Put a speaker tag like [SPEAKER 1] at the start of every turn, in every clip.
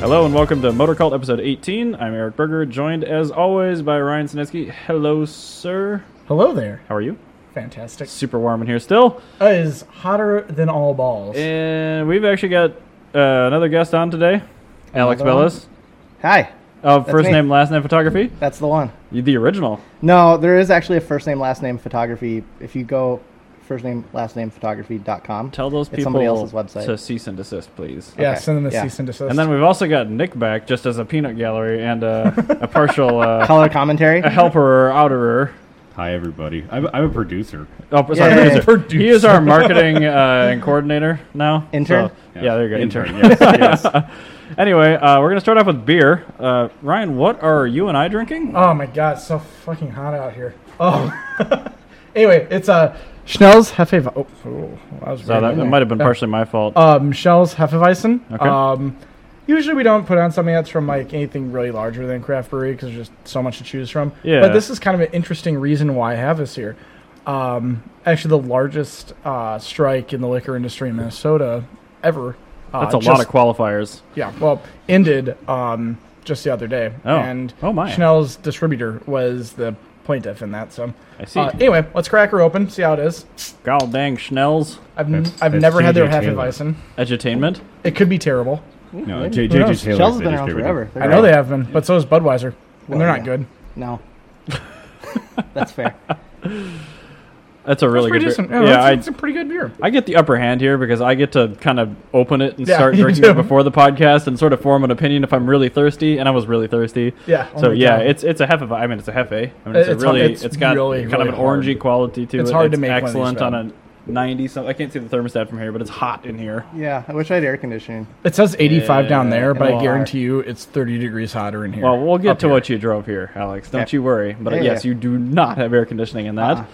[SPEAKER 1] Hello and welcome to Motor Cult episode 18. I'm Eric Berger, joined as always by Ryan Sinetsky. Hello, sir.
[SPEAKER 2] Hello there.
[SPEAKER 1] How are you?
[SPEAKER 2] Fantastic.
[SPEAKER 1] Super warm in here still.
[SPEAKER 2] Uh, is hotter than all balls.
[SPEAKER 1] Eh, And we've actually got uh, another guest on today, Alex
[SPEAKER 3] Another one?
[SPEAKER 1] Bellis
[SPEAKER 3] Hi,
[SPEAKER 1] of First
[SPEAKER 3] me.
[SPEAKER 1] Name Last Name Photography,
[SPEAKER 3] that's the one.
[SPEAKER 1] the original.
[SPEAKER 3] No, there is actually a first name, last name photography. If you go first name, last name photography.com,
[SPEAKER 1] Tell those
[SPEAKER 3] It's
[SPEAKER 1] people
[SPEAKER 3] somebody else's website.
[SPEAKER 1] to cease and desist, please.
[SPEAKER 2] yeah,
[SPEAKER 3] okay,
[SPEAKER 2] send them a
[SPEAKER 3] yeah.
[SPEAKER 2] cease and desist.
[SPEAKER 1] And then we've also got Nick back just as a peanut gallery and uh, a partial uh,
[SPEAKER 3] color commentary.
[SPEAKER 1] a helper or outerer.
[SPEAKER 4] Hi, everybody. I'm, I'm a producer.
[SPEAKER 1] Oh, sorry,
[SPEAKER 3] Yay.
[SPEAKER 1] producer.
[SPEAKER 2] Producer.
[SPEAKER 1] He is our marketing uh, and coordinator now.
[SPEAKER 3] Intern?
[SPEAKER 1] So- yeah. there you go. Intern.
[SPEAKER 4] Yes, yes.
[SPEAKER 1] Anyway, uh, we're going to start off with beer. Uh, Ryan, what are you and I drinking?
[SPEAKER 2] oh my god, it's so fucking hot out here. Oh. anyway, it's uh, Schnell's Hefeweizen. Oh, oh, that was
[SPEAKER 1] so
[SPEAKER 2] very
[SPEAKER 1] that,
[SPEAKER 2] good.
[SPEAKER 1] that might have been partially my fault.
[SPEAKER 2] Um, Schnell's Hefeweizen.
[SPEAKER 1] Okay.
[SPEAKER 2] Um, usually we don't put on something that's from like anything really larger than craft brewery because there's just so much to choose from.
[SPEAKER 1] Yeah.
[SPEAKER 2] But this is kind of an interesting reason why I have this here. Um, actually, the largest uh, strike in the liquor industry in Minnesota ever. Uh,
[SPEAKER 1] That's a
[SPEAKER 2] just-
[SPEAKER 1] lot of qualifiers.
[SPEAKER 2] yeah, well, ended um, just the other day.
[SPEAKER 1] Oh.
[SPEAKER 2] And
[SPEAKER 1] Oh, my.
[SPEAKER 2] Schnell's distributor was the plaintiff in that. So,
[SPEAKER 1] I see.
[SPEAKER 2] Uh, anyway, let's crack her open, see how it is.
[SPEAKER 1] God dang Schnells.
[SPEAKER 2] I've, n-
[SPEAKER 4] That's-
[SPEAKER 2] I've
[SPEAKER 4] that's
[SPEAKER 2] never had their
[SPEAKER 4] J.J. Taylor.
[SPEAKER 2] Hefeweizen.
[SPEAKER 1] Edutainment.
[SPEAKER 2] It could be terrible.
[SPEAKER 4] No,
[SPEAKER 3] Maybe.
[SPEAKER 4] J-
[SPEAKER 2] Who knows?
[SPEAKER 4] JJ Taylor.
[SPEAKER 3] Shell's been around forever. They're
[SPEAKER 2] I know
[SPEAKER 3] great.
[SPEAKER 2] they have been, but so is Budweiser. and
[SPEAKER 3] Well,
[SPEAKER 2] they're not
[SPEAKER 3] yeah.
[SPEAKER 2] good.
[SPEAKER 3] No, that's fair.
[SPEAKER 1] That's a really
[SPEAKER 2] That's pretty
[SPEAKER 1] good
[SPEAKER 2] decent.
[SPEAKER 1] beer.
[SPEAKER 2] Yeah, that's-
[SPEAKER 1] I,
[SPEAKER 2] it's a pretty good beer.
[SPEAKER 1] I get the upper hand here because I get to kind of open it and
[SPEAKER 2] Yeah,
[SPEAKER 1] start
[SPEAKER 2] you
[SPEAKER 1] drinking
[SPEAKER 2] do.
[SPEAKER 1] it before the podcast and sort of form an opinion if I'm really thirsty. And I was really thirsty.
[SPEAKER 2] Yeah, oh
[SPEAKER 1] So
[SPEAKER 2] my
[SPEAKER 1] yeah,
[SPEAKER 2] God.
[SPEAKER 1] it's it's a hefe. I mean, it's a hefe. I mean, it's,
[SPEAKER 2] It's
[SPEAKER 1] a
[SPEAKER 2] hard-
[SPEAKER 1] really
[SPEAKER 2] it's
[SPEAKER 1] it's got
[SPEAKER 2] really,
[SPEAKER 1] kind of an
[SPEAKER 2] really hard.
[SPEAKER 1] orangey quality to it.
[SPEAKER 2] It's hard to make one of these,
[SPEAKER 1] Excellent on
[SPEAKER 2] man.
[SPEAKER 1] a ninety something. I can't see the thermostat from here, but it's hot in here.
[SPEAKER 3] Yeah, I wish I had air conditioning.
[SPEAKER 2] It says 85 down there, but
[SPEAKER 3] well,
[SPEAKER 2] I guarantee you it's 30 degrees hotter in here.
[SPEAKER 1] Well, we'll get
[SPEAKER 2] Up
[SPEAKER 1] to
[SPEAKER 2] here.
[SPEAKER 1] what you drove here, Alex. Don't
[SPEAKER 3] Okay.
[SPEAKER 1] you worry. But uh,
[SPEAKER 3] Yeah,
[SPEAKER 1] yes,
[SPEAKER 3] yeah.
[SPEAKER 1] you do not have air conditioning in that.
[SPEAKER 3] Uh-uh.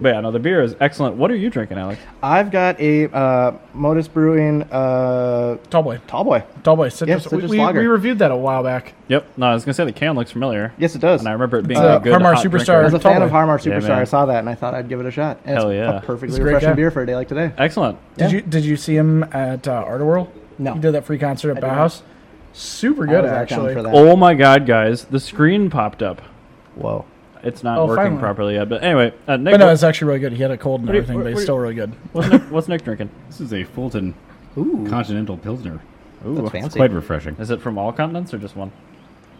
[SPEAKER 1] But yeah, no, the beer is excellent. What are you drinking, Alex?
[SPEAKER 3] I've got a uh, Modus Brewing uh,
[SPEAKER 2] Tall boy.
[SPEAKER 3] tall boy.
[SPEAKER 2] Tall boy. Citrus.
[SPEAKER 3] Yes,
[SPEAKER 2] we,
[SPEAKER 3] citrus
[SPEAKER 2] we,
[SPEAKER 3] lager.
[SPEAKER 2] we reviewed that a while back.
[SPEAKER 1] Yep. No, I was gonna say the can looks familiar.
[SPEAKER 3] Yes, it does.
[SPEAKER 1] And I remember it being
[SPEAKER 2] It's a
[SPEAKER 1] a good
[SPEAKER 2] Parmar
[SPEAKER 1] hot
[SPEAKER 2] Superstar.
[SPEAKER 1] drinker.
[SPEAKER 3] As a
[SPEAKER 2] Tall
[SPEAKER 3] fan
[SPEAKER 2] Boy.
[SPEAKER 3] of Harmar
[SPEAKER 1] Yeah,
[SPEAKER 3] Superstar,
[SPEAKER 1] man.
[SPEAKER 3] I saw that and I thought I'd give it a shot. And
[SPEAKER 1] Hell
[SPEAKER 3] it's
[SPEAKER 1] yeah.
[SPEAKER 3] a perfectly
[SPEAKER 2] It's a great
[SPEAKER 3] refreshing
[SPEAKER 2] guy.
[SPEAKER 3] beer for a day like today.
[SPEAKER 1] Excellent.
[SPEAKER 2] Did
[SPEAKER 3] Yeah.
[SPEAKER 2] you did you see him at uh, Art World?
[SPEAKER 3] No.
[SPEAKER 2] He did that free concert at
[SPEAKER 3] did not.
[SPEAKER 2] Bauhaus. Super
[SPEAKER 3] I
[SPEAKER 2] good
[SPEAKER 3] was out of town
[SPEAKER 2] actually.
[SPEAKER 3] for that.
[SPEAKER 1] Oh my God, guys! The screen popped up.
[SPEAKER 3] Whoa.
[SPEAKER 1] It's not
[SPEAKER 2] Oh,
[SPEAKER 1] working
[SPEAKER 2] finally.
[SPEAKER 1] properly yet. But anyway, uh, Nick,
[SPEAKER 2] But no, it's actually really good. He had a cold and
[SPEAKER 1] What do you-
[SPEAKER 2] everything, but
[SPEAKER 1] what
[SPEAKER 2] he's
[SPEAKER 1] do
[SPEAKER 2] still really good.
[SPEAKER 1] what's, Nick, what's Nick drinking?
[SPEAKER 4] This is a Fulton
[SPEAKER 3] Ooh,
[SPEAKER 4] Continental Pilsner.
[SPEAKER 1] Ooh,
[SPEAKER 3] that's fancy.
[SPEAKER 4] Quite refreshing.
[SPEAKER 1] Is it from all continents or just one?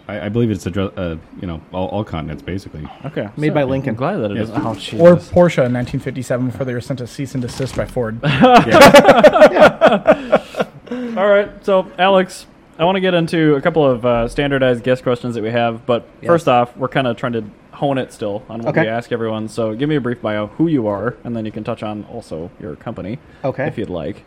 [SPEAKER 4] I, I believe it's a, dr- uh, you know, all, all continents basically.
[SPEAKER 1] Okay.
[SPEAKER 3] Made
[SPEAKER 1] so
[SPEAKER 3] by
[SPEAKER 1] I'm
[SPEAKER 3] Lincoln.
[SPEAKER 1] glad that it
[SPEAKER 4] Yes.
[SPEAKER 1] is. Oh,
[SPEAKER 2] Or
[SPEAKER 1] Jesus.
[SPEAKER 2] Porsche in 1957 before they were sent a cease and desist by Ford.
[SPEAKER 1] All right. So, Alex, I want to get into a couple of uh, standardized guest questions that we have. But first off, we're kind of trying to hone it still on what we
[SPEAKER 3] Okay.
[SPEAKER 1] ask everyone. So, give me a brief bio, who you are, and then you can touch on also your company,
[SPEAKER 3] Okay.
[SPEAKER 1] if you'd like.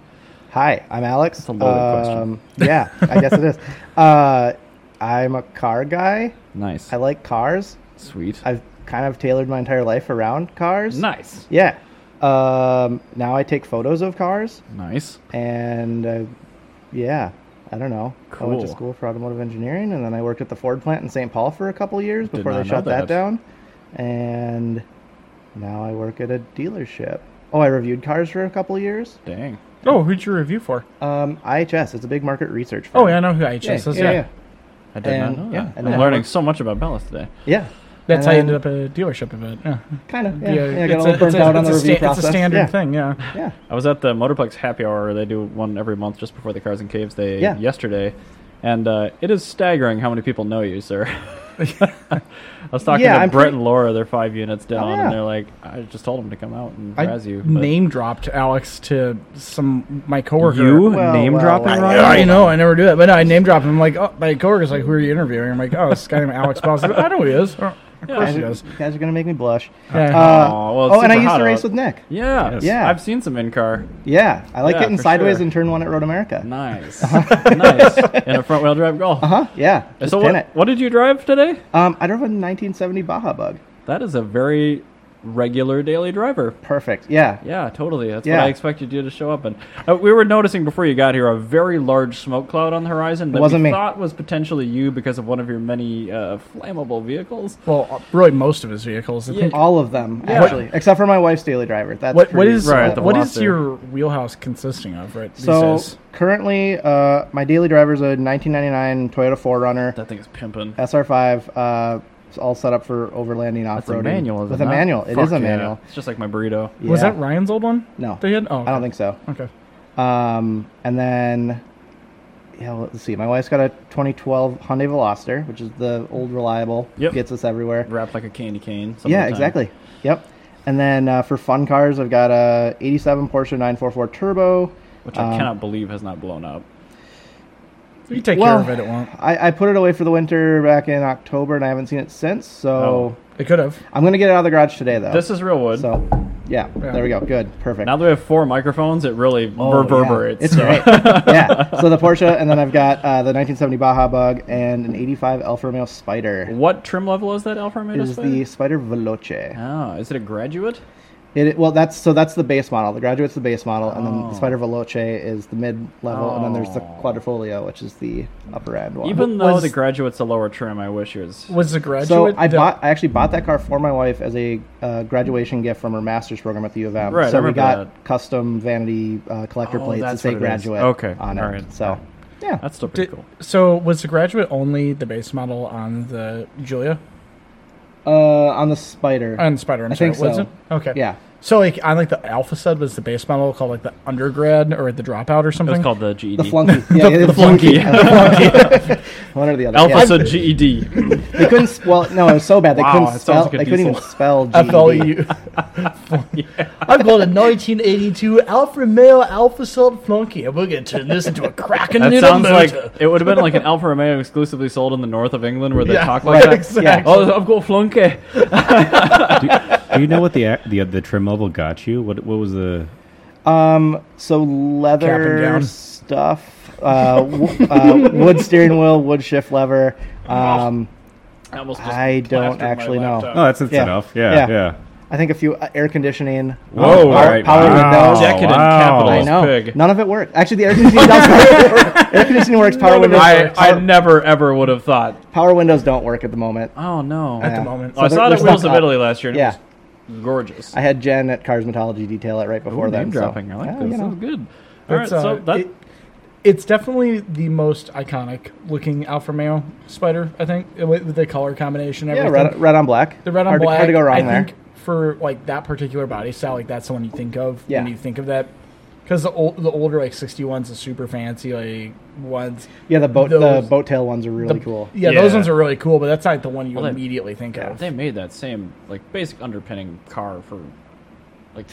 [SPEAKER 3] Hi, I'm Alex. That's
[SPEAKER 1] a loaded
[SPEAKER 3] question. Yeah, I guess it is. Uh, I'm a car guy.
[SPEAKER 1] Nice.
[SPEAKER 3] I like cars.
[SPEAKER 1] Sweet.
[SPEAKER 3] I've kind of tailored my entire life around cars.
[SPEAKER 1] nice.
[SPEAKER 3] Yeah. Um, now I take photos of cars,
[SPEAKER 1] Nice.
[SPEAKER 3] and uh, yeah, I don't know. I went to
[SPEAKER 1] Cool.
[SPEAKER 3] school for automotive engineering, and then I worked at the Ford plant in St. Paul for a couple years before
[SPEAKER 1] not
[SPEAKER 3] they
[SPEAKER 1] know
[SPEAKER 3] shut
[SPEAKER 1] that.
[SPEAKER 3] that down. And now I work at a dealership. Oh, I reviewed cars for a couple years.
[SPEAKER 1] Dang.
[SPEAKER 2] oh, who'd you review for?
[SPEAKER 3] Um, IHS. It's a big market research. Firm.
[SPEAKER 2] Oh, yeah, I know who IHS is. Yeah,
[SPEAKER 1] I did
[SPEAKER 3] And-
[SPEAKER 1] not know
[SPEAKER 3] yeah,
[SPEAKER 1] that.
[SPEAKER 3] and
[SPEAKER 1] I'm
[SPEAKER 3] then-
[SPEAKER 1] learning so much about Bellas today.
[SPEAKER 3] Yeah,
[SPEAKER 2] That's
[SPEAKER 3] And
[SPEAKER 2] how you ended
[SPEAKER 3] then-
[SPEAKER 2] up at a dealership event. Yeah,
[SPEAKER 3] kind of. Yeah, yeah, I got
[SPEAKER 2] it's
[SPEAKER 3] a little
[SPEAKER 2] it's
[SPEAKER 3] burnt out on
[SPEAKER 2] it's
[SPEAKER 3] the
[SPEAKER 2] a
[SPEAKER 3] review
[SPEAKER 2] sta-
[SPEAKER 3] process.
[SPEAKER 2] It's a standard
[SPEAKER 3] yeah.
[SPEAKER 2] thing, yeah.
[SPEAKER 3] Yeah,
[SPEAKER 1] I was at the Motorplex Happy Hour. They do one every month just before the Cars and Caves Day
[SPEAKER 3] Yeah.
[SPEAKER 1] yesterday. And uh, it is staggering how many people know you, sir. I was talking
[SPEAKER 3] Yeah,
[SPEAKER 1] to
[SPEAKER 3] I'm
[SPEAKER 1] Brett
[SPEAKER 3] pretty-
[SPEAKER 1] and Laura, their five units down,
[SPEAKER 3] yeah.
[SPEAKER 1] and they're like, I just told them to come out and
[SPEAKER 2] I
[SPEAKER 1] razz you. but-
[SPEAKER 2] name dropped Alex to some my coworker.
[SPEAKER 1] You
[SPEAKER 3] Well,
[SPEAKER 1] name
[SPEAKER 3] well,
[SPEAKER 1] dropping,
[SPEAKER 3] well.
[SPEAKER 1] Ryan?
[SPEAKER 2] Yeah, I know. I never do that, but no, I name dropped him. I'm like, oh, my coworker's like, who are you interviewing? I'm like, oh, this guy named Alex Bell. I, know who he is. Oh, of course
[SPEAKER 3] guys,
[SPEAKER 2] he
[SPEAKER 3] are-
[SPEAKER 2] does.
[SPEAKER 3] guys are gonna make me blush.
[SPEAKER 2] Yeah.
[SPEAKER 3] Uh,
[SPEAKER 1] Aw, well, it's
[SPEAKER 3] oh, and I
[SPEAKER 1] super
[SPEAKER 3] used
[SPEAKER 1] hot
[SPEAKER 3] to race
[SPEAKER 1] out.
[SPEAKER 3] with Nick.
[SPEAKER 1] Yeah.
[SPEAKER 4] Yes.
[SPEAKER 3] Yeah.
[SPEAKER 1] I've seen some in car.
[SPEAKER 3] Yeah, I like
[SPEAKER 1] Yeah,
[SPEAKER 3] getting
[SPEAKER 1] for
[SPEAKER 3] sideways
[SPEAKER 1] sure.
[SPEAKER 3] in turn one at Road America.
[SPEAKER 1] Nice. nice. In a front wheel drive golf. Uh
[SPEAKER 3] Huh? Uh-huh, Yeah, Uh-huh. just
[SPEAKER 1] So,
[SPEAKER 3] pin
[SPEAKER 1] what,
[SPEAKER 3] it.
[SPEAKER 1] what did you drive today?
[SPEAKER 3] Um, I drove a 1970 Baja Bug.
[SPEAKER 1] That is a very regular daily driver.
[SPEAKER 3] Perfect. Yeah.
[SPEAKER 1] Yeah, totally. That's
[SPEAKER 3] Yeah.
[SPEAKER 1] what I expected you to show up in. Uh, we were noticing before you got here a very large smoke cloud on the horizon that
[SPEAKER 3] wasn't
[SPEAKER 1] we
[SPEAKER 3] me.
[SPEAKER 1] thought was potentially you because of one of your many uh, flammable vehicles.
[SPEAKER 2] Well, uh, really, most of his vehicles. I
[SPEAKER 1] Yeah.
[SPEAKER 2] think.
[SPEAKER 3] All of them,
[SPEAKER 1] Yeah.
[SPEAKER 3] actually, except for my wife's daily driver. That's
[SPEAKER 2] What, what
[SPEAKER 3] pretty-
[SPEAKER 2] is
[SPEAKER 1] Right, the
[SPEAKER 2] what is
[SPEAKER 1] Veloster.
[SPEAKER 2] your wheelhouse consisting of? Right. these
[SPEAKER 3] so
[SPEAKER 2] days?
[SPEAKER 3] currently uh, my daily driver is a 1999 Toyota 4Runner
[SPEAKER 1] That thing is pimping.
[SPEAKER 3] SR5. Uh, it's all set up for overlanding off
[SPEAKER 1] That's
[SPEAKER 3] roading.
[SPEAKER 1] a manual. Is
[SPEAKER 3] With
[SPEAKER 1] it
[SPEAKER 3] a
[SPEAKER 1] not?
[SPEAKER 3] manual, it
[SPEAKER 1] Fuck
[SPEAKER 3] is a
[SPEAKER 1] yeah.
[SPEAKER 3] manual.
[SPEAKER 1] It's just like my burrito.
[SPEAKER 2] was
[SPEAKER 3] Yeah.
[SPEAKER 2] that Ryan's old one?
[SPEAKER 3] No,
[SPEAKER 2] They had. Oh,
[SPEAKER 3] I don't think so.
[SPEAKER 2] Okay.
[SPEAKER 3] Um, and then, yeah, well, let's see. My wife's got a 2012 Hyundai Veloster, which is the old reliable.
[SPEAKER 1] Yep.
[SPEAKER 3] Gets us everywhere.
[SPEAKER 1] Wrapped like a candy cane. some of
[SPEAKER 3] Yeah,
[SPEAKER 1] the time.
[SPEAKER 3] exactly. Yep. And then uh, for fun cars, I've got a 87 Porsche 944 Turbo.
[SPEAKER 1] Which I
[SPEAKER 3] Um,
[SPEAKER 1] cannot believe has not blown up.
[SPEAKER 2] You take
[SPEAKER 3] well,
[SPEAKER 2] care of it. It won't.
[SPEAKER 3] I, I put it away for the winter back in October, and I haven't seen it since. So
[SPEAKER 1] Oh.
[SPEAKER 2] It could have.
[SPEAKER 3] I'm gonna get it out of the garage today, though.
[SPEAKER 1] This is real wood.
[SPEAKER 3] oh, so, yeah, There we go. Good. Perfect.
[SPEAKER 1] Now that we have four microphones, it really
[SPEAKER 3] Oh, yeah.
[SPEAKER 1] reverberates.
[SPEAKER 3] It's
[SPEAKER 1] so.
[SPEAKER 3] great. yeah. So the Porsche, and then I've got uh, the 1970 Baja Bug and an 85 Alfa Romeo Spider.
[SPEAKER 1] What trim level is that Alfa Romeo?
[SPEAKER 3] It is
[SPEAKER 1] display?
[SPEAKER 3] the Spider Veloce.
[SPEAKER 1] Oh, is it a graduate?
[SPEAKER 3] It, well, that's so that's the base model. The Graduate's the base model, and then the Spider Veloce is the mid level, and then there's the
[SPEAKER 1] Oh.
[SPEAKER 3] Quadrifoglio, which is the upper end one.
[SPEAKER 1] Even though
[SPEAKER 2] was-
[SPEAKER 1] the graduate's a lower trim, I wish yours.
[SPEAKER 2] Was the graduate?
[SPEAKER 3] so I
[SPEAKER 2] the-
[SPEAKER 3] bought, I actually bought that car for my wife as a uh, graduation gift from her master's program at the U of M.
[SPEAKER 1] Right, I
[SPEAKER 3] so we
[SPEAKER 1] remember
[SPEAKER 3] got custom vanity uh, collector
[SPEAKER 1] Oh,
[SPEAKER 3] plates that
[SPEAKER 1] that's
[SPEAKER 3] say
[SPEAKER 1] what it is.
[SPEAKER 3] graduate
[SPEAKER 1] Okay,
[SPEAKER 3] on it.
[SPEAKER 1] all right.
[SPEAKER 3] So, yeah,
[SPEAKER 1] That's still pretty
[SPEAKER 2] Did,
[SPEAKER 1] cool.
[SPEAKER 2] So was the graduate only the base model on the Julia
[SPEAKER 3] uh, on the Spider.
[SPEAKER 2] on Spider? I'm
[SPEAKER 3] I
[SPEAKER 2] sorry,
[SPEAKER 3] think
[SPEAKER 2] was
[SPEAKER 3] so.
[SPEAKER 2] it? Okay.
[SPEAKER 3] yeah,
[SPEAKER 2] So like on like the Alpha said was the base model called like the undergrad or the dropout or
[SPEAKER 1] It
[SPEAKER 2] something.
[SPEAKER 1] was called the E GED.
[SPEAKER 3] the flunky. Yeah, it is
[SPEAKER 1] flunky.
[SPEAKER 3] Yeah, the flunky. One or the other.
[SPEAKER 1] Alpha
[SPEAKER 3] Yeah.
[SPEAKER 1] said E GED.
[SPEAKER 3] They couldn't spell. No, it was so bad they
[SPEAKER 1] Wow,
[SPEAKER 3] couldn't
[SPEAKER 1] it sounds
[SPEAKER 3] spell.
[SPEAKER 1] like a
[SPEAKER 3] they couldn't even
[SPEAKER 1] diesel. E
[SPEAKER 3] spell. GED.
[SPEAKER 2] FLU. I've got a 1982 Alfa Romeo Alpha Salt Flunky, and we're going to turn this into a cracking
[SPEAKER 1] That sounds like it would have been like an Alfa Romeo exclusively sold in the north of England where they
[SPEAKER 2] Yeah,
[SPEAKER 1] talk like
[SPEAKER 2] right,
[SPEAKER 1] that.
[SPEAKER 2] exactly.
[SPEAKER 1] Oh, I've got flunky.
[SPEAKER 4] do, do you know what the ac- the uh, the trim level got you? What what was the?
[SPEAKER 3] Um, so
[SPEAKER 2] Cap and
[SPEAKER 3] leather
[SPEAKER 2] gown.
[SPEAKER 3] stuff, uh, w- uh, wood steering wheel, wood shift lever. Um,
[SPEAKER 1] I, almost just
[SPEAKER 3] I don't
[SPEAKER 1] plastered my
[SPEAKER 3] actually know.
[SPEAKER 1] laptop.
[SPEAKER 4] Oh, that's, that's
[SPEAKER 3] Yeah.
[SPEAKER 4] enough. Yeah,
[SPEAKER 3] Yeah.
[SPEAKER 4] yeah.
[SPEAKER 3] I think a few uh, air conditioning.
[SPEAKER 1] Oh,
[SPEAKER 4] Whoa,
[SPEAKER 3] power,
[SPEAKER 4] all right.
[SPEAKER 3] power
[SPEAKER 4] Wow.
[SPEAKER 3] windows.
[SPEAKER 1] Decadent
[SPEAKER 4] Wow.
[SPEAKER 3] I
[SPEAKER 1] capitalist
[SPEAKER 3] know.
[SPEAKER 1] pig.
[SPEAKER 3] None of it worked. Actually, the air conditioning does work. Air conditioning works. Power windows.
[SPEAKER 1] I,
[SPEAKER 3] work.
[SPEAKER 1] I
[SPEAKER 3] Power,
[SPEAKER 1] never ever would have thought.
[SPEAKER 3] power windows don't work at the moment.
[SPEAKER 1] Oh no!
[SPEAKER 2] At
[SPEAKER 3] Yeah.
[SPEAKER 2] the moment.
[SPEAKER 1] Oh, I
[SPEAKER 3] So
[SPEAKER 1] saw
[SPEAKER 3] they're-
[SPEAKER 1] it at
[SPEAKER 3] they're
[SPEAKER 1] Wheels
[SPEAKER 3] stuck
[SPEAKER 1] of
[SPEAKER 3] up.
[SPEAKER 1] Italy last year. And
[SPEAKER 3] Yeah.
[SPEAKER 1] It was gorgeous.
[SPEAKER 3] I had Jen at Cars Metallurgy detail it right before
[SPEAKER 1] Ooh,
[SPEAKER 3] that.
[SPEAKER 1] name
[SPEAKER 3] so-
[SPEAKER 1] dropping. I like
[SPEAKER 3] Yeah,
[SPEAKER 1] this.
[SPEAKER 3] you know.
[SPEAKER 1] Sounds good. All right,
[SPEAKER 2] It's, uh,
[SPEAKER 1] so that
[SPEAKER 2] it- it's definitely the most iconic looking Alfa Romeo Spider, I think, with with the color combination. and
[SPEAKER 3] Yeah,
[SPEAKER 2] everything.
[SPEAKER 3] red, red on black.
[SPEAKER 2] The red on
[SPEAKER 3] hard
[SPEAKER 2] black.
[SPEAKER 3] To, hard to go wrong
[SPEAKER 2] I
[SPEAKER 3] there.
[SPEAKER 2] think for like that particular body style, like that's the one you think of
[SPEAKER 3] Yeah.
[SPEAKER 2] when you think of that. Because the old, the older like sixty ones, the super fancy like ones.
[SPEAKER 3] yeah, the boat
[SPEAKER 2] those-
[SPEAKER 3] the boat tail ones are really
[SPEAKER 2] the-
[SPEAKER 3] cool.
[SPEAKER 2] Yeah, those
[SPEAKER 1] Yeah.
[SPEAKER 2] ones are really cool, but that's not the one you
[SPEAKER 1] Well, they-
[SPEAKER 2] immediately think of.
[SPEAKER 1] they made that same like basic underpinning car for like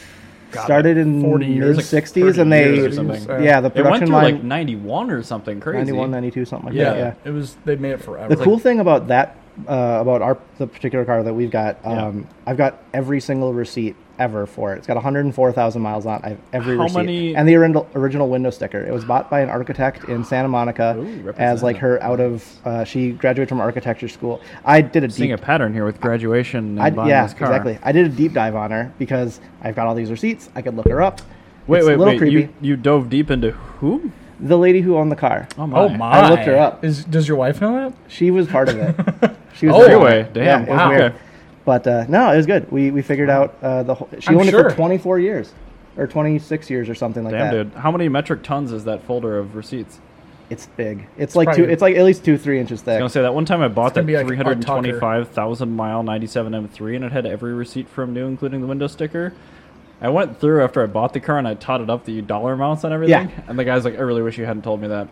[SPEAKER 1] God,
[SPEAKER 3] Started in
[SPEAKER 2] 40 years,
[SPEAKER 3] mid
[SPEAKER 1] like
[SPEAKER 3] 60s,
[SPEAKER 1] 30
[SPEAKER 3] and they
[SPEAKER 1] years or something.
[SPEAKER 3] yeah the
[SPEAKER 1] It went
[SPEAKER 3] production
[SPEAKER 1] through
[SPEAKER 3] line
[SPEAKER 1] like 91 or something crazy.
[SPEAKER 3] 91, 92, something like
[SPEAKER 2] yeah,
[SPEAKER 3] that. Yeah.
[SPEAKER 2] it was. They made it forever.
[SPEAKER 3] The cool thing about that, uh, about our the particular car that we've got, um, I've got every single receipt ever for it. It's got 104,000 miles on. it. I have every
[SPEAKER 1] How
[SPEAKER 3] receipt
[SPEAKER 1] many-
[SPEAKER 3] and the original, original window sticker. It was bought by an architect in Santa Monica
[SPEAKER 1] Ooh,
[SPEAKER 3] as
[SPEAKER 1] representative.
[SPEAKER 3] like her out of. Uh, she graduated from architecture school. I did a
[SPEAKER 1] Seeing
[SPEAKER 3] deep
[SPEAKER 1] a pattern here with graduation and
[SPEAKER 3] I,
[SPEAKER 1] buying
[SPEAKER 3] yeah,
[SPEAKER 1] this car.
[SPEAKER 3] exactly. I did a deep dive on her because I've got all these receipts. I could look her up.
[SPEAKER 1] Wait,
[SPEAKER 3] It's
[SPEAKER 1] wait,
[SPEAKER 3] a little
[SPEAKER 1] wait.
[SPEAKER 3] creepy.
[SPEAKER 1] You you dove deep into who?
[SPEAKER 3] The lady who owned the car.
[SPEAKER 1] Oh my!
[SPEAKER 2] Oh my!
[SPEAKER 3] I looked her up.
[SPEAKER 2] Is does your wife know that?
[SPEAKER 3] She was part of it. She was
[SPEAKER 2] Oh,
[SPEAKER 3] part of
[SPEAKER 1] really?
[SPEAKER 3] it.
[SPEAKER 1] Damn,
[SPEAKER 3] Yeah, it was
[SPEAKER 1] wow.
[SPEAKER 3] weird.
[SPEAKER 1] Okay.
[SPEAKER 3] But uh, no, it was good. We we figured out uh, the whole, she
[SPEAKER 2] I'm
[SPEAKER 3] owned it
[SPEAKER 2] sure.
[SPEAKER 3] for 24 years or 26 years or something like
[SPEAKER 1] Damn,
[SPEAKER 3] that.
[SPEAKER 1] dude. How many metric tons is that folder of receipts?
[SPEAKER 3] It's big. It's, like two.
[SPEAKER 2] probably-
[SPEAKER 3] It's like at least two, three inches
[SPEAKER 1] I
[SPEAKER 3] thick.
[SPEAKER 1] was gonna say that one time I bought that
[SPEAKER 2] gonna be like a
[SPEAKER 1] 325,000 mile 97 M3, and it had every receipt from new, including the window sticker. I went through after I bought the car and I totted up the dollar amounts on everything.
[SPEAKER 3] Yeah.
[SPEAKER 1] And the guy's like, "I really wish you hadn't told me that."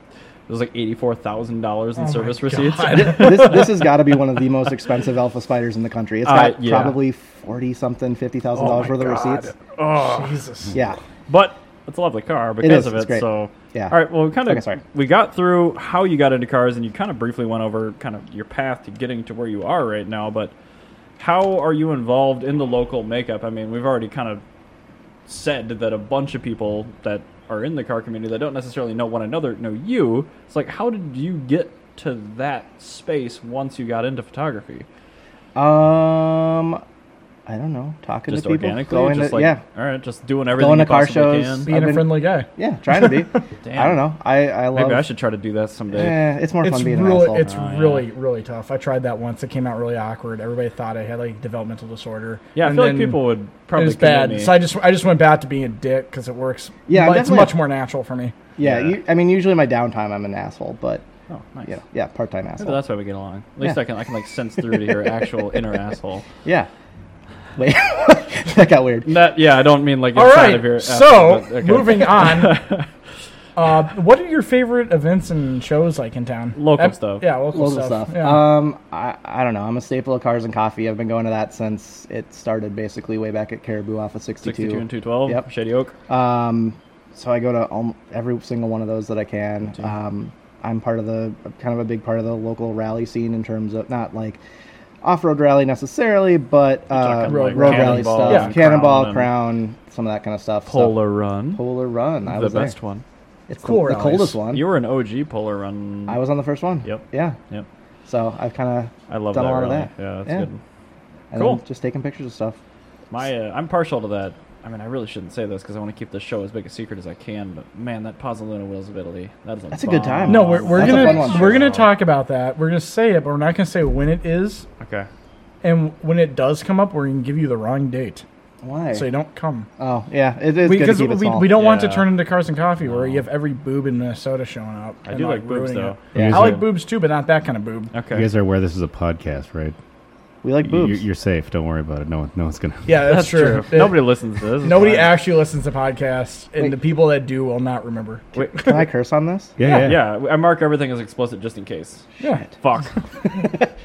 [SPEAKER 1] It was like eighty-four thousand dollars in
[SPEAKER 2] Oh my
[SPEAKER 1] service receipts.
[SPEAKER 2] God.
[SPEAKER 3] this this has got to be one of the most expensive alpha spiders in the country. It's
[SPEAKER 1] Uh,
[SPEAKER 3] got
[SPEAKER 1] yeah.
[SPEAKER 3] probably forty something, fifty thousand
[SPEAKER 2] Oh
[SPEAKER 3] dollars
[SPEAKER 2] my
[SPEAKER 3] worth of
[SPEAKER 2] God.
[SPEAKER 3] receipts.
[SPEAKER 2] Oh Jesus!
[SPEAKER 3] Yeah,
[SPEAKER 1] but it's a lovely car because
[SPEAKER 3] is,
[SPEAKER 1] of
[SPEAKER 3] it's
[SPEAKER 1] it.
[SPEAKER 3] great.
[SPEAKER 1] So
[SPEAKER 3] Yeah.
[SPEAKER 1] All right. Well, we kind of
[SPEAKER 3] Okay, sorry.
[SPEAKER 1] we got through how you got into cars, and you kind of briefly went over kind of your path to getting to where you are right now. But how are you involved in the local makeup? I mean, we've already kind of said that a bunch of people that are in the car community that don't necessarily know one another know you. It's like, how did you get to that space once you got into photography?
[SPEAKER 3] Um, I don't know, talking
[SPEAKER 1] Just
[SPEAKER 3] to people,
[SPEAKER 1] organically,
[SPEAKER 3] going
[SPEAKER 1] just
[SPEAKER 3] to
[SPEAKER 1] like,
[SPEAKER 3] yeah,
[SPEAKER 1] all right, just doing everything
[SPEAKER 3] Going
[SPEAKER 1] you
[SPEAKER 3] to car
[SPEAKER 1] possibly
[SPEAKER 3] shows,
[SPEAKER 1] can.
[SPEAKER 2] Being
[SPEAKER 3] I've
[SPEAKER 2] a
[SPEAKER 3] been-
[SPEAKER 2] friendly guy.
[SPEAKER 3] yeah, trying to be. I
[SPEAKER 1] Damn.
[SPEAKER 3] don't know. I I love.
[SPEAKER 1] Maybe I should try to do that someday.
[SPEAKER 3] Eh, it's more
[SPEAKER 2] It's
[SPEAKER 3] fun being
[SPEAKER 2] really,
[SPEAKER 3] an asshole.
[SPEAKER 2] it's
[SPEAKER 1] Oh, yeah.
[SPEAKER 2] really, really tough. I tried that once. It came out really awkward. Everybody thought I had like developmental disorder.
[SPEAKER 1] Yeah, I
[SPEAKER 2] And
[SPEAKER 1] feel like
[SPEAKER 2] then
[SPEAKER 1] people would
[SPEAKER 2] It
[SPEAKER 1] probably
[SPEAKER 2] was
[SPEAKER 1] kill
[SPEAKER 2] bad.
[SPEAKER 1] me.
[SPEAKER 2] So I just, I just went back to being a dick because it works.
[SPEAKER 3] Yeah,
[SPEAKER 2] mu-
[SPEAKER 3] I'm
[SPEAKER 2] it's
[SPEAKER 3] definitely-
[SPEAKER 2] much more natural for me.
[SPEAKER 3] yeah,
[SPEAKER 1] Yeah.
[SPEAKER 3] You, I mean, usually my downtime I'm an asshole, but
[SPEAKER 1] oh, nice.
[SPEAKER 3] you know, yeah, part time
[SPEAKER 1] Maybe
[SPEAKER 3] asshole.
[SPEAKER 1] that's why we get along. At least
[SPEAKER 3] Yeah.
[SPEAKER 1] I can I can like sense through to your actual inner asshole.
[SPEAKER 3] Yeah. Wait, that got weird.
[SPEAKER 1] That yeah, I don't mean like
[SPEAKER 2] All
[SPEAKER 1] inside of your.
[SPEAKER 2] right. So
[SPEAKER 1] asshole, but- okay.
[SPEAKER 2] moving on. Uh, what are your favorite events and shows like in town?
[SPEAKER 1] Local
[SPEAKER 2] Ep-
[SPEAKER 1] stuff.
[SPEAKER 2] Yeah, local,
[SPEAKER 3] Local
[SPEAKER 2] stuff.
[SPEAKER 3] stuff.
[SPEAKER 2] Yeah.
[SPEAKER 3] Um, I, I don't know. I'm a staple of cars and coffee. I've been going to that since it started, basically way back at Caribou off of 62.
[SPEAKER 1] 62 and 212.
[SPEAKER 3] Yep.
[SPEAKER 1] Shady Oak.
[SPEAKER 3] Um, so I go to alm every single one of those that I can. Um, I'm part of the kind of a big part of the local rally scene in terms of not like off-road rally necessarily, but uh,
[SPEAKER 1] talking
[SPEAKER 3] road,
[SPEAKER 1] like
[SPEAKER 3] road rally
[SPEAKER 1] Cannonball
[SPEAKER 3] stuff,
[SPEAKER 1] Yeah. and
[SPEAKER 3] cannonball,
[SPEAKER 1] Crown
[SPEAKER 3] crown, some of that kind of stuff. So-
[SPEAKER 1] Polar Run.
[SPEAKER 3] Polar Run. I
[SPEAKER 1] the
[SPEAKER 3] was there.
[SPEAKER 1] best one.
[SPEAKER 3] It's
[SPEAKER 2] Cool
[SPEAKER 3] the, the
[SPEAKER 2] rallies.
[SPEAKER 3] coldest one.
[SPEAKER 1] You were an OG Polar Run.
[SPEAKER 3] I was on the first one.
[SPEAKER 1] Yep.
[SPEAKER 3] Yeah.
[SPEAKER 1] Yep.
[SPEAKER 3] So I've kind
[SPEAKER 1] I love
[SPEAKER 3] Done
[SPEAKER 1] that.
[SPEAKER 3] a lot of
[SPEAKER 1] rally.
[SPEAKER 3] that.
[SPEAKER 1] Yeah, that's
[SPEAKER 3] Yeah.
[SPEAKER 1] good.
[SPEAKER 3] of
[SPEAKER 1] Cool.
[SPEAKER 3] just taking pictures of stuff.
[SPEAKER 1] My, uh, I'm partial to that. I mean, I really shouldn't say this because I want to keep this show as big a secret as I can. But man, that Pozzolano Wheels of Italy, that is a
[SPEAKER 3] That's a good
[SPEAKER 1] bomb.
[SPEAKER 3] time.
[SPEAKER 2] no, we're, we're
[SPEAKER 3] That's a fun
[SPEAKER 2] gonna
[SPEAKER 3] one.
[SPEAKER 2] we're gonna talk about that. We're gonna say it, but we're not gonna say when it is.
[SPEAKER 1] Okay.
[SPEAKER 2] And when it does come up, we're gonna give you the wrong date,
[SPEAKER 3] Why?
[SPEAKER 2] so you don't come.
[SPEAKER 3] oh yeah, it is good to
[SPEAKER 2] Because
[SPEAKER 3] keep
[SPEAKER 2] we,
[SPEAKER 3] it small.
[SPEAKER 2] we don't want to
[SPEAKER 1] Yeah.
[SPEAKER 2] turn into Cars and Coffee, where you have every boob in Minnesota showing up.
[SPEAKER 1] I
[SPEAKER 2] and,
[SPEAKER 1] do like boobs,
[SPEAKER 2] ruining
[SPEAKER 1] though.
[SPEAKER 2] it.
[SPEAKER 4] Yeah.
[SPEAKER 2] I
[SPEAKER 4] Yeah.
[SPEAKER 2] like boobs too, but not that kind of boob.
[SPEAKER 1] Okay.
[SPEAKER 4] You guys are aware this is a podcast, right?
[SPEAKER 3] we like
[SPEAKER 4] You,
[SPEAKER 3] boobs.
[SPEAKER 4] you're safe. Don't worry about it. No one, no one's gonna.
[SPEAKER 2] Yeah, that's, true. It-
[SPEAKER 1] Nobody listens to this.
[SPEAKER 2] nobody
[SPEAKER 1] It's fine.
[SPEAKER 2] actually listens to podcasts, and
[SPEAKER 3] Wait.
[SPEAKER 2] the people that do will not remember.
[SPEAKER 1] Wait,
[SPEAKER 3] Can I curse on this?
[SPEAKER 4] Yeah, yeah.
[SPEAKER 1] yeah, I mark everything as explicit just in case.
[SPEAKER 2] Yeah.
[SPEAKER 1] Fuck.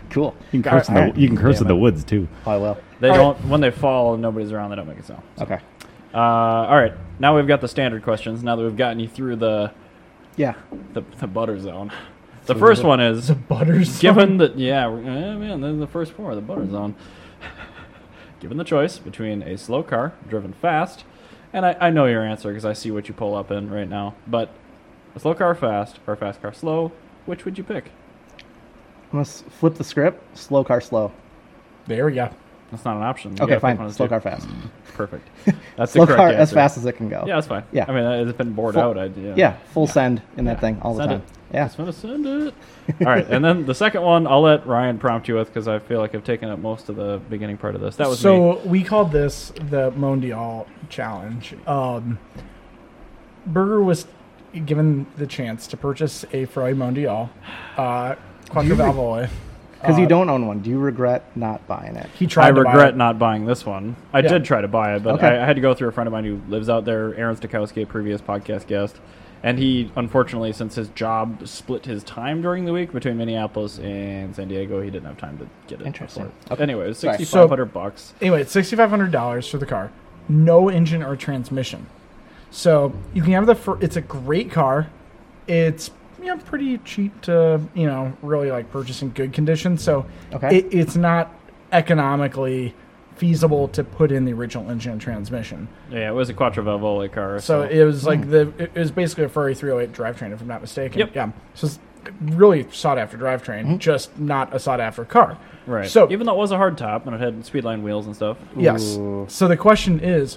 [SPEAKER 3] Cool.
[SPEAKER 4] You can curse. In
[SPEAKER 3] Alright.
[SPEAKER 4] the, you can curse in
[SPEAKER 1] Damn
[SPEAKER 4] the woods too.
[SPEAKER 3] Oh, I will.
[SPEAKER 1] They
[SPEAKER 2] All
[SPEAKER 1] don't. When they fall and nobody's around, they don't make a sound.
[SPEAKER 3] Okay.
[SPEAKER 1] Uh, all right. Now we've got the standard questions. Now that we've gotten you through the
[SPEAKER 3] Yeah.
[SPEAKER 1] the, the butter zone, the first one is
[SPEAKER 2] The butters.
[SPEAKER 1] given the yeah we're- eh, man then the first four the butter zone. given the choice between a slow car driven fast, and I, I know your answer because I see what you pull up in right now. But a slow car fast or a fast car slow, which would you pick?
[SPEAKER 3] I'm gonna s- flip the script. Slow car, slow.
[SPEAKER 2] There we go.
[SPEAKER 1] That's not an option. You gotta
[SPEAKER 3] Okay,
[SPEAKER 1] pick one
[SPEAKER 3] fine.
[SPEAKER 1] of the
[SPEAKER 3] Slow
[SPEAKER 1] two.
[SPEAKER 3] car, fast.
[SPEAKER 1] Perfect. That's
[SPEAKER 3] Slow
[SPEAKER 1] the correct
[SPEAKER 3] car
[SPEAKER 1] answer.
[SPEAKER 3] as fast as it can go.
[SPEAKER 1] Yeah, that's fine.
[SPEAKER 3] Yeah.
[SPEAKER 1] I mean, that- it's been bored
[SPEAKER 3] Full-
[SPEAKER 1] out. I, yeah.
[SPEAKER 3] Yeah, Full send in that thing all the
[SPEAKER 1] Send
[SPEAKER 3] time.
[SPEAKER 1] it.
[SPEAKER 3] Yeah.
[SPEAKER 1] Just want to send it. All right, and then the second one, I'll let Ryan prompt you with because I feel like I've taken up most of the beginning part of this. That was me.
[SPEAKER 2] so we called this the Mondial Challenge. Um, Berger was given the chance to purchase a Ferrari Mondial, uh, Quattro Valvole.
[SPEAKER 3] Because
[SPEAKER 1] Uh,
[SPEAKER 3] you don't own one. Do you regret not buying it?
[SPEAKER 2] He tried.
[SPEAKER 1] I
[SPEAKER 2] to buy
[SPEAKER 1] regret
[SPEAKER 2] it.
[SPEAKER 1] not buying this one. I
[SPEAKER 2] Yeah.
[SPEAKER 1] did try to buy it, but
[SPEAKER 3] Okay.
[SPEAKER 1] I, I had to go through a friend of mine who lives out there, Aaron Stokowski, a previous podcast guest. And he, unfortunately, since his job split his time during the week between Minneapolis and San Diego, he didn't have time to get it.
[SPEAKER 3] Interesting.
[SPEAKER 1] before. Anyway, it was
[SPEAKER 3] Sorry.
[SPEAKER 1] sixty
[SPEAKER 3] So-
[SPEAKER 1] five hundred bucks.
[SPEAKER 2] Anyway, it's sixty five hundred dollars for the car, no engine or transmission. So you can have the. Fer- it's a great car. It's you know pretty cheap to you know really like purchase in good condition. So
[SPEAKER 3] Okay.
[SPEAKER 2] it, it's not economically feasible to put in the original engine and transmission.
[SPEAKER 1] Yeah, it was a Quattro Valvole car.
[SPEAKER 2] So
[SPEAKER 1] So,
[SPEAKER 2] it was like the it was basically a Ferrari 308 drivetrain, if I'm not mistaken.
[SPEAKER 1] Yep.
[SPEAKER 2] Yeah. So it's really sought after drivetrain, just not a sought after car.
[SPEAKER 1] right.
[SPEAKER 2] So
[SPEAKER 1] even though it was a hard top and it had speed line wheels and stuff,
[SPEAKER 2] yes.
[SPEAKER 3] Ooh.
[SPEAKER 2] So the question is,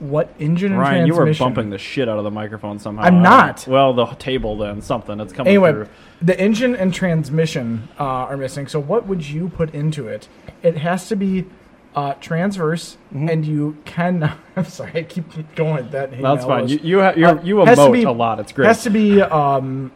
[SPEAKER 2] what engine
[SPEAKER 1] Ryan,
[SPEAKER 2] and
[SPEAKER 1] you were
[SPEAKER 2] transmission?
[SPEAKER 1] bumping the shit out of the microphone somehow.
[SPEAKER 2] I'm not.
[SPEAKER 1] Well, the table then something that's coming
[SPEAKER 2] anyway,
[SPEAKER 1] through.
[SPEAKER 2] the engine and transmission uh, are missing. So what would you put into it? It has to be uh, transverse,
[SPEAKER 1] Mm-hmm.
[SPEAKER 2] and you cannot. I'm sorry, I keep going. with That
[SPEAKER 1] That's
[SPEAKER 2] email
[SPEAKER 1] fine.
[SPEAKER 2] was- Uh,
[SPEAKER 1] You you, ha- you're, you
[SPEAKER 2] has to
[SPEAKER 1] emote
[SPEAKER 2] be-
[SPEAKER 1] a lot. It's great.
[SPEAKER 2] Has to be um,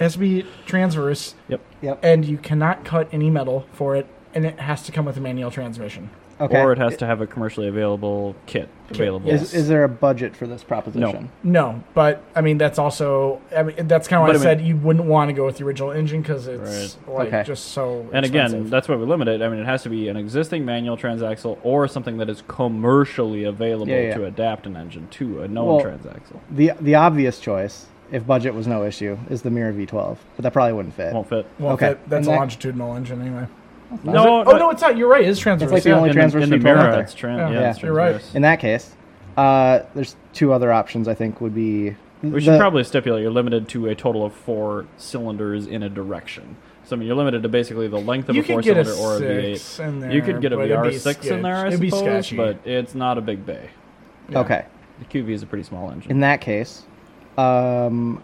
[SPEAKER 2] has to be transverse,
[SPEAKER 1] yep.
[SPEAKER 3] Yep.
[SPEAKER 2] and you cannot cut any metal for it, and it has to come with a manual transmission.
[SPEAKER 3] Okay.
[SPEAKER 1] Or it has to have a commercially available kit available.
[SPEAKER 2] yes.
[SPEAKER 3] is, is there a budget for this proposition?
[SPEAKER 2] No, but I mean that's also I mean that's kind of why I,
[SPEAKER 1] But I
[SPEAKER 2] said you wouldn't want to go with the original engine because it's like
[SPEAKER 3] Okay.
[SPEAKER 2] just so.
[SPEAKER 1] And again,
[SPEAKER 2] expensive.
[SPEAKER 1] that's why we limit it. I mean, it has to be an existing manual transaxle or something that is commercially available
[SPEAKER 3] Yeah, yeah.
[SPEAKER 1] to adapt an engine to a known
[SPEAKER 3] Well-
[SPEAKER 1] transaxle.
[SPEAKER 3] The the obvious choice, if budget was no issue, is the Mirror V12, but that probably wouldn't fit.
[SPEAKER 1] Won't fit.
[SPEAKER 2] well,
[SPEAKER 3] okay.
[SPEAKER 2] that- that's
[SPEAKER 3] And
[SPEAKER 2] a
[SPEAKER 3] that-
[SPEAKER 2] longitudinal engine anyway.
[SPEAKER 1] no,
[SPEAKER 2] oh no, it's not. You're right. It's transverse.
[SPEAKER 3] like the
[SPEAKER 2] yeah.
[SPEAKER 3] only-
[SPEAKER 1] in, the,
[SPEAKER 3] transverse
[SPEAKER 1] in the
[SPEAKER 3] we pull out
[SPEAKER 1] mirror,
[SPEAKER 3] there.
[SPEAKER 1] it's trans.
[SPEAKER 2] Yeah.
[SPEAKER 1] Yeah,
[SPEAKER 3] Yeah.
[SPEAKER 1] it's
[SPEAKER 2] You're right.
[SPEAKER 1] transverse.
[SPEAKER 3] In that case, uh, there's two other options. I think would be.
[SPEAKER 1] We should
[SPEAKER 3] the-
[SPEAKER 1] probably stipulate you're limited to a total of four cylinders in a direction. So I mean, you're limited to basically the length of
[SPEAKER 2] You
[SPEAKER 1] a
[SPEAKER 2] could
[SPEAKER 1] four
[SPEAKER 2] get a
[SPEAKER 1] cylinder or a
[SPEAKER 2] six
[SPEAKER 1] V8.
[SPEAKER 2] in there,
[SPEAKER 1] you could get a
[SPEAKER 2] but it'd be
[SPEAKER 1] VR6 in there, I
[SPEAKER 2] sketch- it'd be
[SPEAKER 1] suppose,
[SPEAKER 2] sketchy.
[SPEAKER 1] but it's not a big bay.
[SPEAKER 2] Yeah.
[SPEAKER 3] Okay.
[SPEAKER 1] The QV is a pretty small engine.
[SPEAKER 3] In that case, um,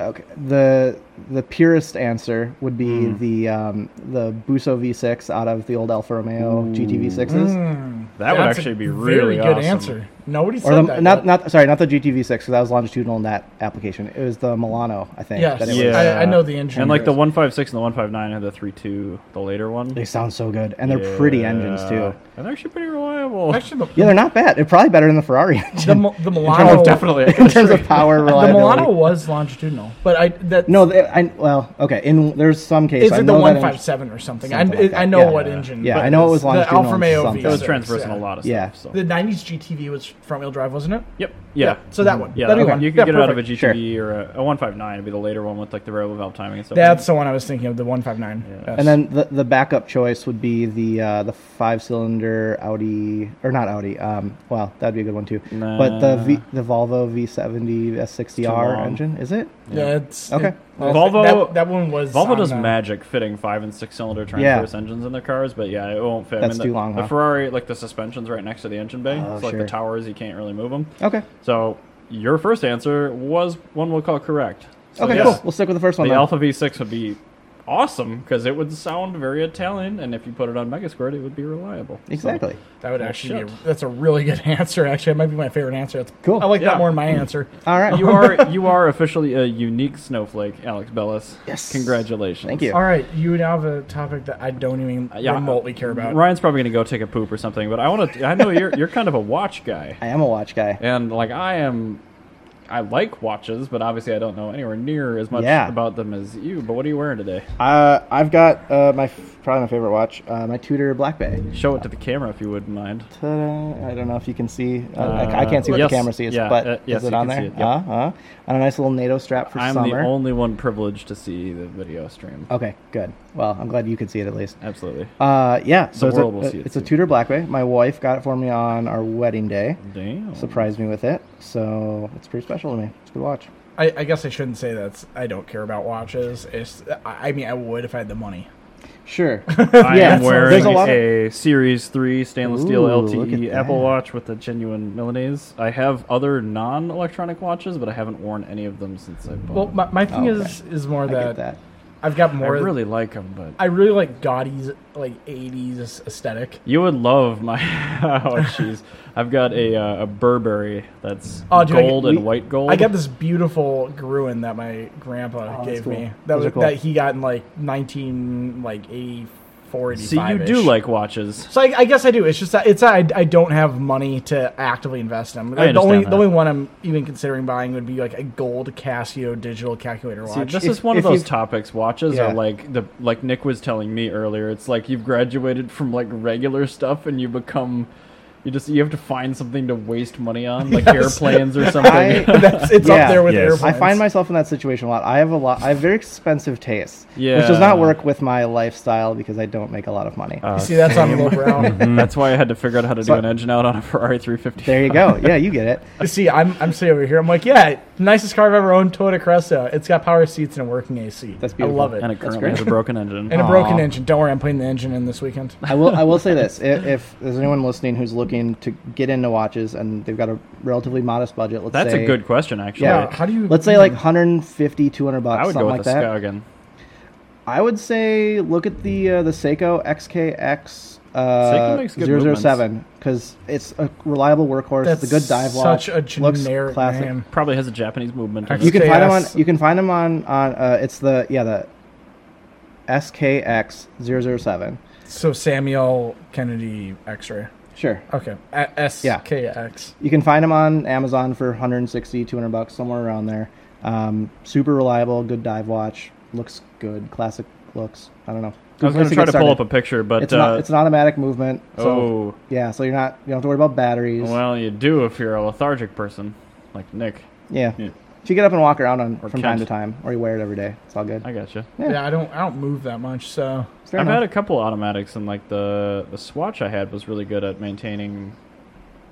[SPEAKER 3] okay, the the purest answer would be
[SPEAKER 2] Hmm.
[SPEAKER 3] the um, the Busso V6 out of the old Alfa Romeo
[SPEAKER 2] Hmm.
[SPEAKER 3] GT V6s,
[SPEAKER 2] Mm,
[SPEAKER 1] That would
[SPEAKER 2] that's a
[SPEAKER 1] actually be
[SPEAKER 2] very
[SPEAKER 1] really
[SPEAKER 2] good
[SPEAKER 1] awesome.
[SPEAKER 2] answer. Nobody said
[SPEAKER 3] or the,
[SPEAKER 2] that.
[SPEAKER 3] not
[SPEAKER 2] yet.
[SPEAKER 3] not sorry, not the GT V6 because that was longitudinal in that application. It was the Milano, I think.
[SPEAKER 2] Yes,
[SPEAKER 3] that it was.
[SPEAKER 1] Yeah.
[SPEAKER 2] I, I know the engine.
[SPEAKER 1] and like the
[SPEAKER 2] one.
[SPEAKER 1] 156 and the 159 and the 32, the later one.
[SPEAKER 3] They sound so good, and they're pretty engines too.
[SPEAKER 1] And they're actually pretty reliable.
[SPEAKER 2] Actually, the,
[SPEAKER 3] Yeah, they're not bad. They're probably better than the Ferrari engine
[SPEAKER 2] the, Mil- the Milano.
[SPEAKER 1] oh, definitely.
[SPEAKER 3] in terms of power
[SPEAKER 2] The
[SPEAKER 3] reliability.
[SPEAKER 2] Milano was longitudinal, but I that
[SPEAKER 3] No, they, I well, okay. In there's some cases.
[SPEAKER 2] is
[SPEAKER 3] I
[SPEAKER 2] it the
[SPEAKER 3] know that
[SPEAKER 2] one
[SPEAKER 3] engine-
[SPEAKER 2] five seven or something?
[SPEAKER 3] Something
[SPEAKER 2] I,
[SPEAKER 3] like
[SPEAKER 2] I
[SPEAKER 3] that.
[SPEAKER 2] know
[SPEAKER 3] Yeah.
[SPEAKER 2] what engine.
[SPEAKER 3] Yeah,
[SPEAKER 2] but
[SPEAKER 3] I know it was
[SPEAKER 2] The
[SPEAKER 3] longitudinal
[SPEAKER 2] Alfa Romeo
[SPEAKER 3] something.
[SPEAKER 1] it was
[SPEAKER 2] V6,
[SPEAKER 1] transversing
[SPEAKER 2] yeah.
[SPEAKER 1] a lot of
[SPEAKER 3] Yeah.
[SPEAKER 1] stuff. So.
[SPEAKER 2] The nineties GTV was front wheel drive, wasn't it?
[SPEAKER 1] yep. Yeah.
[SPEAKER 2] So that one.
[SPEAKER 1] Yeah,
[SPEAKER 2] That'd be
[SPEAKER 1] that one.
[SPEAKER 2] one.
[SPEAKER 1] You could
[SPEAKER 2] Yeah,
[SPEAKER 1] get it out of a
[SPEAKER 2] perfect.
[SPEAKER 1] GTB or a, a 159 would be the later one with like the variable valve timing and stuff.
[SPEAKER 2] That's the one I was thinking of, the one five nine.
[SPEAKER 3] And then the, the backup choice would be the uh, the five cylinder Audi or not Audi. Um, well, that'd be a good one too. But the
[SPEAKER 1] Nah.
[SPEAKER 3] v, the Volvo V70 S60R
[SPEAKER 1] long.
[SPEAKER 3] engine is it?
[SPEAKER 2] yeah, it's
[SPEAKER 3] Okay.
[SPEAKER 2] it-
[SPEAKER 3] Well,
[SPEAKER 1] Volvo-
[SPEAKER 2] That, that one was
[SPEAKER 1] Volvo
[SPEAKER 2] on,
[SPEAKER 1] does
[SPEAKER 2] uh,
[SPEAKER 1] magic fitting five and six cylinder
[SPEAKER 3] Yeah.
[SPEAKER 1] transverse engines in their cars, but yeah, it won't fit.
[SPEAKER 3] That's
[SPEAKER 1] I mean,
[SPEAKER 3] too
[SPEAKER 1] the,
[SPEAKER 3] long,
[SPEAKER 1] The
[SPEAKER 3] huh?
[SPEAKER 1] Ferrari, like the suspension's right next to the engine bay,
[SPEAKER 3] Oh,
[SPEAKER 1] so like
[SPEAKER 3] sure.
[SPEAKER 1] the towers, you can't really move them.
[SPEAKER 3] Okay.
[SPEAKER 1] So your first answer was one we'll call correct. So
[SPEAKER 3] okay.
[SPEAKER 1] yes,
[SPEAKER 3] Cool. We'll stick with the first one.
[SPEAKER 1] The
[SPEAKER 3] then.
[SPEAKER 1] Alpha V6 would be awesome because it would sound very Italian, and if you put it on Megasquirt, it would be reliable. So-
[SPEAKER 3] Exactly.
[SPEAKER 2] That would
[SPEAKER 1] Oh,
[SPEAKER 2] actually be
[SPEAKER 1] shit.
[SPEAKER 2] a, that's a really good answer. Actually, it might be my favorite answer. That's
[SPEAKER 3] Cool.
[SPEAKER 2] I like
[SPEAKER 1] Yeah.
[SPEAKER 2] that more than my answer.
[SPEAKER 3] All right.
[SPEAKER 1] you are you are officially a unique snowflake, Alex Bellis.
[SPEAKER 3] Yes.
[SPEAKER 1] Congratulations.
[SPEAKER 3] Thank you.
[SPEAKER 2] All right, you now have a topic that I don't even
[SPEAKER 1] Uh, yeah,
[SPEAKER 2] remotely care about.
[SPEAKER 1] Ryan's probably going to go take a poop or something, but I want to. I know you're you're kind of a watch guy,
[SPEAKER 3] I am a watch guy.
[SPEAKER 1] and like I am, I like watches, but obviously I don't know anywhere near as much
[SPEAKER 3] Yeah.
[SPEAKER 1] about them as you. But what are you wearing today?
[SPEAKER 3] Uh, I've got uh, my f- probably my favorite watch, uh, my Tudor Black Bay.
[SPEAKER 1] Show it to the camera if you wouldn't mind.
[SPEAKER 3] Ta-da. I don't know if you can see. Uh, I, I can't see what
[SPEAKER 1] yes,
[SPEAKER 3] the camera sees,
[SPEAKER 1] yeah,
[SPEAKER 3] but
[SPEAKER 1] uh, yes,
[SPEAKER 3] is it
[SPEAKER 1] you can
[SPEAKER 3] on there?
[SPEAKER 1] see it, yep.
[SPEAKER 3] Uh huh. And a nice little NATO strap for
[SPEAKER 1] I'm
[SPEAKER 3] summer.
[SPEAKER 1] the only one privileged to see the video stream.
[SPEAKER 3] okay, good. Well, I'm glad you could see it at least.
[SPEAKER 1] Absolutely.
[SPEAKER 3] Uh, yeah. So
[SPEAKER 1] The
[SPEAKER 3] it's,
[SPEAKER 1] world
[SPEAKER 3] a,
[SPEAKER 1] will see it
[SPEAKER 3] it's a
[SPEAKER 1] too.
[SPEAKER 3] Tudor Blackway. My wife got it for me on our wedding day.
[SPEAKER 1] Damn.
[SPEAKER 3] Surprised me with it, so it's pretty special to me. It's a good watch.
[SPEAKER 2] I, I guess I shouldn't say that. I don't care about watches. It's, I I mean, I would if I had the money.
[SPEAKER 3] Sure.
[SPEAKER 1] I
[SPEAKER 3] Yeah,
[SPEAKER 1] am
[SPEAKER 3] there's
[SPEAKER 1] wearing
[SPEAKER 3] a lot of-
[SPEAKER 1] a, Series 3 stainless steel
[SPEAKER 3] Ooh, look
[SPEAKER 1] LTE
[SPEAKER 3] at
[SPEAKER 1] Apple
[SPEAKER 3] that.
[SPEAKER 1] Watch with a genuine Milanese. I have other non electronic watches, but I haven't worn any of them since I bought
[SPEAKER 2] Well,
[SPEAKER 1] them.
[SPEAKER 2] my, my thing
[SPEAKER 3] Okay.
[SPEAKER 2] is is more
[SPEAKER 3] I get
[SPEAKER 2] that,
[SPEAKER 3] that.
[SPEAKER 2] I've got
[SPEAKER 1] I
[SPEAKER 2] more.
[SPEAKER 1] really like them, but.
[SPEAKER 2] I really like Gotti's like '80s aesthetic.
[SPEAKER 1] You would love my. oh, jeez. I've got a, uh, a Burberry that's
[SPEAKER 2] Oh, dude, I get-
[SPEAKER 1] gold and
[SPEAKER 2] we-
[SPEAKER 1] white gold.
[SPEAKER 2] I got this beautiful Gruen that my grandpa
[SPEAKER 3] Oh, that's
[SPEAKER 2] gave
[SPEAKER 3] cool.
[SPEAKER 2] me. That
[SPEAKER 3] Those
[SPEAKER 2] was
[SPEAKER 3] are cool.
[SPEAKER 2] that he got in like 19 like 84,
[SPEAKER 1] See, you do
[SPEAKER 2] 85-ish.
[SPEAKER 1] like watches.
[SPEAKER 2] So I, I guess I do. It's just that it's that I, I don't have money to actively invest in.
[SPEAKER 1] I
[SPEAKER 2] the only
[SPEAKER 1] understand that.
[SPEAKER 2] the only one I'm even considering buying would be like a gold Casio digital calculator
[SPEAKER 1] See,
[SPEAKER 2] watch.
[SPEAKER 1] this
[SPEAKER 3] If-
[SPEAKER 1] is one of
[SPEAKER 3] if
[SPEAKER 1] those
[SPEAKER 3] you've-
[SPEAKER 1] topics. Watches
[SPEAKER 3] Yeah.
[SPEAKER 1] are like the like Nick was telling me earlier. It's like you've graduated from like regular stuff and you become you just you have to find something to waste money on, like airplanes or something.
[SPEAKER 3] I
[SPEAKER 2] That's, it's
[SPEAKER 3] Yeah.
[SPEAKER 2] up there with
[SPEAKER 4] Yes.
[SPEAKER 2] airplanes.
[SPEAKER 3] I find myself in that situation a lot. I have a lot. I have very expensive tastes, which
[SPEAKER 1] Yeah.
[SPEAKER 3] does not work with my lifestyle because I don't make a lot of money.
[SPEAKER 1] Uh,
[SPEAKER 2] You see, that's on lowbrow.
[SPEAKER 1] that's why I had to figure out how to do
[SPEAKER 3] So-
[SPEAKER 1] an engine out on a Ferrari 350.
[SPEAKER 3] there you go. Yeah, you get it.
[SPEAKER 2] you see, I'm I'm sitting over here. I'm like, yeah, nicest car I've ever owned, Toyota Cresta. It's got power seats and a working AC.
[SPEAKER 3] That's
[SPEAKER 2] I love
[SPEAKER 3] beautiful.
[SPEAKER 2] it.
[SPEAKER 1] And it
[SPEAKER 3] That's
[SPEAKER 1] currently has a
[SPEAKER 3] great.
[SPEAKER 1] broken engine.
[SPEAKER 2] and a broken
[SPEAKER 3] Aw.
[SPEAKER 2] engine. Don't worry, I'm putting the engine in this weekend.
[SPEAKER 3] I will. I will say this: if, if there's anyone listening who's looking to get into watches and they've got a relatively modest budget, let's
[SPEAKER 1] that's
[SPEAKER 3] say,
[SPEAKER 1] a good question, actually.
[SPEAKER 3] Yeah.
[SPEAKER 2] How do you?
[SPEAKER 3] Let's say like 150, 200 bucks,
[SPEAKER 1] I would
[SPEAKER 3] something
[SPEAKER 1] go with
[SPEAKER 3] like
[SPEAKER 1] the
[SPEAKER 3] that.
[SPEAKER 1] Skagen.
[SPEAKER 3] I would say look at the uh, the Seiko XKX uh,
[SPEAKER 1] Seiko makes good
[SPEAKER 3] 007 because it's a reliable workhorse.
[SPEAKER 2] That's
[SPEAKER 3] it's a good dive watch.
[SPEAKER 2] such a generic
[SPEAKER 3] looks classic.
[SPEAKER 2] name.
[SPEAKER 1] Probably has a Japanese movement. in
[SPEAKER 2] Actually-
[SPEAKER 3] You
[SPEAKER 1] it.
[SPEAKER 3] can find them on.
[SPEAKER 2] SKS.
[SPEAKER 3] You can find them on on. Uh, it's the yeah the SKX 007.
[SPEAKER 2] So Samuel Kennedy X-ray.
[SPEAKER 3] Sure.
[SPEAKER 2] Okay, A- S
[SPEAKER 3] Yeah.
[SPEAKER 2] K X.
[SPEAKER 3] You can find them on Amazon for 160, 200 bucks, somewhere around there. Um, super reliable, good dive watch. Looks good, classic looks. I don't know.
[SPEAKER 1] I was going to try to pull up a picture, but
[SPEAKER 3] It's,
[SPEAKER 1] uh,
[SPEAKER 3] an, it's an automatic movement. So,
[SPEAKER 1] oh,
[SPEAKER 3] yeah. So you're not you don't have to worry about batteries.
[SPEAKER 1] well, you do if you're a lethargic person like Nick.
[SPEAKER 3] yeah.
[SPEAKER 1] yeah.
[SPEAKER 3] If you get up and walk around on,
[SPEAKER 1] Or
[SPEAKER 3] from
[SPEAKER 1] Kent.
[SPEAKER 3] time to time, or you wear it every day, it's all good.
[SPEAKER 1] I gotcha.
[SPEAKER 3] Yeah.
[SPEAKER 2] Yeah, I don't I don't move that much, so
[SPEAKER 3] Fair
[SPEAKER 1] I've
[SPEAKER 3] enough.
[SPEAKER 1] had a couple automatics, and like the the swatch I had was really good at maintaining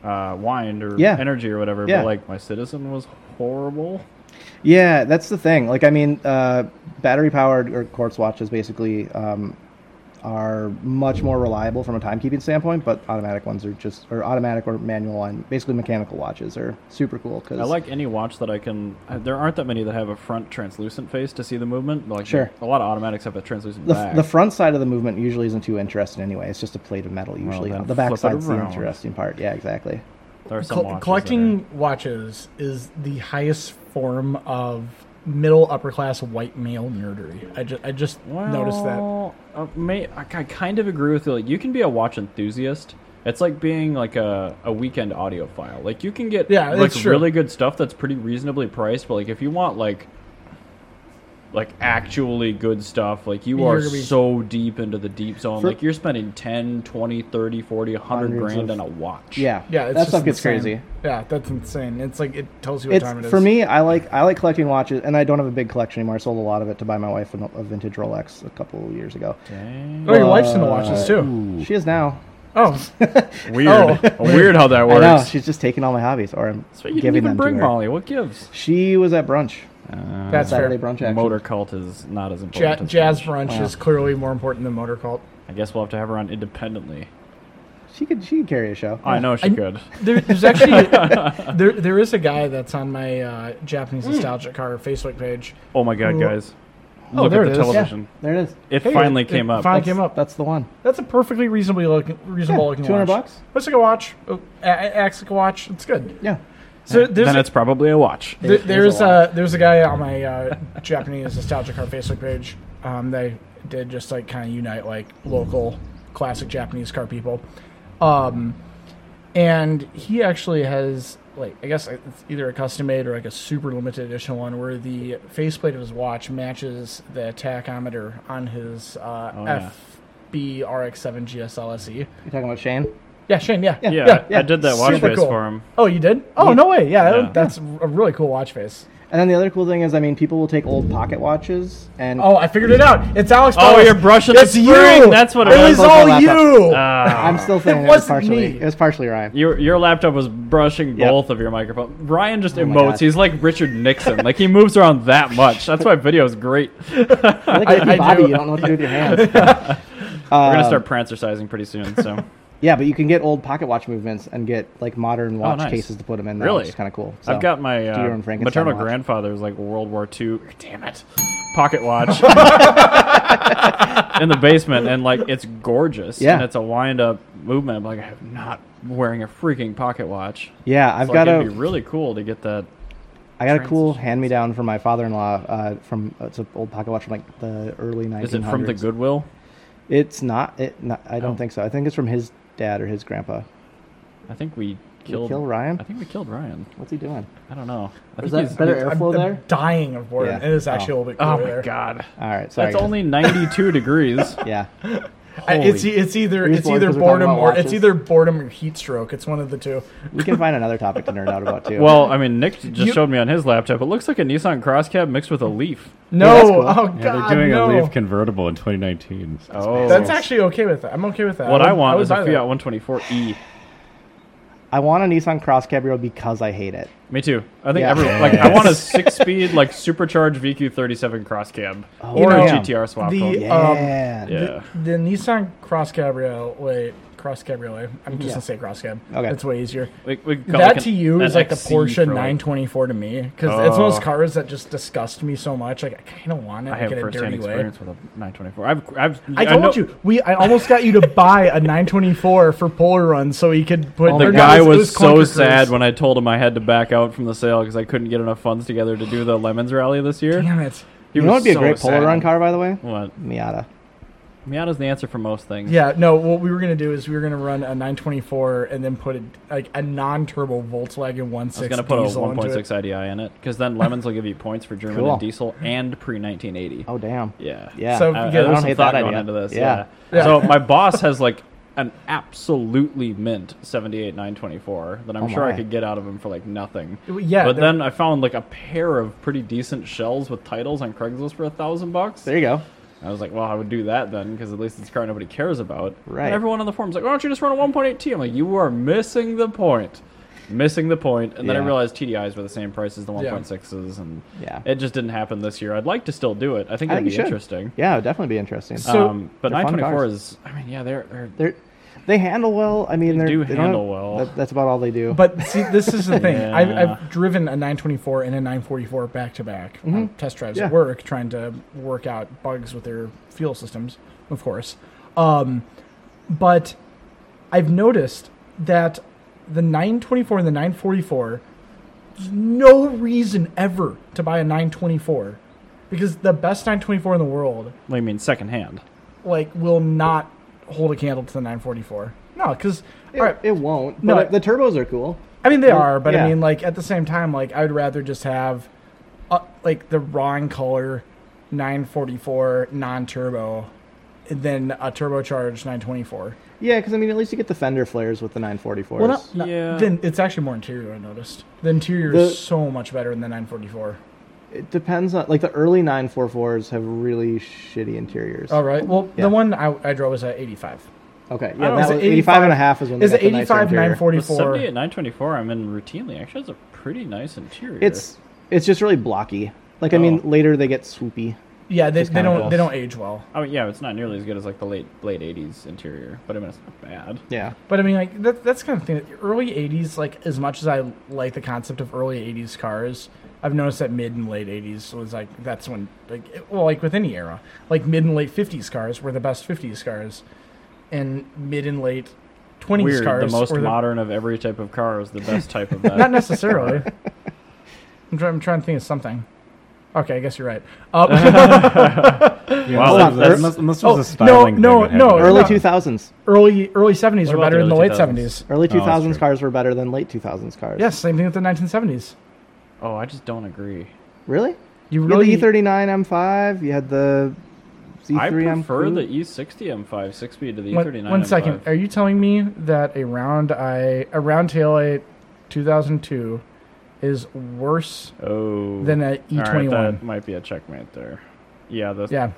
[SPEAKER 1] uh, wind or
[SPEAKER 3] Yeah.
[SPEAKER 1] energy or whatever.
[SPEAKER 3] Yeah.
[SPEAKER 1] But like my Citizen was horrible.
[SPEAKER 3] Yeah, that's the thing. Like, I mean, uh, battery powered or quartz watches basically um, are much more reliable from a timekeeping standpoint, but automatic ones are just, or automatic or manual and basically mechanical watches are super cool because
[SPEAKER 1] I like any watch that I can. uh, There aren't that many that have a front translucent face to see the movement. Like
[SPEAKER 3] Sure.
[SPEAKER 1] a lot of automatics have a translucent
[SPEAKER 3] the,
[SPEAKER 1] back.
[SPEAKER 3] the front side of the movement usually isn't too interesting anyway. It's just a plate of metal usually.
[SPEAKER 1] then
[SPEAKER 3] the
[SPEAKER 1] flip
[SPEAKER 3] back
[SPEAKER 1] it
[SPEAKER 3] side's the
[SPEAKER 1] around.
[SPEAKER 3] interesting part. Yeah, exactly.
[SPEAKER 1] there are some
[SPEAKER 2] Col-
[SPEAKER 1] watches that
[SPEAKER 2] collecting watches is the highest form of middle upper class white male nerdery. I just I just
[SPEAKER 1] are-
[SPEAKER 2] noticed that.
[SPEAKER 1] Well, uh, may, I, I kind of agree with you. Like, you can be a watch enthusiast. It's like being like a, a weekend audiophile. Like you can get
[SPEAKER 2] Yeah,
[SPEAKER 1] like
[SPEAKER 2] that's true.
[SPEAKER 1] really good stuff that's pretty reasonably priced. But like if you want like like actually good stuff, like you
[SPEAKER 2] You're
[SPEAKER 1] are
[SPEAKER 2] gonna be-
[SPEAKER 1] so deep into the deep zone.
[SPEAKER 3] For-
[SPEAKER 1] like you're spending 10, 20, 30, 40, 100
[SPEAKER 3] Hundreds
[SPEAKER 1] grand
[SPEAKER 3] of-
[SPEAKER 1] on a watch.
[SPEAKER 3] Yeah,
[SPEAKER 2] Yeah, it's
[SPEAKER 3] that
[SPEAKER 2] just
[SPEAKER 3] stuff gets
[SPEAKER 2] insane.
[SPEAKER 3] crazy.
[SPEAKER 2] Yeah, that's insane. It's like it tells you what
[SPEAKER 3] It's
[SPEAKER 2] time it is.
[SPEAKER 3] for me. I like I like collecting watches, and I don't have a big collection anymore. I sold a lot of it to buy my wife an- a vintage Rolex a couple years ago. Uh,
[SPEAKER 1] Dang.
[SPEAKER 2] Oh, your wife's into watches too.
[SPEAKER 4] Ooh.
[SPEAKER 3] She is now.
[SPEAKER 2] Oh,
[SPEAKER 1] Weird. Weird how that
[SPEAKER 3] I
[SPEAKER 1] works.
[SPEAKER 3] know she's just taking all my hobbies, or I'm
[SPEAKER 1] So you didn't
[SPEAKER 3] giving
[SPEAKER 1] even
[SPEAKER 3] them
[SPEAKER 1] bring
[SPEAKER 3] to her.
[SPEAKER 1] Molly. What gives?
[SPEAKER 3] She was at brunch.
[SPEAKER 1] Uh,
[SPEAKER 2] that's
[SPEAKER 3] Saturday
[SPEAKER 2] fair.
[SPEAKER 3] brunch action.
[SPEAKER 1] Motor cult is not as
[SPEAKER 2] Ja-
[SPEAKER 1] important. as
[SPEAKER 2] jazz
[SPEAKER 1] brunch.
[SPEAKER 2] brunch is clearly more important than motor cult.
[SPEAKER 1] I guess we'll have to have her on independently.
[SPEAKER 3] She could she could carry a show.
[SPEAKER 1] I know she
[SPEAKER 2] I-
[SPEAKER 1] could.
[SPEAKER 2] There, there's actually there there is a guy that's on my uh, Japanese
[SPEAKER 3] Hmm.
[SPEAKER 2] nostalgia car Facebook page.
[SPEAKER 1] Oh my god,
[SPEAKER 2] Ooh.
[SPEAKER 1] guys!
[SPEAKER 2] Oh,
[SPEAKER 1] Look
[SPEAKER 2] there
[SPEAKER 1] at
[SPEAKER 2] it
[SPEAKER 1] the
[SPEAKER 2] is.
[SPEAKER 3] Yeah,
[SPEAKER 1] television.
[SPEAKER 3] there it is.
[SPEAKER 1] It finally came
[SPEAKER 2] it
[SPEAKER 1] up.
[SPEAKER 2] finally
[SPEAKER 1] That's-
[SPEAKER 2] came up.
[SPEAKER 3] That's the one.
[SPEAKER 2] That's a perfectly reasonably looking, reasonable
[SPEAKER 3] Yeah,
[SPEAKER 2] looking.
[SPEAKER 3] 200
[SPEAKER 2] watch.
[SPEAKER 3] bucks.
[SPEAKER 2] Looks like a watch. Oh, a- a- Acts like a watch. It's good.
[SPEAKER 3] Yeah.
[SPEAKER 2] So there's
[SPEAKER 1] Then
[SPEAKER 2] a-
[SPEAKER 1] it's probably a watch.
[SPEAKER 2] There,
[SPEAKER 3] It is
[SPEAKER 2] there's
[SPEAKER 3] a
[SPEAKER 2] a there's a guy on my uh, Japanese nostalgia car Facebook page. Um, they did just like kind of unite like local classic Japanese car people, um, and he actually has like I guess it's either a custom made or like a super limited edition one where the faceplate of his watch matches the tachometer on his uh,
[SPEAKER 1] Oh, yeah.
[SPEAKER 2] FBRX7 GSLSE.
[SPEAKER 3] You're talking about Shane.
[SPEAKER 2] E. Yeah, Shane. Yeah,
[SPEAKER 1] Yeah, I
[SPEAKER 3] yeah.
[SPEAKER 1] did that watch
[SPEAKER 2] Super
[SPEAKER 1] face
[SPEAKER 2] cool.
[SPEAKER 1] for him.
[SPEAKER 2] Oh, you did? Oh, no way. Yeah,
[SPEAKER 1] Yeah.
[SPEAKER 2] that's a really cool watch face.
[SPEAKER 3] And then the other cool thing is, I mean, people will take old pocket watches and
[SPEAKER 2] Oh, I figured it out. It's Alex.
[SPEAKER 1] Oh,
[SPEAKER 2] Powers.
[SPEAKER 1] you're brushing the
[SPEAKER 2] It's
[SPEAKER 1] spring.
[SPEAKER 2] you.
[SPEAKER 1] That's what it
[SPEAKER 2] it was.
[SPEAKER 1] was.
[SPEAKER 2] all
[SPEAKER 3] Laptop.
[SPEAKER 2] you.
[SPEAKER 1] Ah.
[SPEAKER 3] I'm still saying
[SPEAKER 2] It
[SPEAKER 3] it was
[SPEAKER 2] wasn't
[SPEAKER 3] partially
[SPEAKER 2] me.
[SPEAKER 3] it was partially Ryan.
[SPEAKER 1] your your laptop was brushing
[SPEAKER 3] Yep.
[SPEAKER 1] both of your microphone. Ryan
[SPEAKER 2] Oh
[SPEAKER 1] just
[SPEAKER 3] my
[SPEAKER 1] emotes.
[SPEAKER 3] God.
[SPEAKER 1] He's like Richard Nixon. like he moves around that much. That's why video is great.
[SPEAKER 3] I, like
[SPEAKER 2] I- I
[SPEAKER 3] Bobby,
[SPEAKER 2] do.
[SPEAKER 3] you don't know what to do with your hands.
[SPEAKER 1] We're
[SPEAKER 3] Um,
[SPEAKER 1] gonna start prancercising pretty soon. So
[SPEAKER 3] Yeah, but you can get old pocket watch movements and get like modern watch
[SPEAKER 1] Oh, nice.
[SPEAKER 3] cases to put them in. Now,
[SPEAKER 1] Really?
[SPEAKER 3] which is kind of cool. So,
[SPEAKER 1] I've got my
[SPEAKER 3] do your
[SPEAKER 1] uh,
[SPEAKER 3] own Frankenstein
[SPEAKER 1] maternal
[SPEAKER 3] watch.
[SPEAKER 1] grandfather's like World War II. Damn it, pocket watch in the basement, and like it's gorgeous.
[SPEAKER 3] Yeah.
[SPEAKER 1] and it's a wind up movement. I'm like, I'm not wearing a freaking pocket watch.
[SPEAKER 3] Yeah, I've
[SPEAKER 1] It's
[SPEAKER 3] got
[SPEAKER 1] like,
[SPEAKER 3] a
[SPEAKER 1] it'd be really cool to get that.
[SPEAKER 3] I got a cool hand me down from my father in law. Uh, from it's an old pocket watch from like the early 1900s.
[SPEAKER 1] Is it from the Goodwill?
[SPEAKER 3] It's not. It. Not, I don't
[SPEAKER 1] Oh.
[SPEAKER 3] think so. I think it's from his dad or his grandpa.
[SPEAKER 1] I think we
[SPEAKER 3] Did he
[SPEAKER 1] killed
[SPEAKER 3] kill Ryan?
[SPEAKER 1] I think we killed Ryan.
[SPEAKER 3] What's he doing?
[SPEAKER 1] I don't know. I think
[SPEAKER 3] Is that
[SPEAKER 1] he's-
[SPEAKER 3] better
[SPEAKER 2] I'm,
[SPEAKER 3] airflow
[SPEAKER 2] I'm
[SPEAKER 3] there?
[SPEAKER 2] dying of boredom.
[SPEAKER 3] Yeah.
[SPEAKER 2] It is actually a
[SPEAKER 3] Oh.
[SPEAKER 2] little bit
[SPEAKER 1] Oh
[SPEAKER 2] cooler
[SPEAKER 1] my
[SPEAKER 2] there.
[SPEAKER 1] god,
[SPEAKER 3] All right. Sorry.
[SPEAKER 1] that's
[SPEAKER 3] guys.
[SPEAKER 1] only 92 degrees.
[SPEAKER 3] Yeah.
[SPEAKER 2] I- it's e-,
[SPEAKER 1] Holy-
[SPEAKER 2] it's either
[SPEAKER 3] Here's
[SPEAKER 2] it's
[SPEAKER 3] one
[SPEAKER 2] either
[SPEAKER 3] 'cause we're talking
[SPEAKER 2] boredom
[SPEAKER 3] about
[SPEAKER 2] or it's
[SPEAKER 3] watches.
[SPEAKER 2] either boredom or heat stroke. It's one of the two.
[SPEAKER 3] We can find another topic to nerd out about too.
[SPEAKER 1] Well, I mean, Nick just
[SPEAKER 2] You-
[SPEAKER 1] showed me on his laptop. It looks like a Nissan Crosscab mixed with a Leaf.
[SPEAKER 2] No,
[SPEAKER 3] that's cool.
[SPEAKER 2] oh
[SPEAKER 4] Yeah,
[SPEAKER 2] god,
[SPEAKER 4] they're doing
[SPEAKER 2] no.
[SPEAKER 4] a Leaf convertible in 2019.
[SPEAKER 1] Oh,
[SPEAKER 2] That's actually okay with that. I'm okay with that.
[SPEAKER 1] What
[SPEAKER 2] would-
[SPEAKER 1] I want
[SPEAKER 2] would
[SPEAKER 1] is a
[SPEAKER 2] buy
[SPEAKER 1] Fiat E.
[SPEAKER 2] that.
[SPEAKER 1] 124e.
[SPEAKER 3] I want a Nissan Cross Cabrio because I hate it.
[SPEAKER 1] Me too. I think
[SPEAKER 3] Yeah.
[SPEAKER 1] every like I want a six-speed like supercharged VQ37 cross cab
[SPEAKER 3] Oh,
[SPEAKER 2] You
[SPEAKER 1] or
[SPEAKER 2] know,
[SPEAKER 1] a GTR swap.
[SPEAKER 2] the-
[SPEAKER 1] call.
[SPEAKER 2] Yeah.
[SPEAKER 3] Yeah.
[SPEAKER 1] yeah.
[SPEAKER 2] The Nissan Cross Cabriolet, Cross Cabriolet. I'm just gonna say Cross Cab.
[SPEAKER 3] Okay.
[SPEAKER 2] that's way easier.
[SPEAKER 1] We- we call
[SPEAKER 2] that
[SPEAKER 1] like an-
[SPEAKER 2] to you is
[SPEAKER 1] an
[SPEAKER 2] like the
[SPEAKER 1] XC
[SPEAKER 2] Porsche
[SPEAKER 1] for, like-
[SPEAKER 2] 924 to me because it's one of those
[SPEAKER 1] Oh.
[SPEAKER 2] cars that just disgust me so much. Like I kind of want it
[SPEAKER 1] I
[SPEAKER 2] like,
[SPEAKER 1] have
[SPEAKER 2] in a
[SPEAKER 1] first-hand
[SPEAKER 2] dirty way.
[SPEAKER 1] experience with a 924. I've, I've
[SPEAKER 2] I told
[SPEAKER 1] know-
[SPEAKER 2] you we. I almost got you to buy a 924 for Polar Run so he could put.
[SPEAKER 1] The
[SPEAKER 2] or no,
[SPEAKER 1] guy
[SPEAKER 2] it
[SPEAKER 1] was,
[SPEAKER 2] it Clunker
[SPEAKER 1] so
[SPEAKER 2] Cruise.
[SPEAKER 1] sad when I told him I had to back out from the sale because I couldn't get enough funds together to do the lemons rally this year.
[SPEAKER 2] Damn it!
[SPEAKER 1] He
[SPEAKER 3] You know
[SPEAKER 1] was
[SPEAKER 3] what'd be
[SPEAKER 1] so
[SPEAKER 3] a great Polo
[SPEAKER 1] sad.
[SPEAKER 3] Run car, by the way?
[SPEAKER 1] What?
[SPEAKER 3] Miata.
[SPEAKER 1] Miata's the answer for most things.
[SPEAKER 2] Yeah, no. What we were gonna do is we were gonna run a 924 and then put a, like a non-turbo Volkswagen 1.6
[SPEAKER 1] I was gonna put a
[SPEAKER 2] diesel into
[SPEAKER 1] 1.6
[SPEAKER 2] it.
[SPEAKER 1] IDI in it because then lemons will give you points for German
[SPEAKER 3] Cool.
[SPEAKER 1] and diesel and pre 1980.
[SPEAKER 3] Oh damn.
[SPEAKER 1] Yeah.
[SPEAKER 3] Yeah.
[SPEAKER 2] So-
[SPEAKER 1] I,
[SPEAKER 2] Yeah,
[SPEAKER 1] I,
[SPEAKER 2] I
[SPEAKER 1] there's
[SPEAKER 2] don't
[SPEAKER 1] some
[SPEAKER 3] hate
[SPEAKER 1] thought
[SPEAKER 3] that
[SPEAKER 1] going
[SPEAKER 3] idea.
[SPEAKER 1] into this.
[SPEAKER 3] Yeah.
[SPEAKER 1] Yeah.
[SPEAKER 2] Yeah.
[SPEAKER 1] So my boss has like an absolutely mint 78 924 that I'm
[SPEAKER 3] Oh
[SPEAKER 1] sure I
[SPEAKER 3] my.
[SPEAKER 1] could get out of him for like nothing.
[SPEAKER 2] Well, yeah,
[SPEAKER 1] But
[SPEAKER 2] they're-
[SPEAKER 1] then I found like a pair of pretty decent shells with titles on Craigslist for a thousand bucks.
[SPEAKER 3] There you go.
[SPEAKER 1] I was like, well, I would do that then because at least it's a car nobody cares about.
[SPEAKER 3] Right.
[SPEAKER 1] And everyone on the forum's like, why don't you just run a 1.8T? I'm like, you are missing the point. missing the point, and then I
[SPEAKER 3] Yeah.
[SPEAKER 1] realized TDIs were the same price as the
[SPEAKER 2] Yeah.
[SPEAKER 1] 1.6s, and
[SPEAKER 3] Yeah.
[SPEAKER 1] it just didn't happen this year. I'd like to still do it. I think
[SPEAKER 3] I
[SPEAKER 1] it'd be
[SPEAKER 3] think you should.
[SPEAKER 1] interesting.
[SPEAKER 3] Yeah, it would definitely be interesting.
[SPEAKER 2] So-
[SPEAKER 1] um, but
[SPEAKER 3] They're fun
[SPEAKER 1] 924
[SPEAKER 3] cars.
[SPEAKER 1] is, I mean, yeah, they're, they're
[SPEAKER 3] They're, they handle well. I mean,
[SPEAKER 1] They
[SPEAKER 3] they're,
[SPEAKER 1] do
[SPEAKER 3] don't
[SPEAKER 1] handle
[SPEAKER 3] have-
[SPEAKER 1] well.
[SPEAKER 3] That, that's about all they do.
[SPEAKER 2] But see, this is the thing. I've,
[SPEAKER 1] Yeah.
[SPEAKER 2] I've driven a 924 and a 944 back to back on test drives at
[SPEAKER 3] Mm-hmm. Yeah.
[SPEAKER 2] work, trying to work out bugs with their fuel systems, of course. Um, but I've noticed that the 924 and the 944, there's no reason ever to buy a 924 because the best 924 in the world
[SPEAKER 1] Well, you mean secondhand?
[SPEAKER 2] like will not hold a candle to the 944. No, because
[SPEAKER 3] it, it won't.
[SPEAKER 2] No,
[SPEAKER 3] but
[SPEAKER 2] I-
[SPEAKER 3] the turbos are cool.
[SPEAKER 2] I mean, they
[SPEAKER 3] Well,
[SPEAKER 2] are, but I
[SPEAKER 3] yeah.
[SPEAKER 2] mean, like at the same time, like I would rather just have, uh, like the wrong color, 944 non-turbo, than a turbocharged 924.
[SPEAKER 3] Yeah, because I mean, at least you get the fender flares with the 944s.
[SPEAKER 2] Well, not, not-
[SPEAKER 1] Yeah.
[SPEAKER 2] Then it's actually more interior. I noticed the interior
[SPEAKER 3] The-
[SPEAKER 2] is so much better than the 944.
[SPEAKER 3] It depends on like the early 944s have really shitty interiors.
[SPEAKER 2] All right. Well,
[SPEAKER 3] Oh, Yeah.
[SPEAKER 2] the one I, I drove was at 85.
[SPEAKER 3] Okay,
[SPEAKER 1] I
[SPEAKER 3] yeah,
[SPEAKER 1] don't
[SPEAKER 3] that
[SPEAKER 1] know,
[SPEAKER 3] was
[SPEAKER 2] is it
[SPEAKER 3] 85 and a half is when they
[SPEAKER 2] Is
[SPEAKER 3] got
[SPEAKER 2] it
[SPEAKER 3] the nicer
[SPEAKER 2] 85
[SPEAKER 3] interior.
[SPEAKER 2] 944?
[SPEAKER 1] 78 924 I'm in routinely actually has a pretty nice interior.
[SPEAKER 3] It's it's just really blocky. Like I mean,
[SPEAKER 1] Oh.
[SPEAKER 3] later they get swoopy.
[SPEAKER 2] Yeah, they,
[SPEAKER 3] Just
[SPEAKER 2] they
[SPEAKER 3] kinda
[SPEAKER 2] don't they
[SPEAKER 3] close.
[SPEAKER 2] don't age well.
[SPEAKER 1] I mean, Oh, yeah, it's not nearly as good as like the late late 80s interior, but I mean it's not bad.
[SPEAKER 3] Yeah,
[SPEAKER 2] But I mean, like that, that's kind of thing. Early '80s, like as much as I like the concept of early '80s cars, I've noticed that mid and late '80s was like that's when, like, it- well, like with any era, like mid and late '50s cars were the best '50s cars, and mid and late '20s
[SPEAKER 1] Weird, the
[SPEAKER 2] cars
[SPEAKER 1] most
[SPEAKER 2] were
[SPEAKER 1] modern of every type of car is the best type of that.
[SPEAKER 2] not necessarily. I'm, try- I'm trying to think of something. Okay, I guess you're right. Uh,
[SPEAKER 1] Wow,
[SPEAKER 4] unless,
[SPEAKER 1] that's-
[SPEAKER 4] unless, unless
[SPEAKER 2] oh,
[SPEAKER 4] there's a styling
[SPEAKER 2] no,
[SPEAKER 4] thing that
[SPEAKER 2] no,
[SPEAKER 4] happened.
[SPEAKER 3] early
[SPEAKER 2] not-
[SPEAKER 3] 2000s,
[SPEAKER 2] early early '70s were
[SPEAKER 1] What about
[SPEAKER 2] better
[SPEAKER 1] the
[SPEAKER 2] than the
[SPEAKER 1] early
[SPEAKER 2] late
[SPEAKER 1] 2000s?
[SPEAKER 2] '70s.
[SPEAKER 3] early
[SPEAKER 4] that's
[SPEAKER 3] 2000s
[SPEAKER 4] true.
[SPEAKER 3] cars were better than late 2000s cars.
[SPEAKER 2] Yes, same thing with the 1970s.
[SPEAKER 1] oh, I just don't agree.
[SPEAKER 3] really.
[SPEAKER 2] You
[SPEAKER 3] You
[SPEAKER 2] really
[SPEAKER 1] E
[SPEAKER 3] had the E E39 M5. You had the
[SPEAKER 2] E
[SPEAKER 3] Z3
[SPEAKER 1] I prefer
[SPEAKER 3] M3.
[SPEAKER 1] the E E60 M5 six speed to the E
[SPEAKER 2] One-
[SPEAKER 1] E39.
[SPEAKER 2] one second.
[SPEAKER 1] M5.
[SPEAKER 2] Are you telling me that a round eye, a round tail eye, 2002, is worse
[SPEAKER 1] Oh,
[SPEAKER 2] than a
[SPEAKER 1] All right,
[SPEAKER 2] E21?
[SPEAKER 1] that might be a checkmate there. Yeah, the,
[SPEAKER 2] yeah,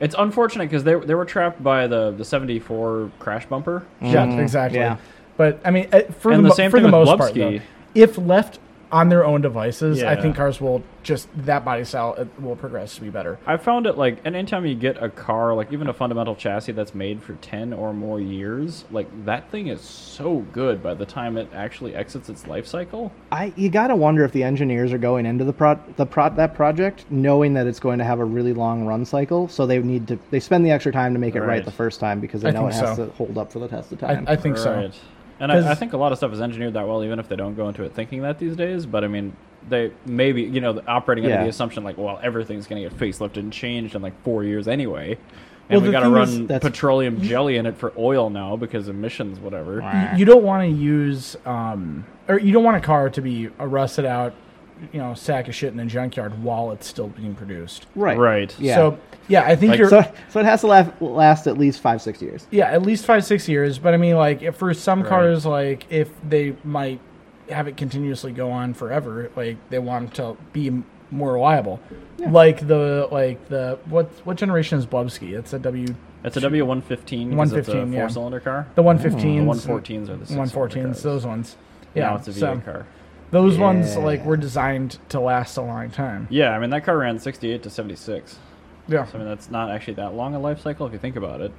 [SPEAKER 1] It's unfortunate because they they were trapped by the the 74 crash bumper.
[SPEAKER 2] yeah, exactly.
[SPEAKER 3] Mm, yeah.
[SPEAKER 2] But I mean, uh, for
[SPEAKER 1] And
[SPEAKER 2] the,
[SPEAKER 1] the
[SPEAKER 2] mo-
[SPEAKER 1] same
[SPEAKER 2] for
[SPEAKER 1] thing
[SPEAKER 2] the
[SPEAKER 1] with
[SPEAKER 2] most part,
[SPEAKER 1] Lubsky.
[SPEAKER 2] though, if left on their own devices, I
[SPEAKER 1] Yeah.
[SPEAKER 2] think cars will just that body style uh, will progress to be better.
[SPEAKER 1] I found it like, and anytime you get a car, like even a fundamental chassis that's made for 10 or more years, like that thing is so good by the time it actually exits its life cycle.
[SPEAKER 3] I you gotta wonder if the engineers are going into the pro the pro that project knowing that it's going to have a really long run cycle, so they need to they spend the extra time to make it right,
[SPEAKER 1] Right.
[SPEAKER 3] the first time because they
[SPEAKER 2] I
[SPEAKER 3] know it
[SPEAKER 2] think
[SPEAKER 3] has
[SPEAKER 2] so.
[SPEAKER 3] to hold up for the test of time.
[SPEAKER 2] I, I think so.
[SPEAKER 1] And
[SPEAKER 2] 'Cause-
[SPEAKER 1] I, I think a lot of stuff is engineered that well, even if they don't go into it thinking that these days. But I mean, they maybe, you know, operating under
[SPEAKER 3] Yeah.
[SPEAKER 1] the assumption like, well, everything's going to get facelifted and changed in like four years anyway.
[SPEAKER 2] Well,
[SPEAKER 1] And
[SPEAKER 2] the
[SPEAKER 1] we got to
[SPEAKER 2] thing
[SPEAKER 1] run
[SPEAKER 2] is,
[SPEAKER 3] that's-
[SPEAKER 1] petroleum jelly in it for oil now because emissions, whatever.
[SPEAKER 2] Y- you don't want to use um, or you don't want a car to be a rusted out you know sack of shit in a junkyard while it's still being produced
[SPEAKER 3] right.
[SPEAKER 1] Right.
[SPEAKER 3] Yeah.
[SPEAKER 2] so yeah i think
[SPEAKER 1] Like,
[SPEAKER 2] you're
[SPEAKER 3] So so it has to last, last at least five six years.
[SPEAKER 2] yeah at least five six years but i mean like if for some cars like if they might have it continuously go on forever like they want to be m- more reliable like the like the what what generation is Blubsky? it's a w
[SPEAKER 1] It's a W one fifteen.
[SPEAKER 2] 115,
[SPEAKER 1] It's a
[SPEAKER 2] yeah.
[SPEAKER 1] four cylinder car.
[SPEAKER 2] the
[SPEAKER 1] Oh, The
[SPEAKER 2] 115s
[SPEAKER 1] one fourteens are the six.
[SPEAKER 2] 114s those ones yeah
[SPEAKER 1] now it's a V8
[SPEAKER 2] so
[SPEAKER 1] car.
[SPEAKER 2] those ones
[SPEAKER 3] Yeah.
[SPEAKER 2] like were designed to last a long time
[SPEAKER 1] Yeah, I mean that car ran sixty eight to seventy six.
[SPEAKER 2] Yeah,
[SPEAKER 1] So I mean that's not actually that long a life cycle if you think about it.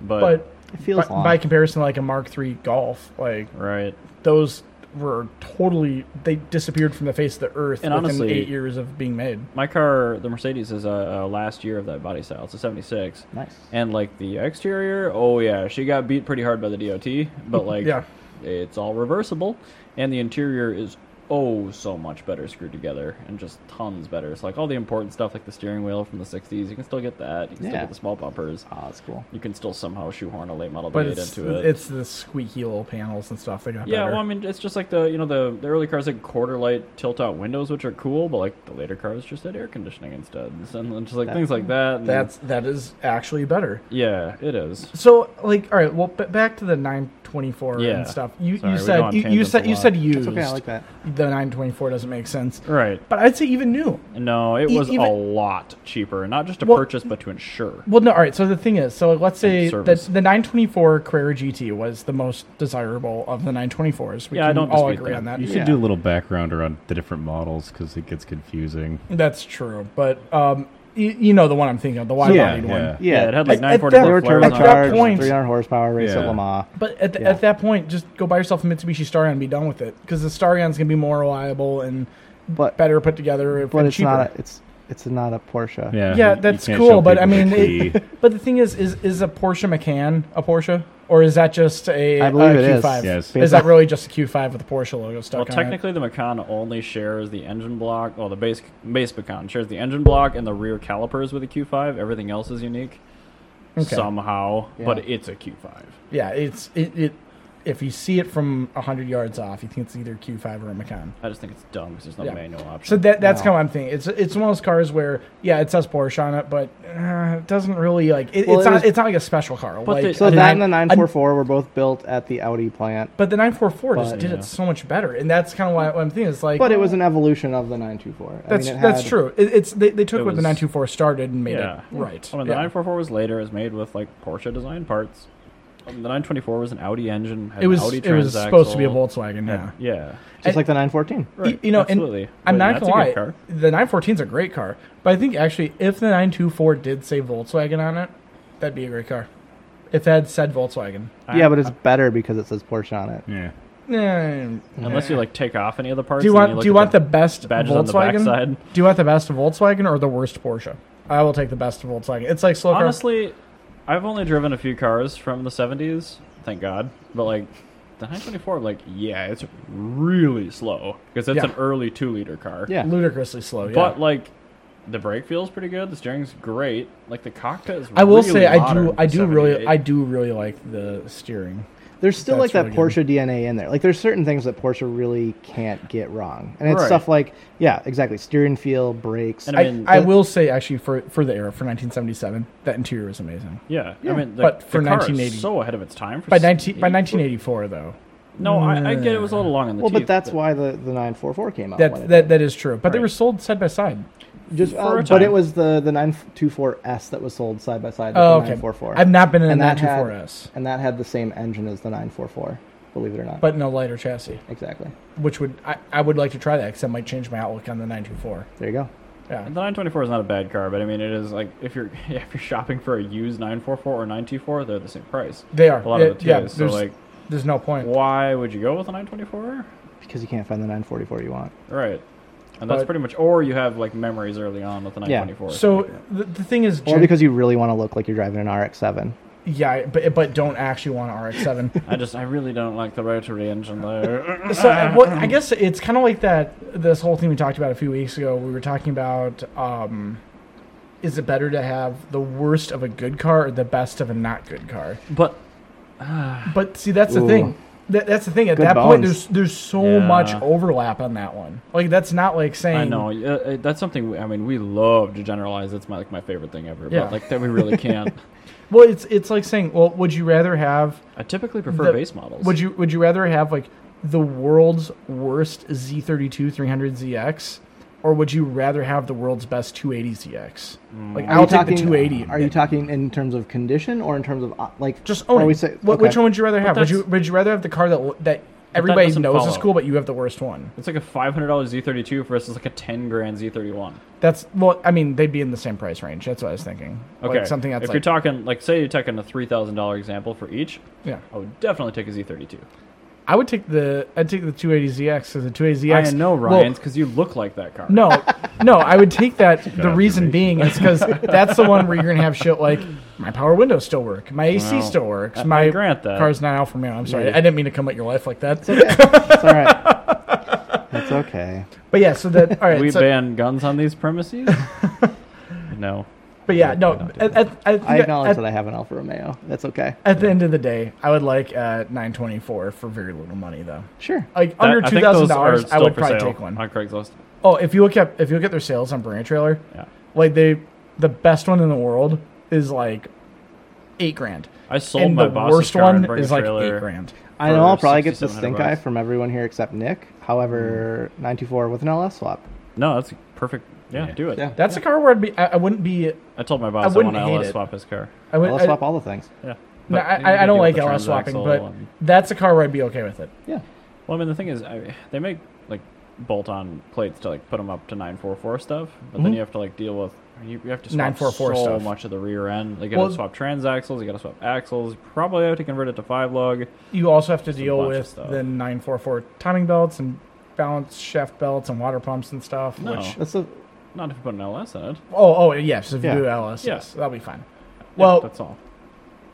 [SPEAKER 2] but
[SPEAKER 1] But,
[SPEAKER 3] It
[SPEAKER 2] by,
[SPEAKER 3] feels long.
[SPEAKER 2] by comparison, like a Mark III Golf, like
[SPEAKER 1] right.
[SPEAKER 2] those were totally they disappeared from the face of the earth
[SPEAKER 1] And
[SPEAKER 2] within
[SPEAKER 1] honestly-
[SPEAKER 2] eight years of being made.
[SPEAKER 1] My car, the Mercedes, is a, uh last year of that body style. It's a seventy six.
[SPEAKER 3] nice.
[SPEAKER 1] And like the exterior, oh yeah, she got beat pretty hard by the DOT, but like
[SPEAKER 2] Yeah.
[SPEAKER 1] it's all reversible and the interior is oh so much better screwed together and just tons better. It's like all the important stuff like the steering wheel from the 60s, you can still get that. You can still
[SPEAKER 3] Yeah.
[SPEAKER 1] get the small bumpers.
[SPEAKER 3] Oh, that's cool.
[SPEAKER 1] You can still somehow shoehorn a late model
[SPEAKER 2] But
[SPEAKER 1] V8
[SPEAKER 2] it's
[SPEAKER 1] into it.
[SPEAKER 2] it's the squeaky little panels and stuff they got
[SPEAKER 1] yeah,
[SPEAKER 2] better.
[SPEAKER 1] well, I mean, it's just like the you know the, the early cars had quarter light tilt out windows, which are cool, but like the later cars just had air conditioning instead, and so- and just like things like that. and-
[SPEAKER 2] that's that is actually better.
[SPEAKER 1] yeah, it is.
[SPEAKER 2] So like all right, well, b- back to the 924
[SPEAKER 1] Yeah.
[SPEAKER 2] and stuff. You you
[SPEAKER 1] Sorry, we go
[SPEAKER 2] said
[SPEAKER 1] on
[SPEAKER 2] you, you
[SPEAKER 1] tangents
[SPEAKER 2] said
[SPEAKER 1] a
[SPEAKER 2] you
[SPEAKER 1] lot.
[SPEAKER 2] said used.
[SPEAKER 3] It's okay. I like that.
[SPEAKER 2] the 924 doesn't make sense.
[SPEAKER 1] Right.
[SPEAKER 2] But I'd say even new.
[SPEAKER 1] No, it
[SPEAKER 2] E-
[SPEAKER 1] was a
[SPEAKER 2] even-
[SPEAKER 1] lot cheaper, not just to
[SPEAKER 2] Well-
[SPEAKER 1] purchase, but to insure.
[SPEAKER 2] Well, no, all right. So the thing is, so let's say
[SPEAKER 1] And
[SPEAKER 2] that
[SPEAKER 1] service.
[SPEAKER 2] the 924 Carrera GT was the most desirable of the 924s. We
[SPEAKER 1] Yeah, I
[SPEAKER 2] can
[SPEAKER 1] don't
[SPEAKER 2] all
[SPEAKER 1] dispute
[SPEAKER 2] agree
[SPEAKER 1] that.
[SPEAKER 2] on that.
[SPEAKER 4] You should do a little background around the different models because it gets confusing.
[SPEAKER 2] That's true, but um, you, you know the one I'm thinking of, the wide bodied one.
[SPEAKER 1] Yeah, it had like
[SPEAKER 2] At-
[SPEAKER 1] nine
[SPEAKER 2] at
[SPEAKER 1] forty
[SPEAKER 2] that-
[SPEAKER 1] four
[SPEAKER 2] They were
[SPEAKER 1] flares
[SPEAKER 2] at
[SPEAKER 1] on
[SPEAKER 2] that
[SPEAKER 1] it.
[SPEAKER 3] Turbocharged,
[SPEAKER 2] point-
[SPEAKER 3] 300 horsepower, race
[SPEAKER 4] Yeah.
[SPEAKER 3] at Lamar.
[SPEAKER 2] But at, the,
[SPEAKER 3] Yeah.
[SPEAKER 2] at that point, just go buy yourself a Mitsubishi Starion and be done with it, because the Starion's gonna be more reliable and
[SPEAKER 3] But
[SPEAKER 2] better put together if-
[SPEAKER 3] but
[SPEAKER 2] and
[SPEAKER 3] it's
[SPEAKER 2] cheaper.
[SPEAKER 3] not a, it's it's not a Porsche.
[SPEAKER 4] Yeah,
[SPEAKER 2] yeah,
[SPEAKER 4] you- you
[SPEAKER 2] that's
[SPEAKER 4] can't
[SPEAKER 2] cool,
[SPEAKER 4] show
[SPEAKER 2] but I
[SPEAKER 4] people
[SPEAKER 2] mean,
[SPEAKER 4] the key.
[SPEAKER 2] it, but the thing is, is is a Porsche Macan a Porsche, or is that just a
[SPEAKER 3] I believe
[SPEAKER 2] a
[SPEAKER 3] it is.
[SPEAKER 2] Q5?
[SPEAKER 4] Yes.
[SPEAKER 2] uh, Is that really just a Q5 with a Porsche logo stuck
[SPEAKER 1] Well,
[SPEAKER 2] on it?
[SPEAKER 1] technically, the Macan only shares the engine block. Well, the base base Macan shares the engine block and the rear calipers with a Q5. Everything else is unique
[SPEAKER 2] Okay.
[SPEAKER 1] somehow,
[SPEAKER 3] Yeah.
[SPEAKER 1] but it's a Q5.
[SPEAKER 2] Yeah, it's it, it. If you see it from hundred yards off, you think it's either Q5 or a Macan.
[SPEAKER 1] I just think it's dumb because there's no
[SPEAKER 2] Yeah.
[SPEAKER 1] manual
[SPEAKER 2] So
[SPEAKER 1] option.
[SPEAKER 2] that that's
[SPEAKER 3] Wow.
[SPEAKER 2] how I'm thinking. It's it's one of those cars where yeah, it says Porsche on it, but uh, it doesn't really like it,
[SPEAKER 3] Well,
[SPEAKER 2] it's
[SPEAKER 3] it
[SPEAKER 2] not
[SPEAKER 3] was-
[SPEAKER 2] it's not like a special car.
[SPEAKER 1] But
[SPEAKER 2] like,
[SPEAKER 1] the-
[SPEAKER 3] So
[SPEAKER 2] a
[SPEAKER 3] that and the
[SPEAKER 2] nine-
[SPEAKER 3] 944 were both built at the Audi plant,
[SPEAKER 2] a- but the 944 just
[SPEAKER 3] But-
[SPEAKER 2] did
[SPEAKER 1] Yeah.
[SPEAKER 2] it so much better, and that's kind of why what I'm thinking. It's like,
[SPEAKER 3] but it was an evolution of the 924.
[SPEAKER 2] that's
[SPEAKER 3] I mean, it
[SPEAKER 2] that's
[SPEAKER 3] had-
[SPEAKER 2] true. It, it's they, they took
[SPEAKER 1] It
[SPEAKER 2] what the
[SPEAKER 1] was-
[SPEAKER 2] 924 started and made it
[SPEAKER 1] Yeah.
[SPEAKER 2] right.
[SPEAKER 1] I mean, Oh, the 944 was later. It was made with like Porsche design parts. Um, the 924 was an Audi engine. Had
[SPEAKER 2] it was
[SPEAKER 1] an Audi
[SPEAKER 2] it was supposed to be a
[SPEAKER 1] transaxle.
[SPEAKER 2] Volkswagen. Yeah.
[SPEAKER 1] Yeah.
[SPEAKER 3] just like the 914.
[SPEAKER 1] Right,
[SPEAKER 2] You know,
[SPEAKER 1] absolutely.
[SPEAKER 2] and I'm
[SPEAKER 1] Wait,
[SPEAKER 2] not
[SPEAKER 1] that's a
[SPEAKER 2] gonna lie,
[SPEAKER 1] good car.
[SPEAKER 2] the 914 is a great car, but I think actually if the 924 did say Volkswagen on it, that'd be a great car. If that said Volkswagen,
[SPEAKER 3] Yeah, but it's better because it says Porsche on it.
[SPEAKER 4] yeah.
[SPEAKER 2] Eh,
[SPEAKER 1] Unless you like take off any of the parts.
[SPEAKER 2] Do you
[SPEAKER 1] and
[SPEAKER 2] want
[SPEAKER 1] look
[SPEAKER 2] do you
[SPEAKER 1] at
[SPEAKER 2] want the, best
[SPEAKER 1] badges
[SPEAKER 2] Volkswagen?
[SPEAKER 1] on the backside?
[SPEAKER 2] Do you want the best Volkswagen or the worst Porsche? I will take the best Volkswagen. It's like slow car.
[SPEAKER 1] Honestly, I've only driven a few cars from the 70s, thank God. But like the 924, like yeah, it's really slow because it's
[SPEAKER 2] Yeah.
[SPEAKER 1] an early two-liter car.
[SPEAKER 3] Yeah.
[SPEAKER 2] ludicrously slow. Yeah.
[SPEAKER 1] but like the brake feels pretty good. The steering's great. Like the cockpit is.
[SPEAKER 2] I will
[SPEAKER 1] really
[SPEAKER 2] say I
[SPEAKER 1] modern
[SPEAKER 2] do
[SPEAKER 1] for
[SPEAKER 2] I do really
[SPEAKER 1] 78.
[SPEAKER 2] I do really like the steering.
[SPEAKER 3] There's still
[SPEAKER 2] That's
[SPEAKER 3] like that
[SPEAKER 2] really
[SPEAKER 3] Porsche DNA in there. Like there's certain things that Porsche really can't get wrong, and it's
[SPEAKER 1] Right.
[SPEAKER 3] stuff like yeah, exactly, steering feel, brakes.
[SPEAKER 1] And I
[SPEAKER 2] I,
[SPEAKER 1] mean,
[SPEAKER 2] I
[SPEAKER 1] the-
[SPEAKER 2] will say actually for for the era for 1977 that interior was amazing.
[SPEAKER 1] Yeah, I mean, the,
[SPEAKER 2] but
[SPEAKER 1] the
[SPEAKER 2] for
[SPEAKER 1] car
[SPEAKER 2] 1980
[SPEAKER 1] is so ahead of its time. For
[SPEAKER 2] By 19 by
[SPEAKER 1] 78.
[SPEAKER 2] 1984 though.
[SPEAKER 1] No, I, I get it was a little long in the
[SPEAKER 3] well,
[SPEAKER 1] teeth.
[SPEAKER 3] but that's why the, the 944 came out. when
[SPEAKER 2] That
[SPEAKER 3] it
[SPEAKER 2] that that is true. But they
[SPEAKER 1] Right.
[SPEAKER 2] were sold side by side.
[SPEAKER 3] did. just
[SPEAKER 1] for a
[SPEAKER 3] uh, but it
[SPEAKER 1] time.
[SPEAKER 3] was the the 924S that was sold side by side with
[SPEAKER 2] Oh,
[SPEAKER 3] the
[SPEAKER 2] okay.
[SPEAKER 3] 944.
[SPEAKER 2] I've not been in a
[SPEAKER 3] And that had-
[SPEAKER 2] 924S,
[SPEAKER 3] and that had the same engine as the 944. Believe it or not.
[SPEAKER 2] but in a lighter chassis,
[SPEAKER 3] exactly.
[SPEAKER 2] which would I, I would like to try that because that might change my outlook on the 924.
[SPEAKER 3] There you go.
[SPEAKER 2] Yeah.
[SPEAKER 1] The 924 is not a bad car, but I mean, it is like if you're if you're shopping for a used 944 or 924, they're the same price.
[SPEAKER 2] They are.
[SPEAKER 1] A lot
[SPEAKER 2] Yeah,
[SPEAKER 1] of the
[SPEAKER 2] yeah,
[SPEAKER 1] TAs. so
[SPEAKER 2] there's-
[SPEAKER 1] like,
[SPEAKER 2] There's no point.
[SPEAKER 1] why would you go with a 924?
[SPEAKER 3] Because you can't find the 944 you want.
[SPEAKER 1] Right, and that's
[SPEAKER 2] But-
[SPEAKER 1] pretty much. Or you have like memories early on with the
[SPEAKER 3] Yeah.
[SPEAKER 1] 924.
[SPEAKER 2] So the, the thing is,
[SPEAKER 3] Or
[SPEAKER 2] gen-
[SPEAKER 3] because you really want to look like you're driving an RX-7.
[SPEAKER 2] yeah, but but don't actually want an RX-7.
[SPEAKER 1] I just I really don't like the rotary engine though.
[SPEAKER 2] so uh, what, I guess it's kind of like that. This whole thing we talked about a few weeks ago. We were talking about um, is it better to have the worst of a good car or the best of a not good car?
[SPEAKER 1] but
[SPEAKER 2] But see, that's the
[SPEAKER 3] Ooh.
[SPEAKER 2] thing. That, that's the thing. At
[SPEAKER 3] Good
[SPEAKER 2] that point, there's
[SPEAKER 3] bones.
[SPEAKER 2] there's so
[SPEAKER 1] Yeah.
[SPEAKER 2] much overlap on that one. Like that's not like saying
[SPEAKER 1] I know uh, uh, that's something. We, I mean, we love to generalize. It's my like my favorite thing ever.
[SPEAKER 2] Yeah.
[SPEAKER 1] But like that we really can't.
[SPEAKER 2] Well, it's it's like saying, well, would you rather have
[SPEAKER 1] I typically prefer
[SPEAKER 2] The-
[SPEAKER 1] base models.
[SPEAKER 2] Would you would you rather have like the world's worst Z32 300ZX, or would you rather have the world's best 280ZX? Like
[SPEAKER 3] Mm. Are you
[SPEAKER 2] I'll take
[SPEAKER 3] talking- uh,
[SPEAKER 2] the 280.
[SPEAKER 3] Are you talking in terms of condition or in terms of uh, like?
[SPEAKER 2] just
[SPEAKER 3] are
[SPEAKER 2] own
[SPEAKER 3] we
[SPEAKER 2] it?
[SPEAKER 3] say-
[SPEAKER 2] Wh-
[SPEAKER 3] okay.
[SPEAKER 2] Which one would you rather have? Would
[SPEAKER 1] that's-
[SPEAKER 2] you would you rather have the car that that everybody
[SPEAKER 1] doesn't
[SPEAKER 2] knows is
[SPEAKER 1] follow.
[SPEAKER 2] cool, but you have the worst one?
[SPEAKER 1] It's like a five hundred dollars Z thirty two versus like a ten grand Z thirty one.
[SPEAKER 2] That's well, I mean, they'd be in the same price range. That's what I was thinking.
[SPEAKER 1] Okay,
[SPEAKER 2] like something that's
[SPEAKER 1] if
[SPEAKER 2] like
[SPEAKER 1] you're talking like say you're taking a three thousand dollar example for each,
[SPEAKER 2] yeah.
[SPEAKER 1] I would definitely take a Z thirty two.
[SPEAKER 2] I would take the I'd take the 280ZX because the 280ZX.
[SPEAKER 1] I know
[SPEAKER 2] well,
[SPEAKER 1] Ryan's because you look like that car.
[SPEAKER 2] No, no, I would take that. the reason
[SPEAKER 4] observation.
[SPEAKER 2] being is because that's the one where you're gonna have shit like my power windows still work, my AC
[SPEAKER 1] Well,
[SPEAKER 2] still works,
[SPEAKER 1] I-
[SPEAKER 2] my
[SPEAKER 1] Uh, I grant that.
[SPEAKER 2] car's not Alfa Romeo. I'm sorry, I didn't mean to come at your life like that.
[SPEAKER 3] It's all right. That's okay.
[SPEAKER 2] But yeah, so that all right.
[SPEAKER 1] we
[SPEAKER 2] so-
[SPEAKER 1] ban guns on these premises. no,
[SPEAKER 2] but yeah, no.
[SPEAKER 1] we don't do
[SPEAKER 2] At, at, I think
[SPEAKER 3] I acknowledge
[SPEAKER 2] at,
[SPEAKER 3] that I have an Alfa Romeo. That's okay.
[SPEAKER 2] at the end of the day, I would like uh, 924 for very little money though.
[SPEAKER 3] Sure.
[SPEAKER 2] Like
[SPEAKER 1] That-
[SPEAKER 2] under
[SPEAKER 1] I
[SPEAKER 2] two
[SPEAKER 1] think those
[SPEAKER 2] thousand
[SPEAKER 1] are
[SPEAKER 2] dollars, I
[SPEAKER 1] still
[SPEAKER 2] would
[SPEAKER 1] for
[SPEAKER 2] probably
[SPEAKER 1] sale
[SPEAKER 2] take one.
[SPEAKER 1] on Craigslist.
[SPEAKER 2] Oh, if you look at if you look at their sales on Brand Trailer,
[SPEAKER 1] Yeah,
[SPEAKER 2] like they the best one in the world is like eight grand.
[SPEAKER 1] I sold
[SPEAKER 2] and
[SPEAKER 1] my
[SPEAKER 2] the
[SPEAKER 1] boss's
[SPEAKER 2] worst
[SPEAKER 1] car and
[SPEAKER 2] one
[SPEAKER 1] bring a
[SPEAKER 2] is like
[SPEAKER 1] trailer.
[SPEAKER 2] eight grand.
[SPEAKER 3] I know I'll probably get the
[SPEAKER 1] 6,700
[SPEAKER 3] stink eye
[SPEAKER 1] bucks. Mm.
[SPEAKER 3] from everyone here except Nick. However, 924 with an LS swap.
[SPEAKER 1] No, that's perfect. Yeah,
[SPEAKER 4] Yeah.
[SPEAKER 1] do it.
[SPEAKER 3] Yeah.
[SPEAKER 2] That's a car where I'd be. I, I wouldn't be.
[SPEAKER 1] I told my boss I,
[SPEAKER 2] wouldn't
[SPEAKER 1] want to
[SPEAKER 2] hate
[SPEAKER 1] LS
[SPEAKER 2] it.
[SPEAKER 1] swap his car.
[SPEAKER 2] I would.
[SPEAKER 3] LS
[SPEAKER 2] I-
[SPEAKER 3] swap all the things.
[SPEAKER 1] Yeah.
[SPEAKER 2] no,
[SPEAKER 1] But you
[SPEAKER 2] I, I
[SPEAKER 1] can
[SPEAKER 2] don't
[SPEAKER 1] deal
[SPEAKER 2] like
[SPEAKER 1] with the
[SPEAKER 2] LS swapping, but
[SPEAKER 1] transaxle and-
[SPEAKER 2] that's a car where I'd be okay with it.
[SPEAKER 3] Yeah.
[SPEAKER 1] Well, I mean, the thing is, I, they make like bolt-on plates to like put them up to 944 stuff, but
[SPEAKER 2] Mhm.
[SPEAKER 1] then you have to like deal with you, you have to swap
[SPEAKER 2] 944
[SPEAKER 1] so
[SPEAKER 2] stuff.
[SPEAKER 1] much of the rear end. Like, you got to
[SPEAKER 2] Well-
[SPEAKER 1] swap transaxles, you got to swap axles. You probably have to convert it to five lug.
[SPEAKER 2] You also have to deal
[SPEAKER 1] bunch of
[SPEAKER 2] with
[SPEAKER 1] stuff.
[SPEAKER 2] the 944 timing belts and balance shaft belts and water pumps and stuff.
[SPEAKER 1] No.
[SPEAKER 2] Which
[SPEAKER 3] That's a,
[SPEAKER 1] Not if you put an LS in it.
[SPEAKER 2] oh oh yes, if
[SPEAKER 3] Yeah.
[SPEAKER 2] you do LS,
[SPEAKER 1] Yeah.
[SPEAKER 2] yes, that'll be fine.
[SPEAKER 1] Yeah,
[SPEAKER 2] Well,
[SPEAKER 1] that's all.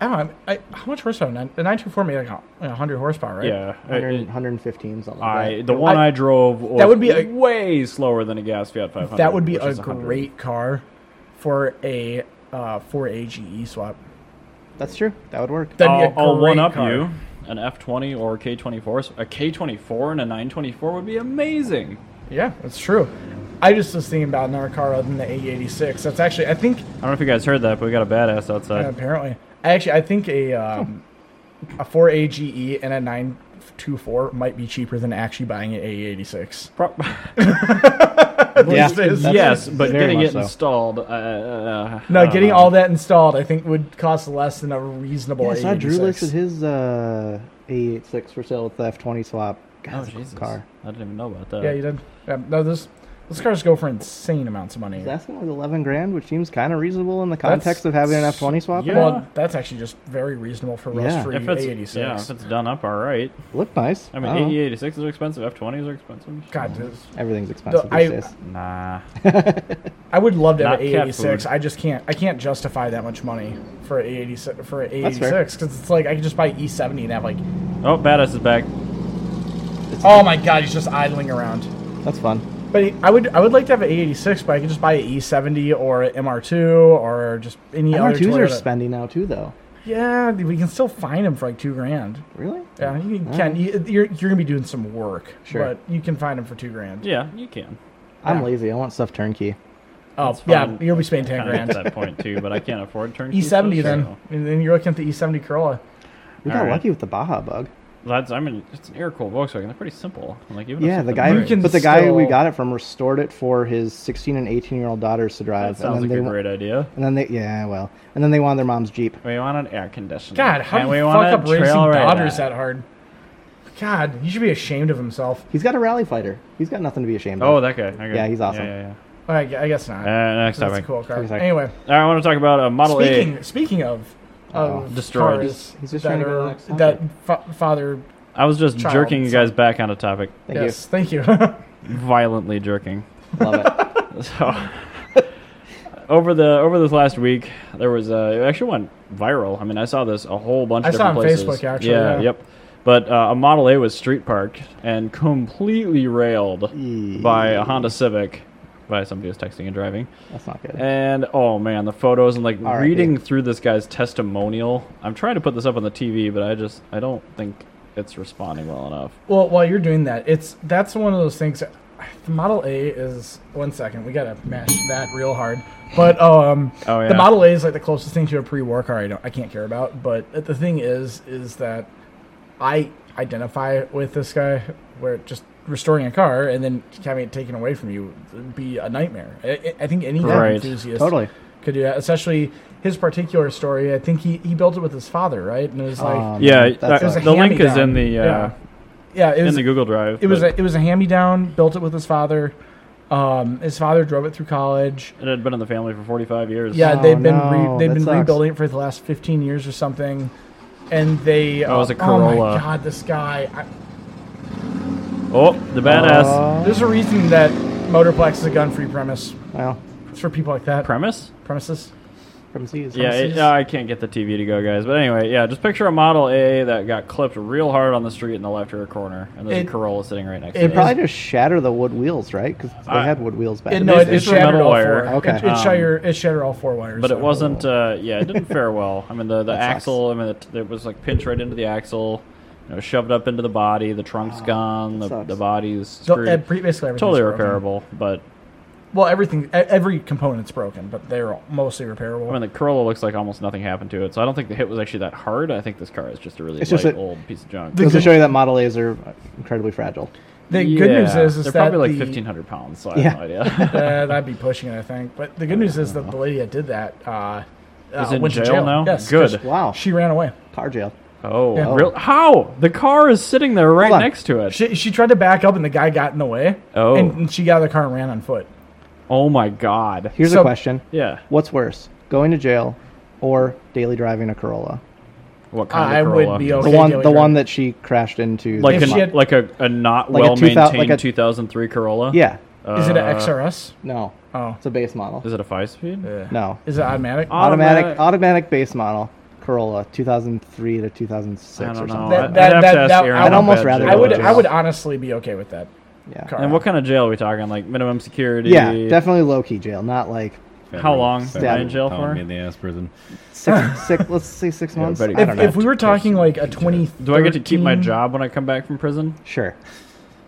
[SPEAKER 2] I don't know. I, how much horsepower? Nine- The 924 made like a 100 horsepower, right?
[SPEAKER 1] Yeah, I-
[SPEAKER 3] 100,
[SPEAKER 1] it-
[SPEAKER 3] 115, something like
[SPEAKER 1] I
[SPEAKER 3] that.
[SPEAKER 1] the one I, drove was
[SPEAKER 2] would be a-
[SPEAKER 1] way slower than a gas Fiat 500.
[SPEAKER 2] That would be
[SPEAKER 1] which
[SPEAKER 2] a
[SPEAKER 1] is 100.
[SPEAKER 2] great car for a uh, for a GE swap.
[SPEAKER 3] That's true. That would work.
[SPEAKER 2] That'd
[SPEAKER 1] I'll,
[SPEAKER 2] be a
[SPEAKER 1] I'll
[SPEAKER 2] great
[SPEAKER 1] one up
[SPEAKER 2] car.
[SPEAKER 1] you. An F20 or K24. So a K24 and a 924 would be amazing.
[SPEAKER 2] Yeah, that's true. I just was thinking about another car other than the A86. That's actually, I think, uh,
[SPEAKER 1] I don't know if you guys heard that, but we got a badass outside.
[SPEAKER 2] apparently, actually, I think a um, a 4A GE and a 924 might be cheaper than actually buying an A86.
[SPEAKER 1] Pro-
[SPEAKER 3] yeah. That's-
[SPEAKER 1] yes, but
[SPEAKER 3] very
[SPEAKER 1] getting
[SPEAKER 3] much
[SPEAKER 1] it
[SPEAKER 3] so.
[SPEAKER 1] installed. Uh, uh, I
[SPEAKER 2] No,
[SPEAKER 1] don't
[SPEAKER 2] getting
[SPEAKER 1] know.
[SPEAKER 2] all that installed, I think, would cost less than a reasonable
[SPEAKER 3] Yeah, I saw
[SPEAKER 2] A86.
[SPEAKER 3] Drew listed his uh, 886 for sale with the F20 swap. God,
[SPEAKER 1] Oh
[SPEAKER 3] that's a cool
[SPEAKER 1] Jesus!
[SPEAKER 3] car.
[SPEAKER 1] I didn't even know about that.
[SPEAKER 2] Yeah, you did. Yeah, no, those those cars go for insane amounts of money.
[SPEAKER 3] He's asking like 11 grand, which seems kind of reasonable in the context of having an F20 swap.
[SPEAKER 1] Yeah.
[SPEAKER 3] in it.
[SPEAKER 2] Well, that's actually just very reasonable for rust
[SPEAKER 3] Yeah.
[SPEAKER 2] free
[SPEAKER 1] if it's
[SPEAKER 2] A86.
[SPEAKER 1] yeah, if it's done up, all right.
[SPEAKER 3] Looked nice.
[SPEAKER 1] I mean,
[SPEAKER 3] don't know.
[SPEAKER 1] eighty eighty six is expensive. F twenties are expensive.
[SPEAKER 2] Uh-huh. God, this-
[SPEAKER 3] Everything's expensive
[SPEAKER 2] I-
[SPEAKER 3] these days.
[SPEAKER 1] Nah.
[SPEAKER 2] I would love to have
[SPEAKER 1] Not
[SPEAKER 2] an
[SPEAKER 1] cat
[SPEAKER 2] A86.
[SPEAKER 1] food.
[SPEAKER 2] I just can't. I can't justify that much money for an A86 for an
[SPEAKER 3] That's fair.
[SPEAKER 2] A86 because it's like I could just buy E70 and have like,
[SPEAKER 1] Oh, badass is back.
[SPEAKER 2] oh my God, he's just idling around.
[SPEAKER 3] That's fun.
[SPEAKER 2] But I would I would like to have an A86, but I could just buy an E70 or an MR2 or just any other
[SPEAKER 3] MR2s are
[SPEAKER 2] Toyota.
[SPEAKER 3] spending now too, though.
[SPEAKER 2] Yeah, we can still find them for like two grand.
[SPEAKER 3] Really?
[SPEAKER 2] Yeah, you can. Ken, you, you're you're gonna be doing some work,
[SPEAKER 3] Mm. Sure.
[SPEAKER 2] but you can find them for two grand.
[SPEAKER 1] Yeah, you can.
[SPEAKER 3] I'm
[SPEAKER 2] Yeah.
[SPEAKER 3] lazy. I want stuff turnkey.
[SPEAKER 2] oh
[SPEAKER 1] That's
[SPEAKER 2] yeah,
[SPEAKER 1] fine.
[SPEAKER 2] you're gonna be spending ten
[SPEAKER 1] Kind of
[SPEAKER 2] grand.
[SPEAKER 1] at that point too, but I can't afford turnkey.
[SPEAKER 2] E70
[SPEAKER 1] so-
[SPEAKER 2] then, and then you're looking at the E70 Corolla.
[SPEAKER 3] We got
[SPEAKER 1] Alright.
[SPEAKER 3] lucky with the Baja bug.
[SPEAKER 1] That's I mean, it's an air cooled Volkswagen. They're pretty simple. I'm like, even if
[SPEAKER 3] Yeah, the
[SPEAKER 1] something
[SPEAKER 3] guy.
[SPEAKER 1] breaks-
[SPEAKER 2] can
[SPEAKER 3] but the guy we
[SPEAKER 2] still-
[SPEAKER 3] got it from restored it for his 16 and 18 year old daughters to drive.
[SPEAKER 1] That sounds
[SPEAKER 3] and
[SPEAKER 1] like
[SPEAKER 3] then
[SPEAKER 1] a
[SPEAKER 3] they,
[SPEAKER 1] great idea.
[SPEAKER 3] And then they, yeah, well, and then they wanted their mom's Jeep.
[SPEAKER 1] We want an air conditioner.
[SPEAKER 2] God, how
[SPEAKER 1] and
[SPEAKER 2] do
[SPEAKER 1] we
[SPEAKER 2] you fuck
[SPEAKER 1] want a
[SPEAKER 2] up racing
[SPEAKER 1] trail radar.
[SPEAKER 2] Dodgers that hard? God, he should be ashamed of himself.
[SPEAKER 3] He's got a rally fighter. He's got nothing to be ashamed
[SPEAKER 1] Oh,
[SPEAKER 3] of.
[SPEAKER 1] that guy. Okay.
[SPEAKER 3] Yeah, he's awesome.
[SPEAKER 1] Yeah, yeah,
[SPEAKER 2] All right, I guess not.
[SPEAKER 1] yeah. Uh, next
[SPEAKER 2] That's a
[SPEAKER 1] topic.
[SPEAKER 2] cool car.
[SPEAKER 3] Okay, sorry.
[SPEAKER 2] Anyway,
[SPEAKER 1] All right, I want to talk about a Model
[SPEAKER 2] speaking
[SPEAKER 1] A.
[SPEAKER 2] speaking of,
[SPEAKER 3] Uh-oh.
[SPEAKER 2] of
[SPEAKER 1] Destroyed.
[SPEAKER 2] cars
[SPEAKER 3] He's just trying
[SPEAKER 2] that
[SPEAKER 3] to go to
[SPEAKER 2] are,
[SPEAKER 3] the next topic.
[SPEAKER 2] that fa- father.
[SPEAKER 1] I was just
[SPEAKER 2] Child,
[SPEAKER 1] jerking you guys back on a topic,
[SPEAKER 3] Thank
[SPEAKER 2] yes, thank you. That's
[SPEAKER 1] violently jerking.
[SPEAKER 3] you. Love it.
[SPEAKER 1] So over the over this last week, there was uh, it actually went viral. I mean, I saw this a whole bunch.
[SPEAKER 2] I
[SPEAKER 1] of
[SPEAKER 2] saw
[SPEAKER 1] different
[SPEAKER 2] it on
[SPEAKER 1] places.
[SPEAKER 2] Facebook, actually, yeah.
[SPEAKER 1] yep. But uh, a Model A was street parked and completely railed
[SPEAKER 3] Yee.
[SPEAKER 1] by a Honda Civic by somebody who's texting and driving.
[SPEAKER 3] That's not good.
[SPEAKER 1] And oh man, the photos and like
[SPEAKER 3] R.I.P.
[SPEAKER 1] reading through this guy's testimonial. I'm trying to put this up on the TV, but I just I don't think it's responding well enough.
[SPEAKER 2] well, while you're doing that, it's that's one of those things. The Model A is one second. We gotta mash that real hard. But um,
[SPEAKER 1] Oh, yeah.
[SPEAKER 2] the Model A is like the closest thing to a pre-war car. I don't, I can't care about. But uh, the thing is, is that I identify with this guy where just restoring a car and then having it taken away from you would be a nightmare. I, I- I think any car
[SPEAKER 1] Right.
[SPEAKER 2] enthusiast
[SPEAKER 3] Totally.
[SPEAKER 2] could do that, especially his particular story. I think he, he built it with his father, right? And it was like,
[SPEAKER 3] Um,
[SPEAKER 1] Yeah,
[SPEAKER 3] that's
[SPEAKER 1] uh,
[SPEAKER 2] It was a
[SPEAKER 3] not-
[SPEAKER 1] the link is in
[SPEAKER 2] hand-me-down.
[SPEAKER 1] the uh,
[SPEAKER 2] Yeah. yeah, it
[SPEAKER 1] in
[SPEAKER 2] was,
[SPEAKER 1] the Google Drive.
[SPEAKER 2] it was
[SPEAKER 1] but
[SPEAKER 2] a, it was a hand me down. Built it with his father. Um, his father drove it through college.
[SPEAKER 1] it had been in the family for 45 years.
[SPEAKER 2] Yeah,
[SPEAKER 3] Oh,
[SPEAKER 2] they've been
[SPEAKER 3] no,
[SPEAKER 2] re- they've
[SPEAKER 3] that
[SPEAKER 2] been
[SPEAKER 3] sucks.
[SPEAKER 2] rebuilding it for the last fifteen years or something, and they.
[SPEAKER 1] That was a
[SPEAKER 2] Oh
[SPEAKER 1] Corolla.
[SPEAKER 2] my god, this guy! I,
[SPEAKER 1] Oh, the badass
[SPEAKER 3] Oh,
[SPEAKER 2] there's a reason that Motorplex is a gun-free premise.
[SPEAKER 3] well,
[SPEAKER 2] It's for people like that.
[SPEAKER 1] premise.
[SPEAKER 2] premises.
[SPEAKER 3] from C's.
[SPEAKER 1] Yeah, it,
[SPEAKER 2] Premises?
[SPEAKER 1] uh, I can't get the TV to go, guys. But anyway, yeah, just picture a Model A that got clipped real hard on the street in the left rear corner, and there's
[SPEAKER 2] It-
[SPEAKER 1] a Corolla sitting right next
[SPEAKER 2] it
[SPEAKER 1] to it.
[SPEAKER 3] Probably just shatter the wood wheels, right? Because they
[SPEAKER 1] I-
[SPEAKER 3] had wood wheels back
[SPEAKER 2] It,
[SPEAKER 3] then.
[SPEAKER 2] no,
[SPEAKER 1] least
[SPEAKER 2] it, it
[SPEAKER 1] it's for
[SPEAKER 2] shattered
[SPEAKER 1] metal
[SPEAKER 2] all
[SPEAKER 1] wire.
[SPEAKER 2] four.
[SPEAKER 3] Okay.
[SPEAKER 2] It, it, shattered, it shattered all four wires.
[SPEAKER 1] but it
[SPEAKER 2] so-
[SPEAKER 1] wasn't. Uh, yeah, it didn't fare well. I mean, the the
[SPEAKER 3] sucks.
[SPEAKER 1] axle. I mean, it, it was like pinched right into the axle. You know, shoved up into the body. The trunk's gone. The,
[SPEAKER 3] Ah, sucks.
[SPEAKER 1] the body's
[SPEAKER 2] So,
[SPEAKER 1] screwed.
[SPEAKER 2] uh, eh, pre- basically everything's
[SPEAKER 1] totally
[SPEAKER 2] broken.
[SPEAKER 1] repairable, but
[SPEAKER 2] Well, everything, e- every component's broken, but they're all mostly repairable.
[SPEAKER 1] I mean, the Corolla looks like almost nothing happened to it, so I don't think the hit was actually that hard. I think this car is just a really
[SPEAKER 3] It's
[SPEAKER 1] light,
[SPEAKER 3] just that-
[SPEAKER 1] old piece of junk.
[SPEAKER 2] The-
[SPEAKER 3] Goes to show you that Model A's are incredibly fragile.
[SPEAKER 2] the good news
[SPEAKER 1] Yeah,
[SPEAKER 2] is, is
[SPEAKER 1] they're
[SPEAKER 2] that
[SPEAKER 1] probably like
[SPEAKER 2] the-
[SPEAKER 1] fifteen hundred pounds, so
[SPEAKER 3] Yeah.
[SPEAKER 1] I have no idea.
[SPEAKER 2] uh, that'd be pushing it, I think. But the good news is that the lady that did that uh,
[SPEAKER 1] Is
[SPEAKER 2] uh,
[SPEAKER 1] in
[SPEAKER 2] went to
[SPEAKER 1] jail now?
[SPEAKER 2] Yes,
[SPEAKER 1] Good.
[SPEAKER 2] 'cause
[SPEAKER 3] Wow.
[SPEAKER 2] She ran away.
[SPEAKER 3] Car jail.
[SPEAKER 1] oh,
[SPEAKER 2] Yeah.
[SPEAKER 1] real, how the car is sitting there right
[SPEAKER 3] on.
[SPEAKER 1] next to it.
[SPEAKER 2] She, she tried to back up, and the guy got in the way.
[SPEAKER 1] Oh.
[SPEAKER 2] and, and she got out of the car and ran on foot.
[SPEAKER 1] Oh my god.
[SPEAKER 3] Here's
[SPEAKER 2] So-
[SPEAKER 3] a question.
[SPEAKER 1] Yeah.
[SPEAKER 3] What's worse, going to jail or daily driving a Corolla?
[SPEAKER 1] What kind
[SPEAKER 2] I
[SPEAKER 1] of
[SPEAKER 2] would
[SPEAKER 1] Corolla?
[SPEAKER 2] be
[SPEAKER 3] The
[SPEAKER 2] Okay,
[SPEAKER 3] one the
[SPEAKER 2] daily
[SPEAKER 3] one that she crashed into.
[SPEAKER 1] like
[SPEAKER 2] If
[SPEAKER 1] an,
[SPEAKER 2] she had-
[SPEAKER 1] like a, a not
[SPEAKER 3] Like a
[SPEAKER 1] well
[SPEAKER 3] 2000
[SPEAKER 1] maintained
[SPEAKER 3] like a-
[SPEAKER 1] 2003 Corolla.
[SPEAKER 3] yeah.
[SPEAKER 2] Is it an
[SPEAKER 1] Uh,
[SPEAKER 2] XRS?
[SPEAKER 3] No.
[SPEAKER 2] Oh,
[SPEAKER 3] It's a base model.
[SPEAKER 1] Is it a five speed?
[SPEAKER 2] yeah.
[SPEAKER 3] No.
[SPEAKER 2] Is it automatic?
[SPEAKER 1] Uh,
[SPEAKER 3] Automatic
[SPEAKER 1] automatic-
[SPEAKER 3] automatic, base model Corolla 2003 to 2006
[SPEAKER 1] I don't
[SPEAKER 3] or
[SPEAKER 1] know.
[SPEAKER 3] something.
[SPEAKER 2] That-
[SPEAKER 1] I'd-
[SPEAKER 2] that-
[SPEAKER 1] I'd have
[SPEAKER 2] that-
[SPEAKER 1] to ask
[SPEAKER 2] that-
[SPEAKER 1] Aaron
[SPEAKER 2] I'd
[SPEAKER 1] about
[SPEAKER 3] almost
[SPEAKER 1] that
[SPEAKER 3] rather
[SPEAKER 1] jail
[SPEAKER 2] I would
[SPEAKER 3] Yes.
[SPEAKER 2] I
[SPEAKER 1] jail.
[SPEAKER 2] would honestly be okay with that
[SPEAKER 3] yeah.
[SPEAKER 2] car.
[SPEAKER 1] And what kind of jail are we talking? Like minimum security?
[SPEAKER 3] Yeah, definitely low key jail, not like
[SPEAKER 1] How long am
[SPEAKER 4] Federal
[SPEAKER 3] I
[SPEAKER 1] in jail
[SPEAKER 4] pound
[SPEAKER 1] for?
[SPEAKER 4] Me in the ass prison.
[SPEAKER 3] six, six let's say six months.
[SPEAKER 4] but
[SPEAKER 3] I
[SPEAKER 2] if,
[SPEAKER 3] don't know.
[SPEAKER 2] if we were talking like a twenty,
[SPEAKER 1] Do I get to keep my job when I come back from prison?
[SPEAKER 3] sure.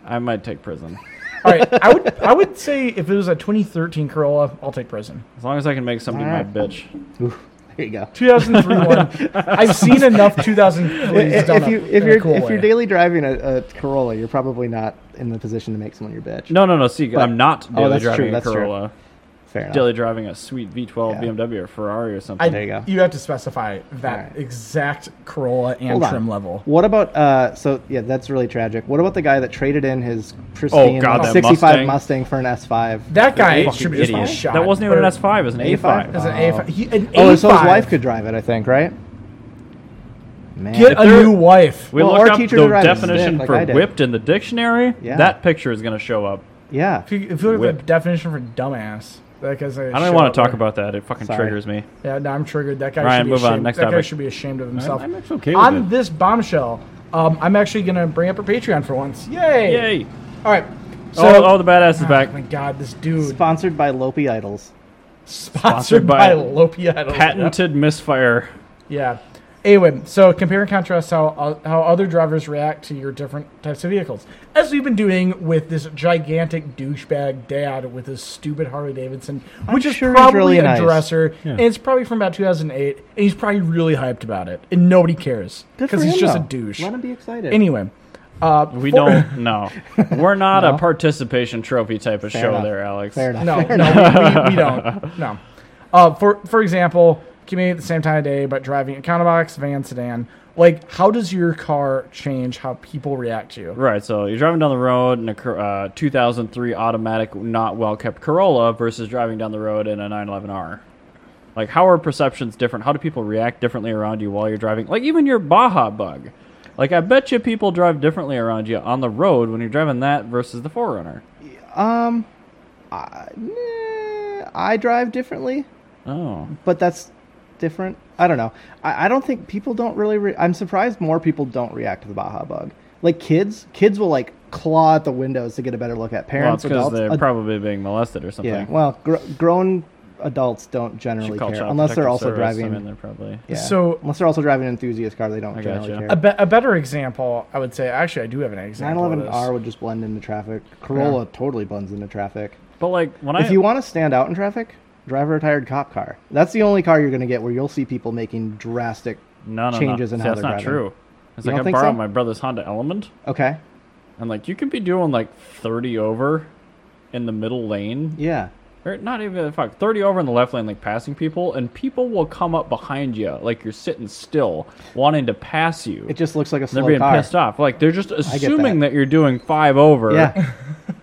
[SPEAKER 1] I might take prison.
[SPEAKER 2] All right, I would I would say if it was a 2013 Corolla, I'll take prison.
[SPEAKER 1] As long as I can make somebody
[SPEAKER 3] All right.
[SPEAKER 1] my bitch.
[SPEAKER 3] Oof, there you go.
[SPEAKER 2] 2003 one. I've seen enough 2003s
[SPEAKER 3] If,
[SPEAKER 2] done
[SPEAKER 3] if you
[SPEAKER 2] up
[SPEAKER 3] if
[SPEAKER 2] in
[SPEAKER 3] you're
[SPEAKER 2] a cool
[SPEAKER 3] if
[SPEAKER 2] way.
[SPEAKER 3] you're daily driving a, a Corolla, you're probably not in the position to make someone your bitch.
[SPEAKER 1] No, no, no. See, I'm not daily
[SPEAKER 3] oh, that's
[SPEAKER 1] driving
[SPEAKER 3] true,
[SPEAKER 1] a
[SPEAKER 3] that's true.
[SPEAKER 1] Corolla.
[SPEAKER 3] Fair enough.
[SPEAKER 1] Daily driving a sweet V12
[SPEAKER 3] Yeah.
[SPEAKER 1] BMW or Ferrari or something.
[SPEAKER 2] I,
[SPEAKER 3] There you go.
[SPEAKER 2] have to specify that
[SPEAKER 3] Alright.
[SPEAKER 2] exact Corolla and
[SPEAKER 3] Hold on.
[SPEAKER 2] trim level.
[SPEAKER 3] What about uh? So yeah, that's really tragic. What about the guy that traded in his
[SPEAKER 1] Oh,
[SPEAKER 3] pristine
[SPEAKER 1] God, that
[SPEAKER 3] 65
[SPEAKER 1] Mustang.
[SPEAKER 3] Mustang. for an S5?
[SPEAKER 2] That guy
[SPEAKER 1] Fucking
[SPEAKER 2] should be just
[SPEAKER 1] idiot.
[SPEAKER 2] shot.
[SPEAKER 1] That wasn't even
[SPEAKER 2] Or-
[SPEAKER 1] an S5. It was an A5.
[SPEAKER 3] A5?
[SPEAKER 2] As an A5. He, an
[SPEAKER 3] Oh,
[SPEAKER 2] A5.
[SPEAKER 3] so his wife could drive it, I think, right? Man,
[SPEAKER 2] get a
[SPEAKER 1] there-
[SPEAKER 2] new wife.
[SPEAKER 1] We
[SPEAKER 3] Well,
[SPEAKER 1] looked
[SPEAKER 3] our
[SPEAKER 1] up
[SPEAKER 3] teacher
[SPEAKER 1] the
[SPEAKER 3] derived stick,
[SPEAKER 1] definition
[SPEAKER 3] like
[SPEAKER 1] for
[SPEAKER 3] I did.
[SPEAKER 1] whipped in the dictionary.
[SPEAKER 3] Yeah.
[SPEAKER 1] That picture is going to show up.
[SPEAKER 3] yeah.
[SPEAKER 2] If you, if you look at the
[SPEAKER 1] Whipped.
[SPEAKER 2] definition for dumbass, that guy's
[SPEAKER 1] I don't want to talk about that. It fucking
[SPEAKER 3] Sorry.
[SPEAKER 1] triggers me.
[SPEAKER 2] Yeah, no, I'm triggered. That guy
[SPEAKER 1] Ryan,
[SPEAKER 2] should be
[SPEAKER 1] move on.
[SPEAKER 2] ashamed.
[SPEAKER 1] Next
[SPEAKER 2] that guy
[SPEAKER 1] topic.
[SPEAKER 2] should be ashamed of himself.
[SPEAKER 4] I'm actually okay with
[SPEAKER 2] On
[SPEAKER 4] it.
[SPEAKER 2] this bombshell, um, I'm actually going to bring up our Patreon for once. Yay!
[SPEAKER 1] Yay!
[SPEAKER 2] All right. So,
[SPEAKER 1] oh, oh, the badass
[SPEAKER 3] ah,
[SPEAKER 1] is
[SPEAKER 2] Oh
[SPEAKER 1] back.
[SPEAKER 2] my god, this dude
[SPEAKER 3] Sponsored by Lopi Idols.
[SPEAKER 2] sponsored by,
[SPEAKER 1] by
[SPEAKER 2] Lopia. I don't know.
[SPEAKER 1] Patented misfire.
[SPEAKER 2] Yeah. Anyway, so compare and contrast how uh, how other drivers react to your different types of vehicles, as we've been doing with this gigantic douchebag dad with his stupid Harley Davidson, which is
[SPEAKER 3] sure he's
[SPEAKER 2] probably
[SPEAKER 3] really
[SPEAKER 2] a
[SPEAKER 3] nice.
[SPEAKER 2] dresser, and it's probably from about 2008, and he's probably really hyped about it, and nobody cares
[SPEAKER 3] Good for
[SPEAKER 2] because he's
[SPEAKER 3] him,
[SPEAKER 2] just a
[SPEAKER 3] though.
[SPEAKER 2] douche.
[SPEAKER 3] Let him be excited.
[SPEAKER 2] Anyway, uh,
[SPEAKER 1] We
[SPEAKER 2] for-
[SPEAKER 1] don't know. We're not a participation trophy type of show
[SPEAKER 3] enough.
[SPEAKER 1] there, Alex.
[SPEAKER 3] Fair enough.
[SPEAKER 2] No, no, we, we, we don't. No. Uh, for for example, commuting at the same time of day, but driving a counterbox, van, sedan. Like, how does your car change how people react to you?
[SPEAKER 1] Right, so you're driving down the road in a Cor- uh, 2003 automatic, not well kept Corolla versus driving down the road in a 911R. Like, how are perceptions different? How do people react differently around you while you're driving? Like, even your Baja Bug. Like, I bet you people drive differently around you on the road when you're driving that versus the Forerunner.
[SPEAKER 3] Um, I, nah, I drive differently,
[SPEAKER 1] Oh.
[SPEAKER 3] but that's different. I don't know. I, I don't think people don't really. Re- I'm surprised more people don't react to the Baja Bug. Like kids, kids will like claw at the windows to get a better look at
[SPEAKER 1] Well,
[SPEAKER 3] parents.
[SPEAKER 1] it's because
[SPEAKER 3] adults,
[SPEAKER 1] they're
[SPEAKER 3] ad-
[SPEAKER 1] probably being molested or something.
[SPEAKER 3] yeah. Well, gr- grown adults don't
[SPEAKER 1] Should
[SPEAKER 3] generally
[SPEAKER 1] call
[SPEAKER 3] care
[SPEAKER 1] Child
[SPEAKER 3] unless they're
[SPEAKER 1] Protective
[SPEAKER 3] also
[SPEAKER 1] Service.
[SPEAKER 3] driving.
[SPEAKER 1] I mean, they're probably.
[SPEAKER 3] yeah.
[SPEAKER 2] So-
[SPEAKER 3] unless they're also driving an enthusiast car, they don't
[SPEAKER 1] I
[SPEAKER 3] generally
[SPEAKER 1] gotcha.
[SPEAKER 2] A,
[SPEAKER 3] care.
[SPEAKER 2] be- a better example, I would say. Actually, I do have an example. of
[SPEAKER 3] 911R
[SPEAKER 2] this.
[SPEAKER 3] would just blend into traffic. Corolla totally blends into traffic.
[SPEAKER 1] But, like, when I.
[SPEAKER 3] If you want to stand out in traffic, drive a retired cop car. That's the only car you're going to get where you'll see people making drastic.
[SPEAKER 1] no, no,
[SPEAKER 3] changes
[SPEAKER 1] no.
[SPEAKER 3] in
[SPEAKER 1] See,
[SPEAKER 3] how
[SPEAKER 1] that's
[SPEAKER 3] they're
[SPEAKER 1] not
[SPEAKER 3] driving.
[SPEAKER 1] true. It's
[SPEAKER 3] You
[SPEAKER 1] like
[SPEAKER 3] don't
[SPEAKER 1] I
[SPEAKER 3] think
[SPEAKER 1] borrowed
[SPEAKER 3] so?
[SPEAKER 1] my brother's Honda Element.
[SPEAKER 3] Okay.
[SPEAKER 1] And like you could be doing like thirty over in the middle lane.
[SPEAKER 3] Yeah.
[SPEAKER 1] Or not even fuck, thirty over in the left lane, like passing people, and people will come up behind you like you're sitting still, wanting to pass you.
[SPEAKER 3] It just looks like a
[SPEAKER 1] they're
[SPEAKER 3] slow
[SPEAKER 1] being
[SPEAKER 3] car.
[SPEAKER 1] pissed off. Like they're just assuming
[SPEAKER 3] that.
[SPEAKER 1] that. you're doing five over
[SPEAKER 3] Yeah.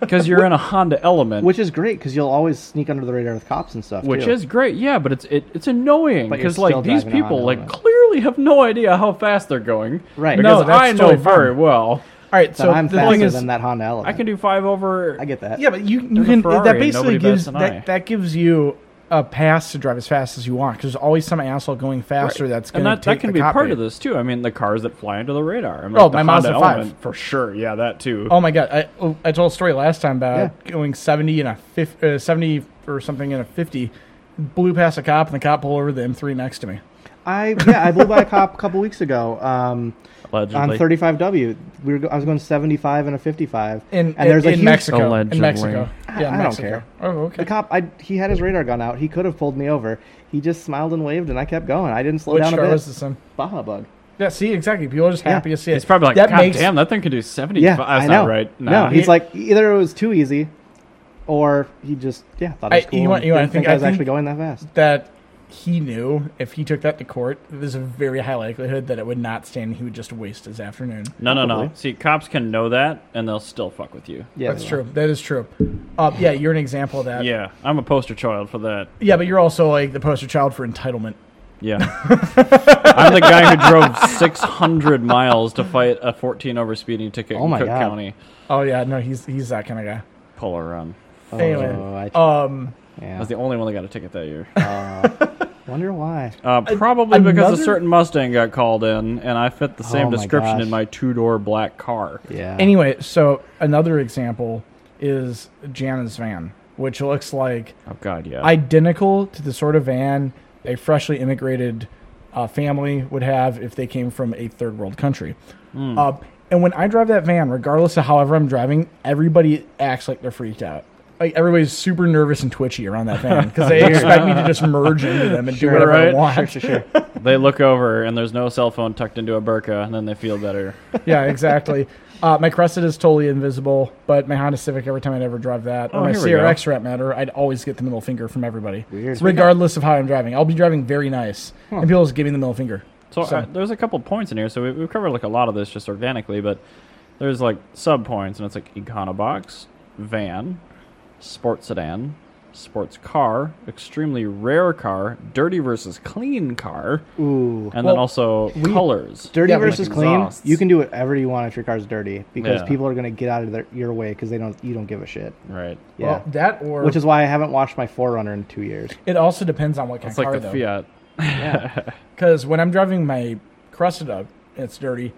[SPEAKER 1] because you're in a Honda element.
[SPEAKER 3] Which is great because you'll always sneak under the radar with cops and stuff.
[SPEAKER 1] which
[SPEAKER 3] too.
[SPEAKER 1] is great, yeah, but it's it, it's annoying
[SPEAKER 3] But you're
[SPEAKER 1] because like
[SPEAKER 3] still
[SPEAKER 1] these
[SPEAKER 3] driving a
[SPEAKER 1] people
[SPEAKER 3] Honda
[SPEAKER 1] like
[SPEAKER 3] Element.
[SPEAKER 1] clearly have no idea how fast they're going.
[SPEAKER 3] Right.
[SPEAKER 1] Because
[SPEAKER 2] No, that's
[SPEAKER 1] I know
[SPEAKER 2] totally fine.
[SPEAKER 1] very well.
[SPEAKER 2] All right,
[SPEAKER 3] That
[SPEAKER 2] so
[SPEAKER 3] I'm
[SPEAKER 2] the thing
[SPEAKER 3] faster
[SPEAKER 2] is,
[SPEAKER 3] than that Honda Element.
[SPEAKER 1] I can do five over.
[SPEAKER 3] I get that.
[SPEAKER 2] yeah, but you, you
[SPEAKER 1] There's a
[SPEAKER 2] can.
[SPEAKER 1] Ferrari
[SPEAKER 2] that
[SPEAKER 1] and
[SPEAKER 2] basically
[SPEAKER 1] nobody
[SPEAKER 2] gives
[SPEAKER 1] bats an eye.
[SPEAKER 2] that, that gives you a pass to drive as fast as you want because there's always some asshole going faster
[SPEAKER 1] Right.
[SPEAKER 2] that's going
[SPEAKER 1] and
[SPEAKER 2] to
[SPEAKER 1] that, that can be part of
[SPEAKER 2] this.
[SPEAKER 1] this too. I mean, the cars that fly under the radar. I mean,
[SPEAKER 2] Oh,
[SPEAKER 1] like the
[SPEAKER 2] my Mazda
[SPEAKER 1] Honda
[SPEAKER 2] 5.
[SPEAKER 1] Element, for sure. Yeah, that too.
[SPEAKER 2] Oh my god! I, oh, I told a story last time about going seventy and a fif- uh, seventy or something in a fifty, blew past a cop, and the cop pulled over the M three next to me.
[SPEAKER 3] I yeah, I blew by a cop a couple weeks ago. Um, on
[SPEAKER 5] Allegedly.
[SPEAKER 3] 35W, we were go- I was going 75 and a 55,
[SPEAKER 2] in
[SPEAKER 3] and there's
[SPEAKER 2] in,
[SPEAKER 3] a huge,
[SPEAKER 2] Mexico.
[SPEAKER 5] Allegedly.
[SPEAKER 2] In Mexico, yeah, in
[SPEAKER 3] I don't
[SPEAKER 2] Mexico.
[SPEAKER 3] care.
[SPEAKER 2] Oh, okay.
[SPEAKER 3] The cop, I, he had his radar gun out. He could have pulled me over. He just smiled and waved, and I kept going. I didn't slow
[SPEAKER 2] Which
[SPEAKER 3] down a
[SPEAKER 2] car
[SPEAKER 3] bit.
[SPEAKER 2] was this in?
[SPEAKER 3] Baja Bug.
[SPEAKER 2] Yeah, see, exactly. People are just
[SPEAKER 3] Yeah.
[SPEAKER 2] happy to see it.
[SPEAKER 1] He's probably like,
[SPEAKER 2] That
[SPEAKER 1] God
[SPEAKER 2] makes-
[SPEAKER 1] damn, that thing could do 70.
[SPEAKER 3] Yeah,
[SPEAKER 1] That's
[SPEAKER 3] I know.
[SPEAKER 1] not right.
[SPEAKER 3] No, he's
[SPEAKER 1] He-
[SPEAKER 3] like either it was too easy, or he just yeah thought it was
[SPEAKER 2] I-
[SPEAKER 3] cool.
[SPEAKER 2] you want-
[SPEAKER 3] and
[SPEAKER 2] you want- I
[SPEAKER 3] didn't
[SPEAKER 2] think-
[SPEAKER 3] think, I
[SPEAKER 2] I
[SPEAKER 3] was actually
[SPEAKER 2] think-
[SPEAKER 3] going that fast.
[SPEAKER 2] that he knew if he took that to court, there's a very high likelihood that it would not stand. and He would just waste his afternoon.
[SPEAKER 1] No, no, no.
[SPEAKER 3] Probably.
[SPEAKER 1] See, cops can know that, and they'll still fuck with you.
[SPEAKER 3] Yeah,
[SPEAKER 2] That's
[SPEAKER 3] yeah.
[SPEAKER 2] true. That is true. Uh, yeah, you're an example of that.
[SPEAKER 1] Yeah, I'm a poster child for that.
[SPEAKER 2] Yeah, but you're also like the poster child for entitlement.
[SPEAKER 1] Yeah. I'm the guy who drove 600 miles to fight a 14 over speeding ticket
[SPEAKER 3] Oh
[SPEAKER 1] in
[SPEAKER 3] my
[SPEAKER 1] Cook
[SPEAKER 3] God.
[SPEAKER 1] County.
[SPEAKER 2] Oh yeah, no, he's he's that kind of guy.
[SPEAKER 1] Pull her around.
[SPEAKER 3] Oh,
[SPEAKER 2] Anyway,
[SPEAKER 3] I,
[SPEAKER 2] Um,
[SPEAKER 1] I
[SPEAKER 3] yeah.
[SPEAKER 1] was the only one that got a ticket that year.
[SPEAKER 3] Uh, wonder why.
[SPEAKER 1] Uh, probably because
[SPEAKER 2] another-
[SPEAKER 1] a certain Mustang got called in, and I fit the same
[SPEAKER 3] Oh my
[SPEAKER 1] description
[SPEAKER 3] gosh.
[SPEAKER 1] in my two door black car.
[SPEAKER 3] Yeah.
[SPEAKER 2] anyway, so another example is Jana's van, which looks like
[SPEAKER 1] Oh, God, yeah.
[SPEAKER 2] identical to the sort of van a freshly immigrated uh, family would have if they came from a third world country.
[SPEAKER 3] Hmm.
[SPEAKER 2] Uh, and when I drive that van, regardless of however I'm driving, everybody acts like they're freaked out. Like everybody's super nervous and twitchy around that van because they expect me to just merge into them and do whatever I
[SPEAKER 1] right.
[SPEAKER 2] want.
[SPEAKER 3] Sure, sure, sure.
[SPEAKER 1] they look over, and there's no cell phone tucked into a burqa, and then they feel better.
[SPEAKER 2] Yeah, exactly. Uh, my Cressida is totally invisible, but my Honda Civic, every time I'd ever drive that, or
[SPEAKER 1] Oh,
[SPEAKER 2] my
[SPEAKER 1] here we
[SPEAKER 2] CRX for that matter, I'd always get the middle finger from everybody.
[SPEAKER 3] Weird.
[SPEAKER 2] Regardless of how I'm driving. I'll be driving very nice, and people just give me the middle finger.
[SPEAKER 1] So,
[SPEAKER 2] So-
[SPEAKER 1] uh, there's a couple points in here. So we, we've covered like a lot of this just organically, but there's like sub points, and it's like econobox, van, sports sedan, sports car, extremely rare car, dirty versus clean car,
[SPEAKER 3] Ooh.
[SPEAKER 1] and
[SPEAKER 2] Well,
[SPEAKER 1] then also colors.
[SPEAKER 3] Dirty
[SPEAKER 2] Yeah, but
[SPEAKER 3] versus
[SPEAKER 5] like
[SPEAKER 3] clean.
[SPEAKER 5] exhausts.
[SPEAKER 3] You can do whatever you want if your car's dirty because
[SPEAKER 1] Yeah.
[SPEAKER 3] people are going to get out of their, your way because they don't. You don't give a shit.
[SPEAKER 1] Right.
[SPEAKER 3] Yeah.
[SPEAKER 2] Well, that or
[SPEAKER 3] Which is why I haven't washed my Forerunner in two years.
[SPEAKER 2] it also depends on what kind
[SPEAKER 1] It's
[SPEAKER 2] of
[SPEAKER 1] like
[SPEAKER 2] car
[SPEAKER 1] the
[SPEAKER 2] though.
[SPEAKER 1] Fiat.
[SPEAKER 2] Because when I'm driving my Cressida, and it's dirty.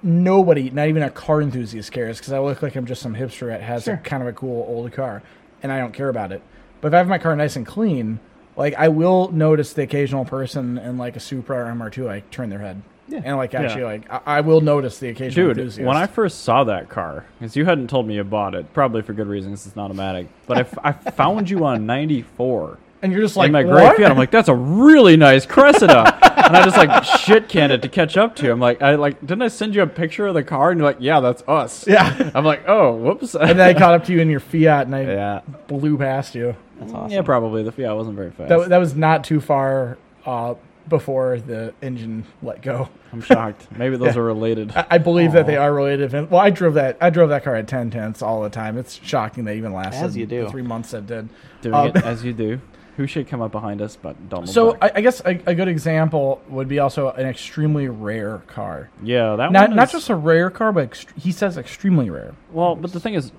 [SPEAKER 2] Nobody, not even a car enthusiast, cares because I look like I'm just some hipster that has a,
[SPEAKER 3] Sure.
[SPEAKER 2] kind of a cool old car, and I don't care about it. But if I have my car nice and clean, like I will notice the occasional person in like a Supra or MR2, like turn their head, yeah. and like actually, like I, I will notice the occasional
[SPEAKER 1] Dude,
[SPEAKER 2] enthusiast.
[SPEAKER 1] when I first saw that car, because you hadn't told me you bought it, probably for good reasons, it's not automatic, but I, f- I found you on 94.
[SPEAKER 2] and you're just like,
[SPEAKER 1] in my
[SPEAKER 2] what?
[SPEAKER 1] gray Fiat. I'm like, that's a really nice Cressida, and I just like shit canned it to catch up to. I'm like, I like, didn't I send you a picture of the car? And you're like, yeah, that's us.
[SPEAKER 2] yeah.
[SPEAKER 1] I'm like, oh, whoops.
[SPEAKER 2] and then I caught up to you in your Fiat, and I
[SPEAKER 1] yeah,
[SPEAKER 2] blew past you.
[SPEAKER 3] That's awesome.
[SPEAKER 1] yeah, probably the Fiat wasn't very fast.
[SPEAKER 2] That, that was not too far uh, before the engine let go.
[SPEAKER 1] I'm shocked. Maybe those are related.
[SPEAKER 2] I, I believe that they are related. And, well, I drove that. I drove that car at ten tenths all the time. It's shocking they even lasted
[SPEAKER 3] As you do.
[SPEAKER 2] the three months that did.
[SPEAKER 1] Doing
[SPEAKER 2] Um,
[SPEAKER 1] it as you do. Who should come up behind us but Donald?
[SPEAKER 2] So
[SPEAKER 1] Duck?
[SPEAKER 2] I, I guess a, a good example would be also an extremely rare car.
[SPEAKER 1] yeah, that
[SPEAKER 2] Not
[SPEAKER 1] one
[SPEAKER 2] not
[SPEAKER 1] is-
[SPEAKER 2] just a rare car, but ext- he says extremely rare.
[SPEAKER 1] Well, but the thing is,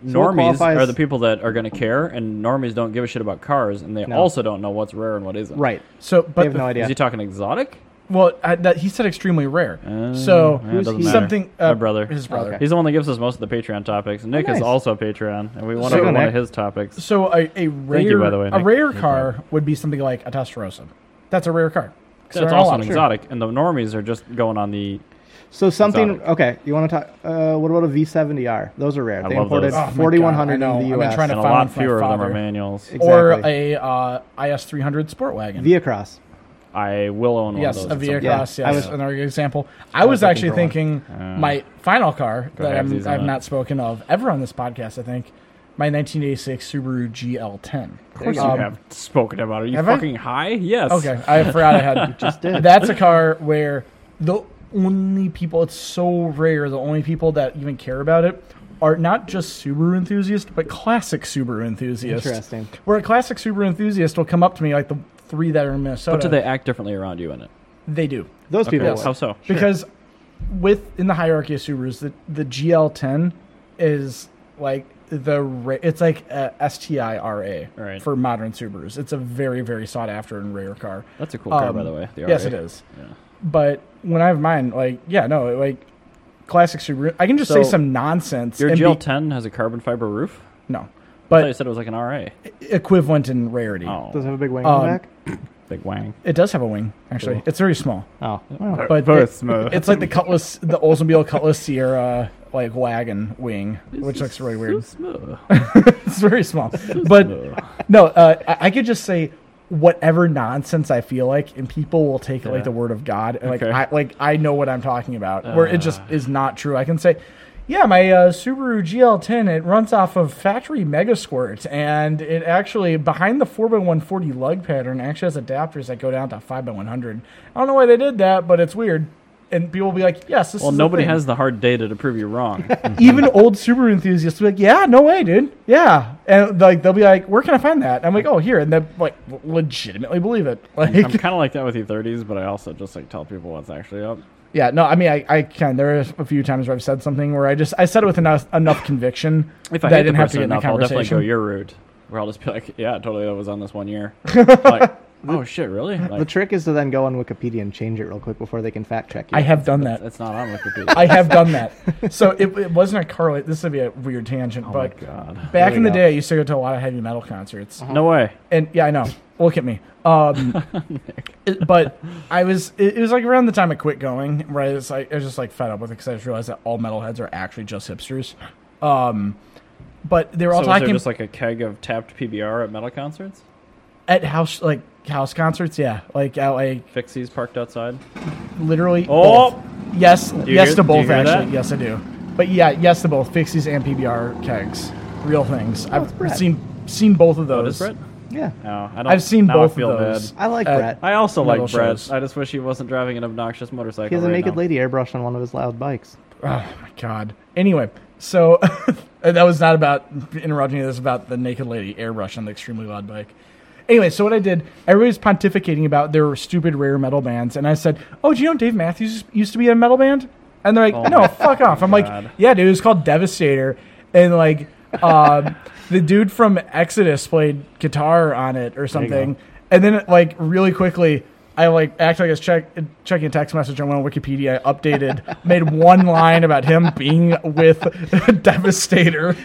[SPEAKER 3] what
[SPEAKER 1] normies
[SPEAKER 3] qualifies-
[SPEAKER 1] are the people that are going to care, and normies don't give a shit about cars, and they
[SPEAKER 3] No.
[SPEAKER 1] also don't know what's rare and what isn't.
[SPEAKER 3] Right.
[SPEAKER 2] So, but
[SPEAKER 3] They have
[SPEAKER 2] the-
[SPEAKER 3] no idea.
[SPEAKER 1] Is he talking exotic?
[SPEAKER 2] well, I, that, he said extremely rare.
[SPEAKER 1] Uh,
[SPEAKER 2] so
[SPEAKER 1] yeah, it doesn't
[SPEAKER 3] he?
[SPEAKER 1] matter.
[SPEAKER 2] something uh,
[SPEAKER 1] My brother.
[SPEAKER 2] his brother.
[SPEAKER 3] Okay.
[SPEAKER 1] He's the one that gives us most of the Patreon topics. Nick
[SPEAKER 3] nice.
[SPEAKER 1] is also a Patreon, and we want
[SPEAKER 2] So-
[SPEAKER 1] to be one
[SPEAKER 3] Nick.
[SPEAKER 1] of his topics.
[SPEAKER 2] So a, a rare
[SPEAKER 1] you, by the way,
[SPEAKER 2] a
[SPEAKER 1] Nick.
[SPEAKER 2] rare car would be something like a Testarossa. That's a rare car. So
[SPEAKER 1] That's
[SPEAKER 2] there aren't a
[SPEAKER 1] also
[SPEAKER 2] lot
[SPEAKER 1] an
[SPEAKER 2] of-
[SPEAKER 1] exotic, and the normies are just going on the.
[SPEAKER 3] So something.
[SPEAKER 1] Exotic.
[SPEAKER 3] Okay. You want to talk? Uh, what about a V70R? Those are rare.
[SPEAKER 1] I
[SPEAKER 3] they
[SPEAKER 1] love
[SPEAKER 3] imported
[SPEAKER 1] those. Oh
[SPEAKER 2] my God,
[SPEAKER 3] 4100
[SPEAKER 2] I know.
[SPEAKER 3] in
[SPEAKER 2] I've
[SPEAKER 3] the
[SPEAKER 2] been
[SPEAKER 3] U.S.
[SPEAKER 2] trying to
[SPEAKER 1] And a
[SPEAKER 2] found
[SPEAKER 1] lot
[SPEAKER 2] for my
[SPEAKER 1] fewer of them are
[SPEAKER 2] father.
[SPEAKER 1] manuals.
[SPEAKER 3] Ex- Exactly.
[SPEAKER 2] Or a uh, IS 300 sport wagon.
[SPEAKER 3] Via Cross.
[SPEAKER 1] I will own one
[SPEAKER 2] yes,
[SPEAKER 1] of
[SPEAKER 2] a
[SPEAKER 1] those. at some
[SPEAKER 2] Via
[SPEAKER 1] point.
[SPEAKER 3] Yeah,
[SPEAKER 2] Cross.
[SPEAKER 3] I
[SPEAKER 2] Yes,
[SPEAKER 3] was-
[SPEAKER 2] another good example. I was,
[SPEAKER 3] looking
[SPEAKER 2] actually
[SPEAKER 3] for one.
[SPEAKER 2] thinking my final car that I'm,
[SPEAKER 1] halfsies on
[SPEAKER 2] I've
[SPEAKER 1] it.
[SPEAKER 2] not spoken of ever on this podcast. I think my 1986 Subaru GL10.
[SPEAKER 1] Of course,
[SPEAKER 2] Um,
[SPEAKER 1] you have spoken about it. Are you
[SPEAKER 2] have I?
[SPEAKER 1] fucking high? Yes.
[SPEAKER 2] Okay, I forgot I had just
[SPEAKER 3] did.
[SPEAKER 2] That's a car where the only people it's so rare the only people that even care about it are not just Subaru enthusiasts but classic Subaru enthusiasts.
[SPEAKER 3] Interesting.
[SPEAKER 2] Where a classic Subaru enthusiast will come up to me like the three that are in Minnesota.
[SPEAKER 1] But do they act differently around you in it?
[SPEAKER 2] They do
[SPEAKER 3] Those people.
[SPEAKER 1] Okay,
[SPEAKER 3] would.
[SPEAKER 1] How so?
[SPEAKER 2] because with in the hierarchy of Subarus, the the GL10 is like the ra- it's like a STI RA
[SPEAKER 1] Right.
[SPEAKER 2] for modern Subarus. It's a very very sought after and rare car.
[SPEAKER 1] That's a cool car,
[SPEAKER 2] Um,
[SPEAKER 1] by the way. The
[SPEAKER 2] yes,
[SPEAKER 1] RA.
[SPEAKER 2] it is.
[SPEAKER 1] Yeah.
[SPEAKER 2] But when I have mine, like yeah, no, like classic Subaru. I can just say
[SPEAKER 1] So,
[SPEAKER 2] some nonsense.
[SPEAKER 1] Your
[SPEAKER 2] and be-
[SPEAKER 1] GL10 has a carbon fiber roof.
[SPEAKER 2] no,
[SPEAKER 1] I thought you
[SPEAKER 2] but
[SPEAKER 1] said it was like an RA.
[SPEAKER 2] equivalent in rarity.
[SPEAKER 1] Oh,
[SPEAKER 3] Does it have a big wing
[SPEAKER 2] Um,
[SPEAKER 3] on the back?
[SPEAKER 1] big wang.
[SPEAKER 2] It does have a wing, actually.
[SPEAKER 1] Cool.
[SPEAKER 2] It's very small.
[SPEAKER 3] Oh,
[SPEAKER 2] But
[SPEAKER 5] both
[SPEAKER 2] it-
[SPEAKER 5] smooth.
[SPEAKER 2] it's like the Cutlass, the Oldsmobile Cutlass Sierra like wagon wing, which looks really weird. It's very small. But no, uh, I, I could just say whatever nonsense I feel like, and people will take it
[SPEAKER 1] Yeah.
[SPEAKER 2] like the word of God. And
[SPEAKER 1] Okay. Uh.
[SPEAKER 2] like I like I know what I'm talking about, where it just is not true. I can say. Yeah, my uh, Subaru GL10 it runs off of factory Mega Squirt, and it actually behind the 4x140 lug pattern actually has adapters that go down to 5x100. I don't know why they did that, but it's weird. And people will be like, "Yes, this
[SPEAKER 1] Well,
[SPEAKER 2] is a
[SPEAKER 1] nobody
[SPEAKER 2] thing."
[SPEAKER 1] has the hard data to prove you wrong.
[SPEAKER 2] even old Subaru enthusiasts will be like, "Yeah, no way, dude. Yeah." And like they'll be like, "Where can I find that?" I'm like, "Oh, here." And they like legitimately believe it.
[SPEAKER 1] I'm
[SPEAKER 2] Like,
[SPEAKER 1] kind of like that with E30s, but I also just like tell people what's actually up.
[SPEAKER 2] yeah, no, I mean, I, I can. There are a few times where I've said something where I just I said it with enough enough conviction
[SPEAKER 1] If I
[SPEAKER 2] that I
[SPEAKER 1] hate
[SPEAKER 2] didn't
[SPEAKER 1] the
[SPEAKER 2] have to
[SPEAKER 1] person
[SPEAKER 2] get in a
[SPEAKER 1] enough, I'll definitely go
[SPEAKER 2] conversation.
[SPEAKER 1] your route, where I'll just be like, "Yeah, totally, that was on this one year." like, oh shit, really?
[SPEAKER 3] The
[SPEAKER 1] Like,
[SPEAKER 3] trick is to then go on Wikipedia and change it real quick before they can fact check you.
[SPEAKER 2] I have done that.
[SPEAKER 1] that's not on Wikipedia.
[SPEAKER 2] I have done that. So it, it wasn't a correlate. This would be a weird tangent,
[SPEAKER 1] oh my
[SPEAKER 2] but
[SPEAKER 1] god,
[SPEAKER 2] back
[SPEAKER 3] we
[SPEAKER 2] in the
[SPEAKER 3] go.
[SPEAKER 2] day, I used to go to a lot of heavy metal concerts.
[SPEAKER 1] no way.
[SPEAKER 2] and yeah, I know. Look at me. Um, it- but I was. It, it was like around the time I quit going. Right, I was like I was just like fed up with it because I just realized that all metalheads are actually just hipsters. Um, but they were all
[SPEAKER 1] so was
[SPEAKER 2] talking
[SPEAKER 1] there just like a keg of tapped PBR at metal concerts?
[SPEAKER 2] at house like house concerts. Yeah, like at like
[SPEAKER 1] Fixies parked outside.
[SPEAKER 2] literally.
[SPEAKER 1] Oh!
[SPEAKER 2] both. yes,
[SPEAKER 1] you
[SPEAKER 2] yes
[SPEAKER 1] hear-
[SPEAKER 2] to
[SPEAKER 1] do you
[SPEAKER 2] both.
[SPEAKER 1] hear
[SPEAKER 2] Actually,
[SPEAKER 1] that?
[SPEAKER 2] yes, I do. But yeah, yes to both fixies and PBR kegs, real things.
[SPEAKER 3] it's
[SPEAKER 2] I've
[SPEAKER 3] Brett.
[SPEAKER 2] seen seen both of
[SPEAKER 1] What is
[SPEAKER 2] those.
[SPEAKER 1] Brett?
[SPEAKER 3] yeah.
[SPEAKER 1] No, I don't.
[SPEAKER 2] I've seen
[SPEAKER 1] now
[SPEAKER 2] both
[SPEAKER 1] I feel
[SPEAKER 2] of those.
[SPEAKER 1] Bad.
[SPEAKER 3] I like
[SPEAKER 2] Uh,
[SPEAKER 3] Brett.
[SPEAKER 1] I also
[SPEAKER 2] Metal
[SPEAKER 1] like Brett.
[SPEAKER 2] shows.
[SPEAKER 1] I just wish he wasn't driving an obnoxious motorcycle.
[SPEAKER 3] He has a
[SPEAKER 1] right
[SPEAKER 3] naked
[SPEAKER 1] now.
[SPEAKER 3] lady airbrush on one of his loud bikes.
[SPEAKER 2] Oh my god. Anyway, so that was not about interrupting you. This is about the naked lady airbrush on the extremely loud bike. Anyway, so what I did, everybody was pontificating about their stupid rare metal bands, and I said, "Oh, do you know Dave Matthews used to be in a metal band?" And they're like,
[SPEAKER 1] Oh my
[SPEAKER 2] "No, fuck off." I'm
[SPEAKER 1] God.
[SPEAKER 2] like, "Yeah, dude, it's called Devastator," and like, um, the dude from Exodus played guitar on it or something, and then like really quickly. I like act like I was check, checking a text message. I went on Wikipedia. I updated, made one line about him being with Devastator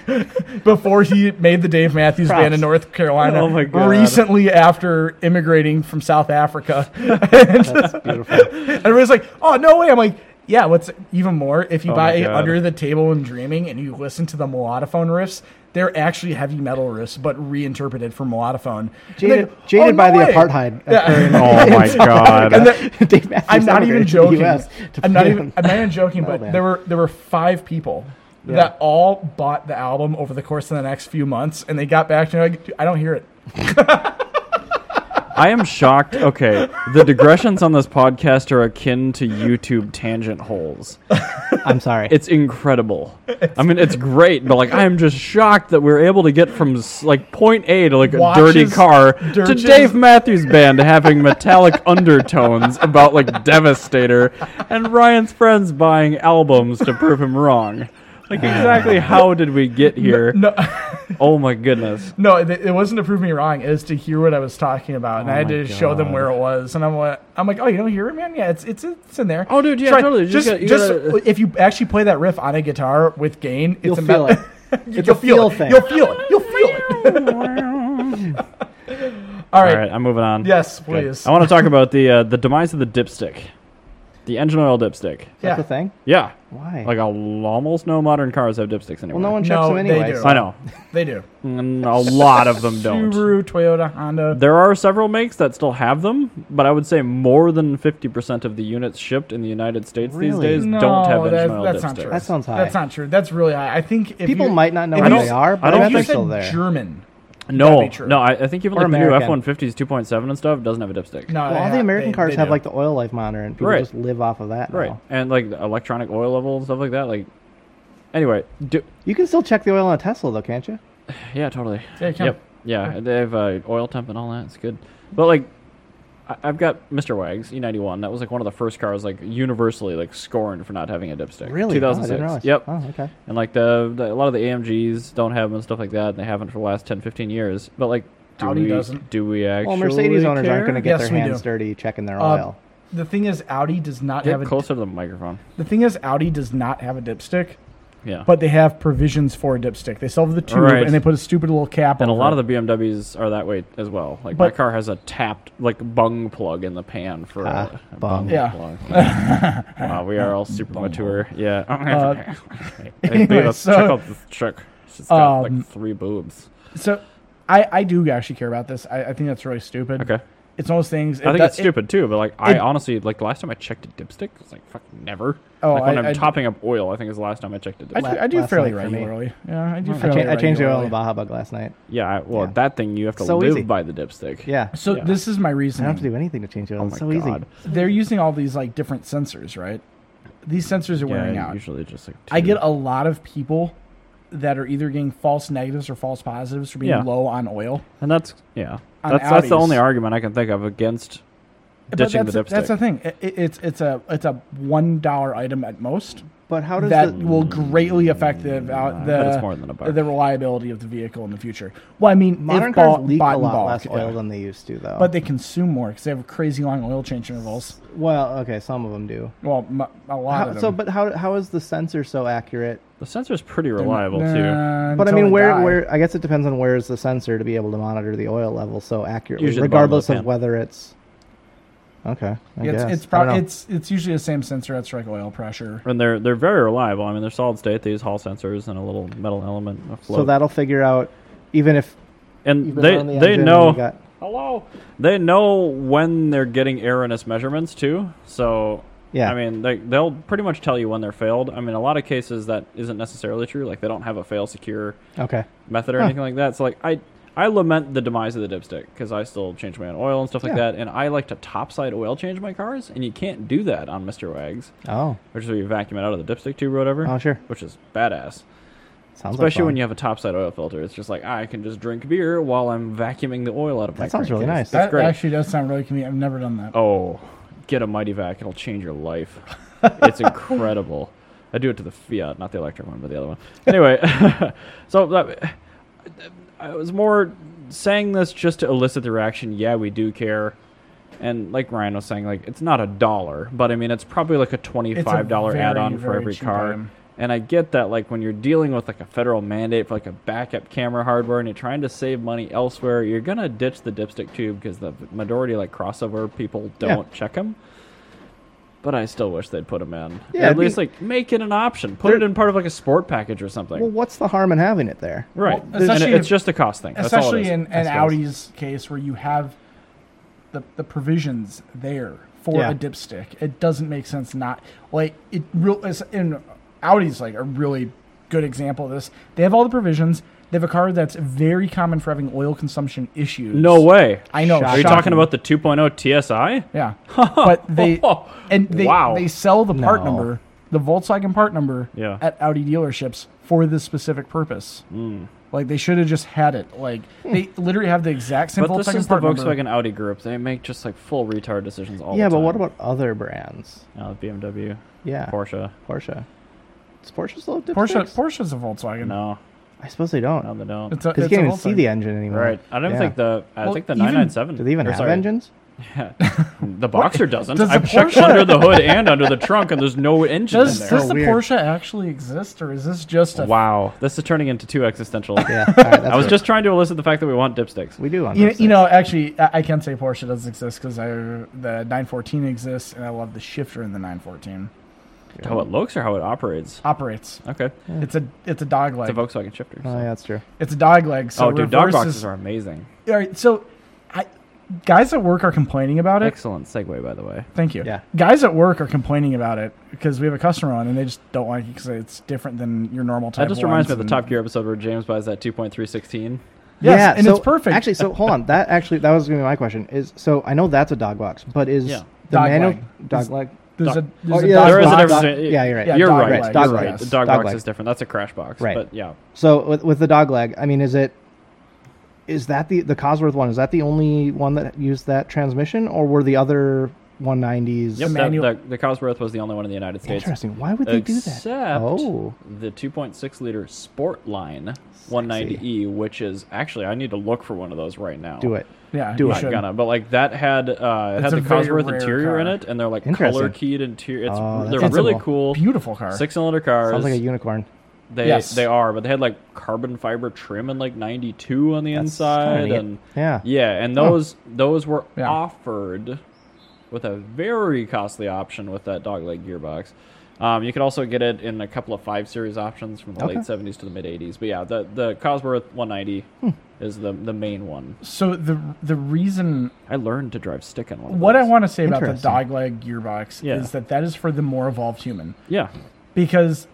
[SPEAKER 2] before he made the Dave Matthews Band in
[SPEAKER 3] Props.
[SPEAKER 2] North Carolina.
[SPEAKER 1] Oh my God.
[SPEAKER 2] Recently, after immigrating from South Africa,
[SPEAKER 3] That's beautiful.
[SPEAKER 2] and everybody's like, "Oh no way!" I'm like, "Yeah, what's even more? If you
[SPEAKER 1] Oh my
[SPEAKER 2] buy
[SPEAKER 1] God.
[SPEAKER 2] Under the Table and Dreaming and you listen to the melodiphone riffs, they're actually heavy metal riffs, but reinterpreted for melodiphone." And
[SPEAKER 3] Jaded,
[SPEAKER 2] they-
[SPEAKER 3] jaded
[SPEAKER 2] "Oh, no
[SPEAKER 3] by the
[SPEAKER 2] way."
[SPEAKER 3] apartheid.
[SPEAKER 2] Yeah.
[SPEAKER 5] oh my god.
[SPEAKER 3] Dave Matthews
[SPEAKER 2] I'm not even
[SPEAKER 3] immigrated to the
[SPEAKER 2] joking.
[SPEAKER 3] US to
[SPEAKER 2] I'm not
[SPEAKER 3] play
[SPEAKER 2] even.
[SPEAKER 3] on-
[SPEAKER 2] I'm not even joking.
[SPEAKER 3] Metal
[SPEAKER 2] But
[SPEAKER 3] band.
[SPEAKER 2] there were there were five people that all bought the album over the course of the next few months, and they got back to me like, "Dude, I don't hear it.
[SPEAKER 1] I am shocked. Okay, the digressions on this podcast are akin to YouTube tangent holes.
[SPEAKER 3] I'm sorry.
[SPEAKER 1] It's incredible. I mean, it's great, but like, I am just shocked that we are able to get from s- like point A to like a dirty
[SPEAKER 2] Watches-
[SPEAKER 1] car to
[SPEAKER 2] dirges.
[SPEAKER 1] Dave Matthews Band having metallic undertones about like Devastator, and Ryan's friends buying albums to prove him wrong. Like, exactly how did we get here?
[SPEAKER 2] No."
[SPEAKER 1] Oh my goodness.
[SPEAKER 2] No, it, it wasn't to prove me wrong. It was to hear what I was talking about, and I had
[SPEAKER 1] Oh my
[SPEAKER 2] to show them
[SPEAKER 1] God.
[SPEAKER 2] where it was. And I'm like, I'm like, oh, you don't hear it, man? Yeah, it's it's it's in there.
[SPEAKER 1] Oh, dude, yeah,
[SPEAKER 2] Try-
[SPEAKER 1] totally. You
[SPEAKER 2] Just
[SPEAKER 1] gotta- you
[SPEAKER 2] just
[SPEAKER 1] gotta-
[SPEAKER 2] if you actually play that riff on a guitar with gain, it's
[SPEAKER 3] You'll
[SPEAKER 2] a
[SPEAKER 3] feel
[SPEAKER 2] metal.
[SPEAKER 3] it. It's a feel
[SPEAKER 2] it.
[SPEAKER 3] thing.
[SPEAKER 2] You'll feel it. You'll feel it. All
[SPEAKER 1] All
[SPEAKER 2] right.
[SPEAKER 1] right, I'm moving on.
[SPEAKER 2] Yes,
[SPEAKER 1] Good.
[SPEAKER 2] please.
[SPEAKER 1] I want to talk about the uh, the demise of the dipstick, the engine oil dipstick.
[SPEAKER 2] yeah.
[SPEAKER 3] That's a thing.
[SPEAKER 1] Yeah,
[SPEAKER 3] Why?
[SPEAKER 1] like a, almost no modern cars have dipsticks anymore.
[SPEAKER 3] well, no one checks
[SPEAKER 2] No,
[SPEAKER 3] them
[SPEAKER 2] they
[SPEAKER 3] anyway.
[SPEAKER 2] do.
[SPEAKER 3] so-
[SPEAKER 1] I know,
[SPEAKER 2] They do.
[SPEAKER 1] Mm, a lot of them don't.
[SPEAKER 2] Subaru, Toyota, Honda.
[SPEAKER 1] There are several makes that still have them, but I would say more than fifty percent of the units shipped in the United States these
[SPEAKER 3] Really?
[SPEAKER 1] days
[SPEAKER 2] No,
[SPEAKER 1] don't have engine
[SPEAKER 2] that-
[SPEAKER 1] oil
[SPEAKER 2] that's
[SPEAKER 1] dipsticks.
[SPEAKER 2] not true.
[SPEAKER 3] That sounds high.
[SPEAKER 2] That's not true. That's really high. I think if
[SPEAKER 3] People
[SPEAKER 2] you-
[SPEAKER 3] might not know
[SPEAKER 2] if
[SPEAKER 3] where
[SPEAKER 2] you-
[SPEAKER 3] they are, but
[SPEAKER 1] I
[SPEAKER 3] I
[SPEAKER 1] don't
[SPEAKER 3] don't
[SPEAKER 2] if you
[SPEAKER 3] they're
[SPEAKER 1] think-
[SPEAKER 2] said
[SPEAKER 3] still there.
[SPEAKER 2] German. That'd
[SPEAKER 1] No,
[SPEAKER 2] be true.
[SPEAKER 1] no, I, I think even
[SPEAKER 3] Or
[SPEAKER 1] like
[SPEAKER 3] American.
[SPEAKER 1] the new F150s 2.7 and stuff doesn't have a dipstick.
[SPEAKER 2] No,
[SPEAKER 3] Well, all
[SPEAKER 2] they-
[SPEAKER 3] the American
[SPEAKER 2] they-
[SPEAKER 3] cars
[SPEAKER 2] they
[SPEAKER 3] have
[SPEAKER 2] do.
[SPEAKER 3] like the oil life monitor, and people
[SPEAKER 1] Right.
[SPEAKER 3] just live off of that.
[SPEAKER 1] right,
[SPEAKER 3] now.
[SPEAKER 1] and like the electronic oil level and stuff like that. Like, anyway, do,
[SPEAKER 3] You can still check the oil on a Tesla, though, can't you?
[SPEAKER 1] Yeah, totally.
[SPEAKER 2] Yeah, you can.
[SPEAKER 1] Yep. Yeah, they have uh, oil temp and all that. It's good. But like, I- I've got Mr. Wags E91. That was like one of the first cars like universally like scorned for not having a dipstick.
[SPEAKER 3] Really? Oh, I didn't
[SPEAKER 1] 2006.
[SPEAKER 3] realize.
[SPEAKER 1] yep.
[SPEAKER 3] Oh, okay.
[SPEAKER 1] And like the, the a lot of the AMGs don't have them and stuff like that. And they haven't for the last 10, 15 years. But like, do
[SPEAKER 2] Audi
[SPEAKER 1] we
[SPEAKER 2] doesn't.
[SPEAKER 1] do we actually?
[SPEAKER 3] Well, Mercedes owners
[SPEAKER 1] care?
[SPEAKER 3] aren't going to get
[SPEAKER 2] Yes,
[SPEAKER 3] their
[SPEAKER 2] we
[SPEAKER 3] hands
[SPEAKER 2] do.
[SPEAKER 3] dirty checking their
[SPEAKER 2] Uh,
[SPEAKER 3] oil.
[SPEAKER 2] The thing is, Audi does not
[SPEAKER 1] Get
[SPEAKER 2] have a
[SPEAKER 1] closer to the microphone.
[SPEAKER 2] The thing is, Audi does not have a dipstick,
[SPEAKER 1] Yeah.
[SPEAKER 2] But they have provisions for a dipstick. They sell the tube
[SPEAKER 1] Right.
[SPEAKER 2] and they put a stupid little cap
[SPEAKER 1] and a
[SPEAKER 2] over
[SPEAKER 1] lot
[SPEAKER 2] it.
[SPEAKER 1] of the BMWs are that way as well. Like my
[SPEAKER 2] But-
[SPEAKER 1] car has a tapped like bung plug in the pan for
[SPEAKER 3] Ah,
[SPEAKER 1] a
[SPEAKER 3] bung.
[SPEAKER 2] Yeah.
[SPEAKER 1] plug. wow, we are all super mature. Yeah.
[SPEAKER 2] Uh,
[SPEAKER 1] Hey, babe, let's
[SPEAKER 2] so-
[SPEAKER 1] check out this chick. She's got
[SPEAKER 2] Um,
[SPEAKER 1] like three boobs.
[SPEAKER 2] So I, I do actually care about this. I, I think that's really stupid.
[SPEAKER 1] Okay.
[SPEAKER 2] It's one of those things.
[SPEAKER 1] I think
[SPEAKER 2] that-
[SPEAKER 1] it's stupid too, but like I
[SPEAKER 2] it-
[SPEAKER 1] honestly like the last time I checked a dipstick, it's like fuck never.
[SPEAKER 2] Oh,
[SPEAKER 1] like when
[SPEAKER 2] I-
[SPEAKER 1] am
[SPEAKER 2] I-
[SPEAKER 1] topping up oil, I think is the last time I checked a
[SPEAKER 2] I
[SPEAKER 1] dipstick.
[SPEAKER 2] do,
[SPEAKER 3] La-
[SPEAKER 2] I do
[SPEAKER 3] last
[SPEAKER 2] fairly
[SPEAKER 3] night for me.
[SPEAKER 2] regularly. Yeah, I do
[SPEAKER 3] I,
[SPEAKER 2] fairly
[SPEAKER 3] cha- I changed the oil in
[SPEAKER 2] regularly.
[SPEAKER 3] the Baja Bug last night.
[SPEAKER 1] yeah, I, well
[SPEAKER 3] Yeah.
[SPEAKER 1] that thing you have to
[SPEAKER 3] So
[SPEAKER 1] live
[SPEAKER 3] easy.
[SPEAKER 1] by the dipstick.
[SPEAKER 3] Yeah,
[SPEAKER 2] So
[SPEAKER 1] Yeah.
[SPEAKER 2] this is my
[SPEAKER 3] I
[SPEAKER 2] reason.
[SPEAKER 3] don't have to do anything to change the oil.
[SPEAKER 1] Oh my
[SPEAKER 3] it's so
[SPEAKER 1] god.
[SPEAKER 3] easy.
[SPEAKER 2] They're using all these like different sensors, right? These sensors are wearing
[SPEAKER 1] Yeah,
[SPEAKER 2] out.
[SPEAKER 1] usually just like
[SPEAKER 2] I
[SPEAKER 1] two.
[SPEAKER 2] get a lot of people that are either getting false negatives or false positives for being
[SPEAKER 1] Yeah.
[SPEAKER 2] low on oil.
[SPEAKER 1] And that's yeah.
[SPEAKER 2] On
[SPEAKER 1] That's that's the
[SPEAKER 2] Audis.
[SPEAKER 1] only argument I can think of against ditching
[SPEAKER 2] but
[SPEAKER 1] the
[SPEAKER 2] that's,
[SPEAKER 1] dipstick.
[SPEAKER 2] that's the thing. It, it- it's it's a it's a one dollar item at most
[SPEAKER 3] But how does
[SPEAKER 2] that
[SPEAKER 3] the, Mm,
[SPEAKER 2] will greatly affect the val-
[SPEAKER 1] I
[SPEAKER 2] Uh, the,
[SPEAKER 1] bet it's more than a buck.
[SPEAKER 2] the reliability of the vehicle in the future. Well, I mean,
[SPEAKER 3] modern
[SPEAKER 2] if
[SPEAKER 3] cars
[SPEAKER 2] bought-
[SPEAKER 3] leak
[SPEAKER 2] bought
[SPEAKER 3] a
[SPEAKER 2] in
[SPEAKER 3] lot
[SPEAKER 2] bulk,
[SPEAKER 3] less oil
[SPEAKER 2] yeah.
[SPEAKER 3] than they used to, though?
[SPEAKER 2] but they consume more because they have crazy long oil change intervals.
[SPEAKER 3] well, okay, some of them do.
[SPEAKER 2] Well, m- a lot
[SPEAKER 3] How,
[SPEAKER 2] of them.
[SPEAKER 3] so, but how how is the sensor so accurate?
[SPEAKER 1] the sensor's pretty reliable too.
[SPEAKER 2] Nah,
[SPEAKER 3] But I
[SPEAKER 2] until
[SPEAKER 3] mean,
[SPEAKER 2] they
[SPEAKER 3] where
[SPEAKER 2] die.
[SPEAKER 3] where I guess it depends on where is the sensor to be able to monitor the oil level so accurately,
[SPEAKER 1] Usually the bottom of
[SPEAKER 3] regardless
[SPEAKER 1] the
[SPEAKER 3] of,
[SPEAKER 1] pan.
[SPEAKER 3] whether it's okay. I
[SPEAKER 2] it's it's
[SPEAKER 3] guess. I don't
[SPEAKER 2] probably
[SPEAKER 3] know.
[SPEAKER 2] it's it's usually the same sensor that's like oil pressure.
[SPEAKER 1] And they're they're very reliable. I mean, they're solid state. They use Hall sensors and a little metal element. a
[SPEAKER 3] so
[SPEAKER 1] float.
[SPEAKER 3] that'll figure out even if
[SPEAKER 1] and
[SPEAKER 3] even
[SPEAKER 1] they
[SPEAKER 3] on the
[SPEAKER 1] they
[SPEAKER 3] engine
[SPEAKER 1] know
[SPEAKER 3] you got-
[SPEAKER 1] hello. They know when they're getting erroneous measurements too. So
[SPEAKER 3] Yeah.
[SPEAKER 1] I mean, they they'll pretty much tell you when they're failed. I mean, a lot of cases that isn't necessarily true. Like they don't have a fail secure
[SPEAKER 3] okay.
[SPEAKER 1] method or anything like that. So like I I lament the demise of the dipstick because I still change my own oil and stuff like
[SPEAKER 3] Yeah.
[SPEAKER 1] that, and I like to topside oil change my cars, and you can't do that on Mister Wags,
[SPEAKER 3] Oh,
[SPEAKER 1] which is where you vacuum it out of the dipstick tube or whatever.
[SPEAKER 3] Oh, sure.
[SPEAKER 1] which is badass.
[SPEAKER 3] sounds
[SPEAKER 1] Especially
[SPEAKER 3] like
[SPEAKER 1] when you have a topside oil filter, it's just like I can just drink beer while I'm vacuuming the oil out of my.
[SPEAKER 3] That sounds
[SPEAKER 1] crankcase.
[SPEAKER 3] really nice.
[SPEAKER 1] That's
[SPEAKER 2] that
[SPEAKER 1] great.
[SPEAKER 2] actually does sound really convenient. I've never done that.
[SPEAKER 1] oh, get a mighty vac; it'll change your life. it's incredible. I do it to the Fiat, not the electric one, but the other one. Anyway, so that, I was more saying this just to elicit the reaction. Yeah, we do care. And like Ryan was saying, like it's not a dollar, but I mean it's probably like a twenty-five dollar
[SPEAKER 2] very,
[SPEAKER 1] add-on for
[SPEAKER 2] very
[SPEAKER 1] every
[SPEAKER 2] cheap
[SPEAKER 1] car.
[SPEAKER 2] item.
[SPEAKER 1] And I get that, like when you're dealing with like a federal mandate for like a backup camera hardware, and you're trying to save money elsewhere, you're gonna ditch the dipstick tube because the majority like crossover people don't 'em. check them. But I still wish they'd put them in.
[SPEAKER 3] Yeah,
[SPEAKER 1] at
[SPEAKER 3] I mean-
[SPEAKER 1] least like make it an option. Put it in part of like a sport package or something.
[SPEAKER 3] well, what's the harm in having it there?
[SPEAKER 1] right.
[SPEAKER 2] well,
[SPEAKER 1] And it-
[SPEAKER 2] essentially-
[SPEAKER 1] it's just a cost thing. That's all it
[SPEAKER 2] Especially
[SPEAKER 1] is.
[SPEAKER 2] in,
[SPEAKER 3] I
[SPEAKER 2] in
[SPEAKER 3] suppose.
[SPEAKER 2] Audi's case where you have the the provisions there for
[SPEAKER 3] Yeah.
[SPEAKER 2] a dipstick. It doesn't make sense not like it real it's- and Audi's like a really good example of this. They have all the provisions. They have a car that's very common for having oil consumption issues.
[SPEAKER 1] No way.
[SPEAKER 2] I know.
[SPEAKER 1] Are you
[SPEAKER 2] shocking.
[SPEAKER 1] talking about the 2.0 TSI?
[SPEAKER 2] Yeah. but
[SPEAKER 3] Oh,
[SPEAKER 2] they and they
[SPEAKER 1] Wow.
[SPEAKER 2] they sell the part
[SPEAKER 3] No.
[SPEAKER 2] number, the Volkswagen part number
[SPEAKER 1] Yeah.
[SPEAKER 2] at Audi dealerships for this specific purpose.
[SPEAKER 1] Mm.
[SPEAKER 2] Like they should have just had it. Like
[SPEAKER 3] Hmm.
[SPEAKER 2] they literally have the exact same
[SPEAKER 1] But
[SPEAKER 2] Volkswagen
[SPEAKER 1] this is the
[SPEAKER 2] part
[SPEAKER 1] Volkswagen
[SPEAKER 2] number.
[SPEAKER 1] Audi group. They make just like full retard decisions all
[SPEAKER 3] yeah,
[SPEAKER 1] the
[SPEAKER 3] but
[SPEAKER 1] time.
[SPEAKER 3] what about other brands?
[SPEAKER 1] Uh, BMW,
[SPEAKER 3] Yeah,
[SPEAKER 1] Porsche?
[SPEAKER 3] Porsche. Does Porsche still have
[SPEAKER 2] Porsche
[SPEAKER 3] dipsticks?
[SPEAKER 2] Porsche's a Volkswagen.
[SPEAKER 1] No,
[SPEAKER 3] I suppose they don't
[SPEAKER 1] no, they don't.
[SPEAKER 2] It's a,
[SPEAKER 3] because you
[SPEAKER 2] it's a
[SPEAKER 3] can't even see
[SPEAKER 2] Volkswagen.
[SPEAKER 3] the engine anymore.
[SPEAKER 1] Right. I don't
[SPEAKER 3] Yeah.
[SPEAKER 1] think the. I
[SPEAKER 2] Well,
[SPEAKER 1] think the
[SPEAKER 2] even-
[SPEAKER 1] 997.
[SPEAKER 3] Do they even
[SPEAKER 1] or
[SPEAKER 3] have
[SPEAKER 1] sorry,
[SPEAKER 3] engines?
[SPEAKER 1] The Boxer doesn't.
[SPEAKER 2] Does the
[SPEAKER 1] I've checked
[SPEAKER 2] Porsche-
[SPEAKER 1] under the hood and under the trunk, and there's no engine
[SPEAKER 2] Does,
[SPEAKER 1] in there.
[SPEAKER 2] does
[SPEAKER 3] So
[SPEAKER 2] the
[SPEAKER 3] weird.
[SPEAKER 2] Porsche actually exist, or is this just a
[SPEAKER 1] wow, this is turning into two existential.
[SPEAKER 3] Yeah, all right,
[SPEAKER 1] I was
[SPEAKER 3] that's
[SPEAKER 1] just trying to elicit the fact that we want dipsticks.
[SPEAKER 3] We do want
[SPEAKER 2] You,
[SPEAKER 3] those
[SPEAKER 2] you know, actually, I, I can say Porsche does exist because the 914 exists, and I love the shifter in the 914.
[SPEAKER 1] How it looks or how it operates.
[SPEAKER 2] Operates.
[SPEAKER 1] Okay,
[SPEAKER 2] It's a it's a dog leg.
[SPEAKER 1] it's a Volkswagen shifter.
[SPEAKER 3] Oh,
[SPEAKER 1] so-
[SPEAKER 3] yeah, that's true.
[SPEAKER 2] It's a dog leg. So
[SPEAKER 1] oh, dude, dog
[SPEAKER 2] reverse
[SPEAKER 1] boxes
[SPEAKER 2] is-
[SPEAKER 1] are amazing.
[SPEAKER 2] All right, so I, guys at work are complaining about it.
[SPEAKER 1] Excellent segue, by the way.
[SPEAKER 2] Thank you.
[SPEAKER 3] Yeah.
[SPEAKER 2] Guys at work are complaining about it because we have a customer on and they just don't like it because it's different than your normal type.
[SPEAKER 1] That just reminds me of the
[SPEAKER 2] ones
[SPEAKER 1] Top
[SPEAKER 2] and-
[SPEAKER 1] Gear episode where James buys that 2.316.
[SPEAKER 2] Yes,
[SPEAKER 3] yeah,
[SPEAKER 2] and
[SPEAKER 3] so
[SPEAKER 2] it's perfect.
[SPEAKER 3] Actually, so hold on. That actually that was going to be my question. Is so I know that's a dog box, but is
[SPEAKER 1] Yeah.
[SPEAKER 3] the
[SPEAKER 2] Dog
[SPEAKER 3] manual
[SPEAKER 2] leg.
[SPEAKER 3] dog
[SPEAKER 2] Is-
[SPEAKER 3] leg?
[SPEAKER 2] there's a,
[SPEAKER 1] Doc-
[SPEAKER 2] there's
[SPEAKER 3] Oh,
[SPEAKER 2] a
[SPEAKER 3] yeah,
[SPEAKER 2] dog
[SPEAKER 3] there is a
[SPEAKER 2] box.
[SPEAKER 3] difference. yeah, you're right.
[SPEAKER 2] Yeah,
[SPEAKER 1] you're
[SPEAKER 2] dog
[SPEAKER 1] right.
[SPEAKER 2] legs,
[SPEAKER 1] Dog
[SPEAKER 2] yes.
[SPEAKER 1] right. The dog,
[SPEAKER 3] Dog
[SPEAKER 1] box
[SPEAKER 3] legs.
[SPEAKER 1] is different. That's a crash box.
[SPEAKER 3] Right.
[SPEAKER 1] But yeah,
[SPEAKER 3] So with, with the dog leg, I mean, is it is that the the Cosworth one? Is that the only one that used that transmission, or were the other 190s?
[SPEAKER 1] yep,
[SPEAKER 2] The
[SPEAKER 1] that-
[SPEAKER 2] manual-
[SPEAKER 1] the, the Cosworth was the only one in the United States.
[SPEAKER 3] Interesting. Why would they do that?
[SPEAKER 1] Except
[SPEAKER 3] Oh,
[SPEAKER 1] the 2.6 liter Sportline 190e, which is actually I need to look for one of those right now.
[SPEAKER 3] do it.
[SPEAKER 2] Yeah,
[SPEAKER 3] Do
[SPEAKER 2] you
[SPEAKER 3] it.
[SPEAKER 1] Not
[SPEAKER 2] should.
[SPEAKER 1] gonna, but like that had uh, it had
[SPEAKER 2] It's a
[SPEAKER 1] the
[SPEAKER 2] very
[SPEAKER 1] Cosworth
[SPEAKER 2] rare
[SPEAKER 1] interior in
[SPEAKER 2] car.
[SPEAKER 1] it, and they're like
[SPEAKER 3] Interesting.
[SPEAKER 1] color keyed interior. It's
[SPEAKER 3] Oh, that's
[SPEAKER 1] they're
[SPEAKER 3] cool.
[SPEAKER 1] really cool.
[SPEAKER 2] Beautiful car.
[SPEAKER 1] Six cylinder cars.
[SPEAKER 3] Sounds like a unicorn.
[SPEAKER 1] They
[SPEAKER 2] Yes.
[SPEAKER 1] they are, but they had like carbon fiber trim and like 92 on the inside
[SPEAKER 3] kinda neat.
[SPEAKER 1] and
[SPEAKER 3] Yeah.
[SPEAKER 1] Yeah, and those those were
[SPEAKER 2] Yeah.
[SPEAKER 1] offered with a very costly option with that dogleg gearbox. Um, you could also get it in a couple of five series options from the
[SPEAKER 3] Okay.
[SPEAKER 1] late seventies to the mid eighties. But yeah, the the Cosworth one ninety
[SPEAKER 2] Hmm.
[SPEAKER 1] is the the main one.
[SPEAKER 2] So the the reason
[SPEAKER 1] I learned to drive stick on one. Of
[SPEAKER 2] what I
[SPEAKER 1] those.
[SPEAKER 2] want to say about the
[SPEAKER 3] Interesting.
[SPEAKER 2] dogleg gearbox
[SPEAKER 1] Yeah.
[SPEAKER 2] is that that is for the more evolved human
[SPEAKER 1] Yeah,
[SPEAKER 2] because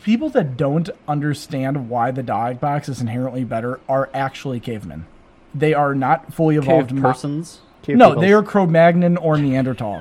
[SPEAKER 2] people that don't understand why the dog box is inherently better are actually cavemen. They are not fully evolved
[SPEAKER 1] cave
[SPEAKER 2] mo-
[SPEAKER 1] persons.
[SPEAKER 2] No, they are Cro-Magnon or Neanderthal.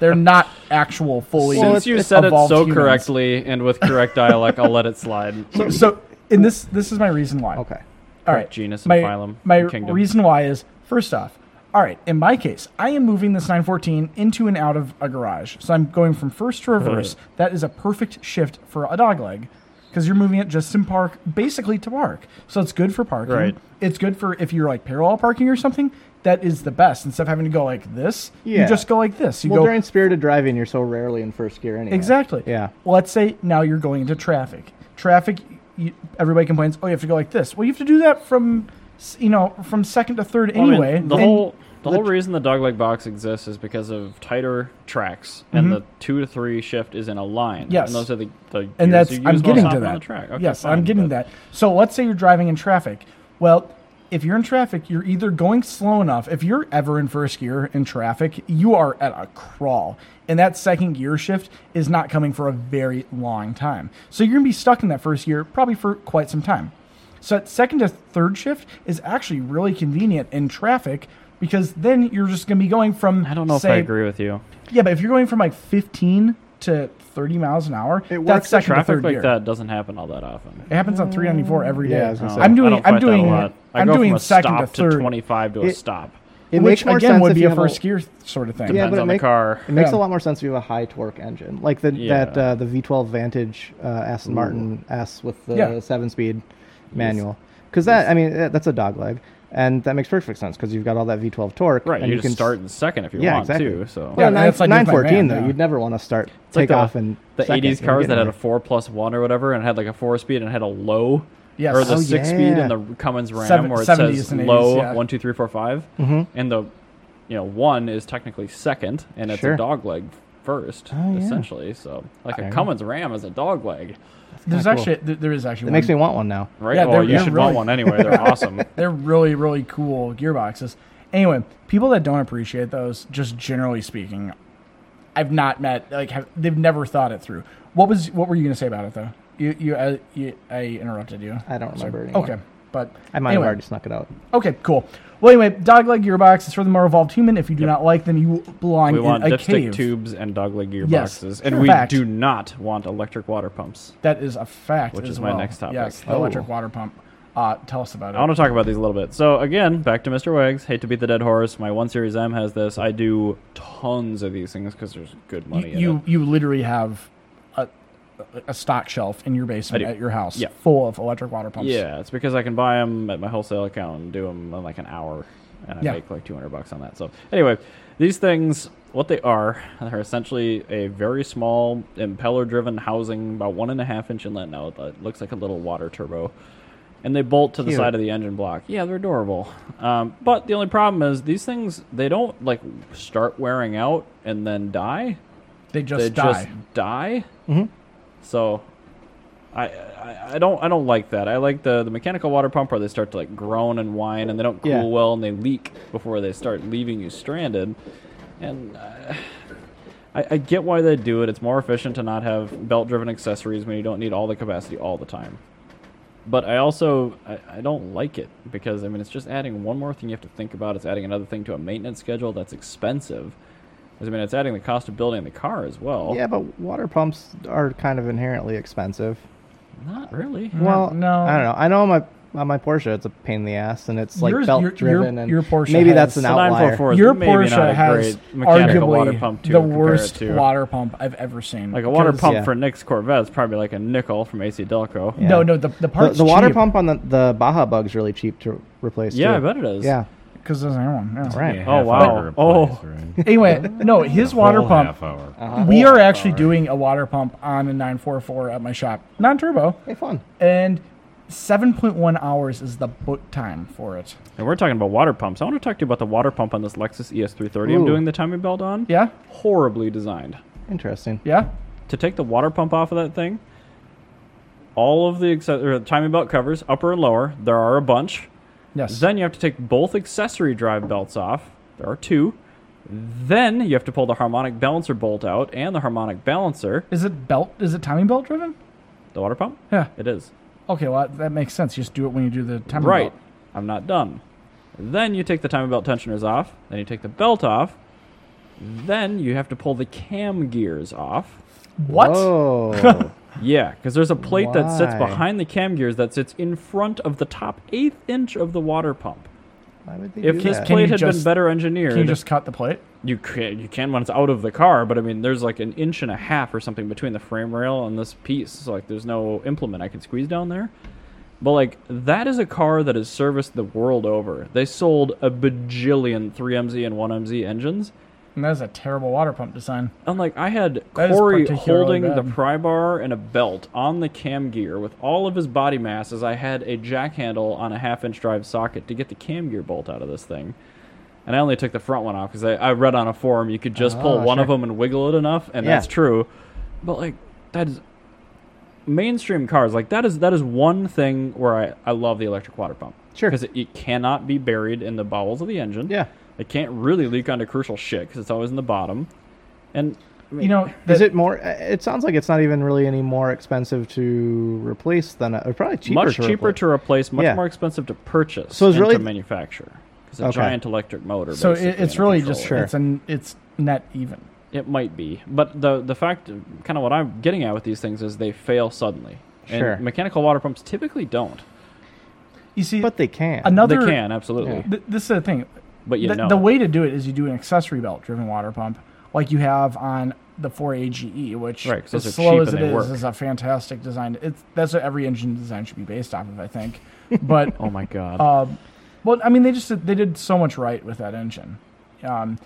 [SPEAKER 2] They're not actual fully.
[SPEAKER 3] Well,
[SPEAKER 1] Since you
[SPEAKER 3] it's
[SPEAKER 1] said it
[SPEAKER 2] evolved
[SPEAKER 1] so
[SPEAKER 2] humans.
[SPEAKER 1] correctly and with correct dialect, I'll let it slide.
[SPEAKER 2] so, and this this is my reason why.
[SPEAKER 3] Okay.
[SPEAKER 2] all
[SPEAKER 1] correct genus and
[SPEAKER 2] my,
[SPEAKER 1] phylum
[SPEAKER 2] My
[SPEAKER 1] and kingdom.
[SPEAKER 2] reason why is first off, all right. In my case, I am moving this 914 into and out of a garage, so I'm going from first to reverse. that is a perfect shift for a dog leg. Because you're moving it just in park, basically to park. So it's good for parking.
[SPEAKER 1] Right.
[SPEAKER 2] It's good for if you're like parallel parking or something. That is the best. Instead of having to go like this,
[SPEAKER 3] Yeah.
[SPEAKER 2] you just go like this. You
[SPEAKER 3] Well,
[SPEAKER 2] go
[SPEAKER 3] during spirited driving, you're so rarely in first gear anyway.
[SPEAKER 2] Exactly.
[SPEAKER 3] Yeah.
[SPEAKER 2] Let's say now you're going into traffic. Traffic, you, everybody complains, oh, you have to go like this. Well, you have to do that from, s- you know, from second to third
[SPEAKER 1] Well, I mean,
[SPEAKER 2] anyway.
[SPEAKER 1] the
[SPEAKER 2] And-
[SPEAKER 1] whole the whole reason the dogleg box exists is because of tighter tracks, and the two to three shift is in a line.
[SPEAKER 2] Mm-hmm. Yes.
[SPEAKER 1] and those are the, the
[SPEAKER 2] and
[SPEAKER 1] gears
[SPEAKER 2] that's
[SPEAKER 1] you use
[SPEAKER 2] I'm
[SPEAKER 1] most
[SPEAKER 2] getting to
[SPEAKER 1] often
[SPEAKER 2] that.
[SPEAKER 1] On the track. Okay,
[SPEAKER 2] yes, I'm
[SPEAKER 1] fine,
[SPEAKER 2] getting
[SPEAKER 1] but-
[SPEAKER 2] that. So let's say you're driving in traffic. Well, if you're in traffic, you're either going slow enough. If you're ever in first gear in traffic, you are at a crawl, and that second gear shift is not coming for a very long time. So you're gonna be stuck in that first gear probably for quite some time. So that second to third shift is actually really convenient in traffic because then you're just gonna be going from
[SPEAKER 1] I don't know if I
[SPEAKER 2] say-
[SPEAKER 1] agree with you.
[SPEAKER 2] Yeah, but if you're going from like 15 to 30 miles an hour,
[SPEAKER 3] It works
[SPEAKER 2] that's
[SPEAKER 3] in
[SPEAKER 2] second to
[SPEAKER 1] Traffic
[SPEAKER 2] third
[SPEAKER 1] like
[SPEAKER 2] gear.
[SPEAKER 1] that doesn't happen all that often.
[SPEAKER 2] It happens on 394 every day.
[SPEAKER 3] Yeah, I was gonna
[SPEAKER 2] I'm
[SPEAKER 3] say.
[SPEAKER 1] I
[SPEAKER 2] doing.
[SPEAKER 1] don't
[SPEAKER 2] I'm
[SPEAKER 1] fight that a
[SPEAKER 2] doing.
[SPEAKER 1] lot. I
[SPEAKER 2] I'm
[SPEAKER 1] go
[SPEAKER 2] doing
[SPEAKER 1] from a
[SPEAKER 2] second
[SPEAKER 1] stop
[SPEAKER 2] to third,
[SPEAKER 1] twenty five to a
[SPEAKER 3] It-
[SPEAKER 1] stop.
[SPEAKER 3] It
[SPEAKER 2] which
[SPEAKER 3] makes more
[SPEAKER 2] again
[SPEAKER 3] sense
[SPEAKER 2] would
[SPEAKER 3] if
[SPEAKER 2] be
[SPEAKER 3] you
[SPEAKER 2] a
[SPEAKER 3] have a-
[SPEAKER 2] first gear sort of thing.
[SPEAKER 1] Yeah.
[SPEAKER 3] Yeah,
[SPEAKER 1] Depends
[SPEAKER 3] but it
[SPEAKER 1] on the
[SPEAKER 3] make-
[SPEAKER 1] car.
[SPEAKER 3] It makes
[SPEAKER 2] Yeah.
[SPEAKER 3] a lot more sense if you have a high torque engine, like the
[SPEAKER 1] Yeah.
[SPEAKER 3] that uh, the V12 Vantage uh, Aston Martin S with the
[SPEAKER 2] Yeah.
[SPEAKER 3] seven-speed manual. Because that, I mean, that- that's a dog leg, and that makes perfect sense because you've got all that V12 torque.
[SPEAKER 1] Right,
[SPEAKER 3] and
[SPEAKER 1] you, can start in second if you
[SPEAKER 3] Yeah,
[SPEAKER 1] want
[SPEAKER 3] exactly.
[SPEAKER 1] too. So
[SPEAKER 2] Yeah,
[SPEAKER 3] Well, nine,
[SPEAKER 2] that's like with my
[SPEAKER 3] 914
[SPEAKER 2] van,
[SPEAKER 3] though,
[SPEAKER 2] yeah.
[SPEAKER 3] you'd never want to start
[SPEAKER 1] It's like
[SPEAKER 3] take
[SPEAKER 1] the-
[SPEAKER 3] off and
[SPEAKER 1] the
[SPEAKER 3] second.
[SPEAKER 1] '80s
[SPEAKER 3] You're
[SPEAKER 1] cars that
[SPEAKER 3] getting
[SPEAKER 1] had a
[SPEAKER 3] there.
[SPEAKER 1] four plus one or whatever, and had like a four speed and had a low.
[SPEAKER 2] Yes.
[SPEAKER 1] Or the
[SPEAKER 2] Oh,
[SPEAKER 1] six speed and
[SPEAKER 3] yeah.
[SPEAKER 1] the Cummins Ram,
[SPEAKER 2] Seven-
[SPEAKER 1] where it
[SPEAKER 2] 70s
[SPEAKER 1] says
[SPEAKER 2] and 80s,
[SPEAKER 1] low
[SPEAKER 2] yeah.
[SPEAKER 1] one, two, three, four, five. Mm-hmm. and the you know one is technically second, and it's
[SPEAKER 3] Sure.
[SPEAKER 1] a dog leg first,
[SPEAKER 3] Oh, yeah.
[SPEAKER 1] essentially. So like a
[SPEAKER 3] Okay.
[SPEAKER 1] Cummins Ram is a dog leg,
[SPEAKER 2] There's
[SPEAKER 3] Kinda cool.
[SPEAKER 2] actually th- there is actually.
[SPEAKER 3] It
[SPEAKER 2] one.
[SPEAKER 3] makes me want one now.
[SPEAKER 1] right?
[SPEAKER 2] Yeah,
[SPEAKER 1] well,
[SPEAKER 2] they're-
[SPEAKER 1] you
[SPEAKER 2] they're
[SPEAKER 1] should
[SPEAKER 2] really-
[SPEAKER 1] want one anyway. They're awesome.
[SPEAKER 2] They're really really cool gearboxes. Anyway, people that don't appreciate those, just generally speaking, I've not met like have, they've never thought it through. What was what were you gonna say about it though? You you I, you, I interrupted you.
[SPEAKER 3] I don't
[SPEAKER 2] Sorry.
[SPEAKER 3] remember anymore.
[SPEAKER 2] Okay, but
[SPEAKER 3] I might
[SPEAKER 2] anyway.
[SPEAKER 3] have already snuck it out.
[SPEAKER 2] Okay, cool. Well, anyway, dogleg gearbox is for the more evolved human. If you do not like them, you belong
[SPEAKER 1] We want
[SPEAKER 2] in a
[SPEAKER 1] dipstick
[SPEAKER 2] cave.
[SPEAKER 1] tubes and dog leg gearboxes,
[SPEAKER 2] Yes,
[SPEAKER 1] and
[SPEAKER 2] sure.
[SPEAKER 1] we
[SPEAKER 2] Fact.
[SPEAKER 1] do not want electric water pumps.
[SPEAKER 2] That is a fact.
[SPEAKER 1] Which
[SPEAKER 2] as
[SPEAKER 1] is my
[SPEAKER 2] well.
[SPEAKER 1] next topic.
[SPEAKER 2] Yes, the
[SPEAKER 3] Oh.
[SPEAKER 2] electric water pump. Uh, tell us about it.
[SPEAKER 1] I want to talk about these a little bit. So again, back to Mr. Wags. Hate to beat the dead horse. My one series M has this. I do tons of these things because there's good money.
[SPEAKER 2] you,
[SPEAKER 1] in
[SPEAKER 2] you
[SPEAKER 1] it.
[SPEAKER 2] you literally have a, a stock shelf in your basement
[SPEAKER 1] do.
[SPEAKER 2] at your house,
[SPEAKER 1] Yeah.
[SPEAKER 2] full of electric water pumps.
[SPEAKER 1] Yeah, it's because I can buy them at my wholesale account and do them in like an hour, and I
[SPEAKER 2] Yeah.
[SPEAKER 1] make like two hundred bucks on that. So anyway, these things, what they are, are essentially a very small impeller-driven housing, about one and a half inch inlet and outlet. Looks like a little water turbo, and they bolt to the
[SPEAKER 3] Cute.
[SPEAKER 1] side of the engine block. Yeah, they're adorable. Um, but the only problem is these things they don't like start wearing out and then die
[SPEAKER 2] they just
[SPEAKER 1] they
[SPEAKER 2] die.
[SPEAKER 1] just die. Mm-hmm. So, I, I I don't I don't like that. I like the the mechanical water pump where they start to like groan and whine and they don't cool
[SPEAKER 3] Yeah.
[SPEAKER 1] well and they leak before they start leaving you stranded. And uh, I, I get why they do it. It's more efficient to not have belt driven accessories when you don't need all the capacity all the time. But I also I, I don't like it because I mean it's just adding one more thing you have to think about. It's adding another thing to a maintenance schedule that's expensive. 'Cause, I mean it's adding the cost of building the car as well.
[SPEAKER 3] Yeah, but water pumps are kind of inherently expensive.
[SPEAKER 1] Not really.
[SPEAKER 3] Well,
[SPEAKER 2] no.
[SPEAKER 3] I don't know. I know on my on my Porsche, it's a pain in the ass, and it's like
[SPEAKER 2] Yours-
[SPEAKER 3] belt
[SPEAKER 2] your- your-
[SPEAKER 3] driven, and
[SPEAKER 2] your Porsche
[SPEAKER 3] maybe that's
[SPEAKER 2] has-
[SPEAKER 3] an
[SPEAKER 2] The
[SPEAKER 3] outlier.
[SPEAKER 1] is
[SPEAKER 2] Your
[SPEAKER 1] maybe
[SPEAKER 2] Porsche
[SPEAKER 1] not a
[SPEAKER 2] has
[SPEAKER 1] great
[SPEAKER 2] arguably
[SPEAKER 1] mechanical water pump to
[SPEAKER 2] the
[SPEAKER 1] compare it
[SPEAKER 2] worst
[SPEAKER 1] to.
[SPEAKER 2] water pump I've ever seen.
[SPEAKER 1] Like a water
[SPEAKER 2] because-
[SPEAKER 1] pump
[SPEAKER 3] Yeah.
[SPEAKER 1] for Nick's Corvette is probably like a nickel from AC Delco.
[SPEAKER 3] Yeah.
[SPEAKER 2] No, no, the the
[SPEAKER 3] The,
[SPEAKER 2] parts
[SPEAKER 3] the water
[SPEAKER 2] cheap.
[SPEAKER 3] pump on the the Baja Bug's really cheap to replace.
[SPEAKER 1] Yeah,
[SPEAKER 3] too.
[SPEAKER 1] I bet it is.
[SPEAKER 3] Yeah,
[SPEAKER 2] because doesn't have one. yeah.
[SPEAKER 3] Right.
[SPEAKER 4] Yeah,
[SPEAKER 1] Oh,
[SPEAKER 4] half
[SPEAKER 1] wow.
[SPEAKER 4] hour
[SPEAKER 1] Oh.
[SPEAKER 4] applies, right?
[SPEAKER 2] Anyway, no, his water
[SPEAKER 4] Whole
[SPEAKER 2] pump.
[SPEAKER 4] Half hour.
[SPEAKER 2] We
[SPEAKER 3] Cool.
[SPEAKER 2] are actually doing a water pump on a 944 at my shop, non-turbo,
[SPEAKER 3] Hey, fun.
[SPEAKER 2] and 7.1 hours is the book time for it.
[SPEAKER 1] And we're talking about water pumps. I want to talk to you about the water pump on this Lexus E ES330 I'm
[SPEAKER 3] Ooh.
[SPEAKER 1] doing the timing belt on.
[SPEAKER 2] Yeah,
[SPEAKER 1] Horribly designed.
[SPEAKER 3] Interesting.
[SPEAKER 2] yeah.
[SPEAKER 1] To take the water pump off of that thing, all of the, acce- or the timing belt covers, upper and lower, there are a bunch.
[SPEAKER 2] Yes.
[SPEAKER 1] Then you have to take both accessory drive belts off. There are two. Then you have to pull the harmonic balancer bolt out and the harmonic balancer,
[SPEAKER 2] Is it belt? Is it timing belt driven?
[SPEAKER 1] the water pump.
[SPEAKER 2] Yeah.
[SPEAKER 1] It is.
[SPEAKER 2] Okay, well that makes sense. You just do it when you do the timing
[SPEAKER 1] Right.
[SPEAKER 2] belt.
[SPEAKER 1] I'm not done. Then you take the timing belt tensioners off. Then you take the belt off. Then you have to pull the cam gears off.
[SPEAKER 2] What?
[SPEAKER 3] Whoa.
[SPEAKER 1] Yeah, because there's a plate that sits
[SPEAKER 3] Why?
[SPEAKER 1] behind the cam gears that sits in front of the top eighth inch of the water pump.
[SPEAKER 3] Why would they
[SPEAKER 1] If
[SPEAKER 3] do
[SPEAKER 1] his
[SPEAKER 3] that?
[SPEAKER 2] Can you
[SPEAKER 1] plate had been
[SPEAKER 2] just-
[SPEAKER 1] better engineered,
[SPEAKER 2] Can you just cut the plate?
[SPEAKER 1] you can, you can when it's out of the car, but I mean, there's like an inch and a half or something between the frame rail and this piece. So, like, there's no implement I can squeeze down there. But, like, that is a car that is serviced the world over. They sold a bajillion 3MZ and 1MZ engines.
[SPEAKER 2] And that is a terrible water pump design.
[SPEAKER 1] And, like, I had
[SPEAKER 2] That is
[SPEAKER 1] Corey
[SPEAKER 2] particularly
[SPEAKER 1] holding the
[SPEAKER 2] bad.
[SPEAKER 1] pry bar and a belt on the cam gear with all of his body mass as I had a jack handle on a half inch drive socket to get the cam gear bolt out of this thing. And I only took the front one off because I, I read on a forum you could just pull
[SPEAKER 3] Oh,
[SPEAKER 1] one of
[SPEAKER 3] sure.
[SPEAKER 1] them and wiggle it enough, and
[SPEAKER 3] Yeah.
[SPEAKER 1] that's true. But like that is mainstream cars like that is that is one thing where I, I love the electric water pump
[SPEAKER 3] Sure.
[SPEAKER 1] because it, it cannot be buried in the bowels of the engine.
[SPEAKER 3] Yeah.
[SPEAKER 1] it can't really leak onto crucial shit because it's always in the bottom. And
[SPEAKER 2] You know,
[SPEAKER 3] Is
[SPEAKER 2] the-
[SPEAKER 3] it more? uh, It sounds like it's not even really any more expensive to replace than a, or probably cheaper.
[SPEAKER 1] much
[SPEAKER 3] to
[SPEAKER 1] cheaper
[SPEAKER 3] replace.
[SPEAKER 1] to replace, much
[SPEAKER 3] Yeah.
[SPEAKER 1] more expensive to purchase
[SPEAKER 3] So it's
[SPEAKER 1] and to
[SPEAKER 3] really-
[SPEAKER 1] manufacture. It's a
[SPEAKER 3] Okay.
[SPEAKER 1] giant electric motor.
[SPEAKER 2] so it,
[SPEAKER 1] basically,
[SPEAKER 2] it's
[SPEAKER 1] and a
[SPEAKER 2] really just
[SPEAKER 1] controller.
[SPEAKER 2] it's an it's net even.
[SPEAKER 1] It might be, but the the fact, kind of what I'm getting at with these things is they fail suddenly,
[SPEAKER 3] Sure.
[SPEAKER 1] and mechanical water pumps typically don't.
[SPEAKER 2] You see,
[SPEAKER 3] but they can.
[SPEAKER 2] another
[SPEAKER 1] they can absolutely,
[SPEAKER 3] Yeah.
[SPEAKER 2] th- this is the thing.
[SPEAKER 1] but you
[SPEAKER 2] the,
[SPEAKER 1] know
[SPEAKER 2] the way to do it is you do an accessory belt driven water pump, like you have on the 4AGE, E, which
[SPEAKER 1] Right, 'cause those are
[SPEAKER 2] as slow
[SPEAKER 1] cheap
[SPEAKER 2] as
[SPEAKER 1] and
[SPEAKER 2] it
[SPEAKER 1] they
[SPEAKER 2] is,
[SPEAKER 1] work.
[SPEAKER 2] is a fantastic design. It's that's what every engine design should be based off of, I think. But
[SPEAKER 1] Oh my god!
[SPEAKER 2] um, well, I mean, they just did- they did so much right with that engine. Um,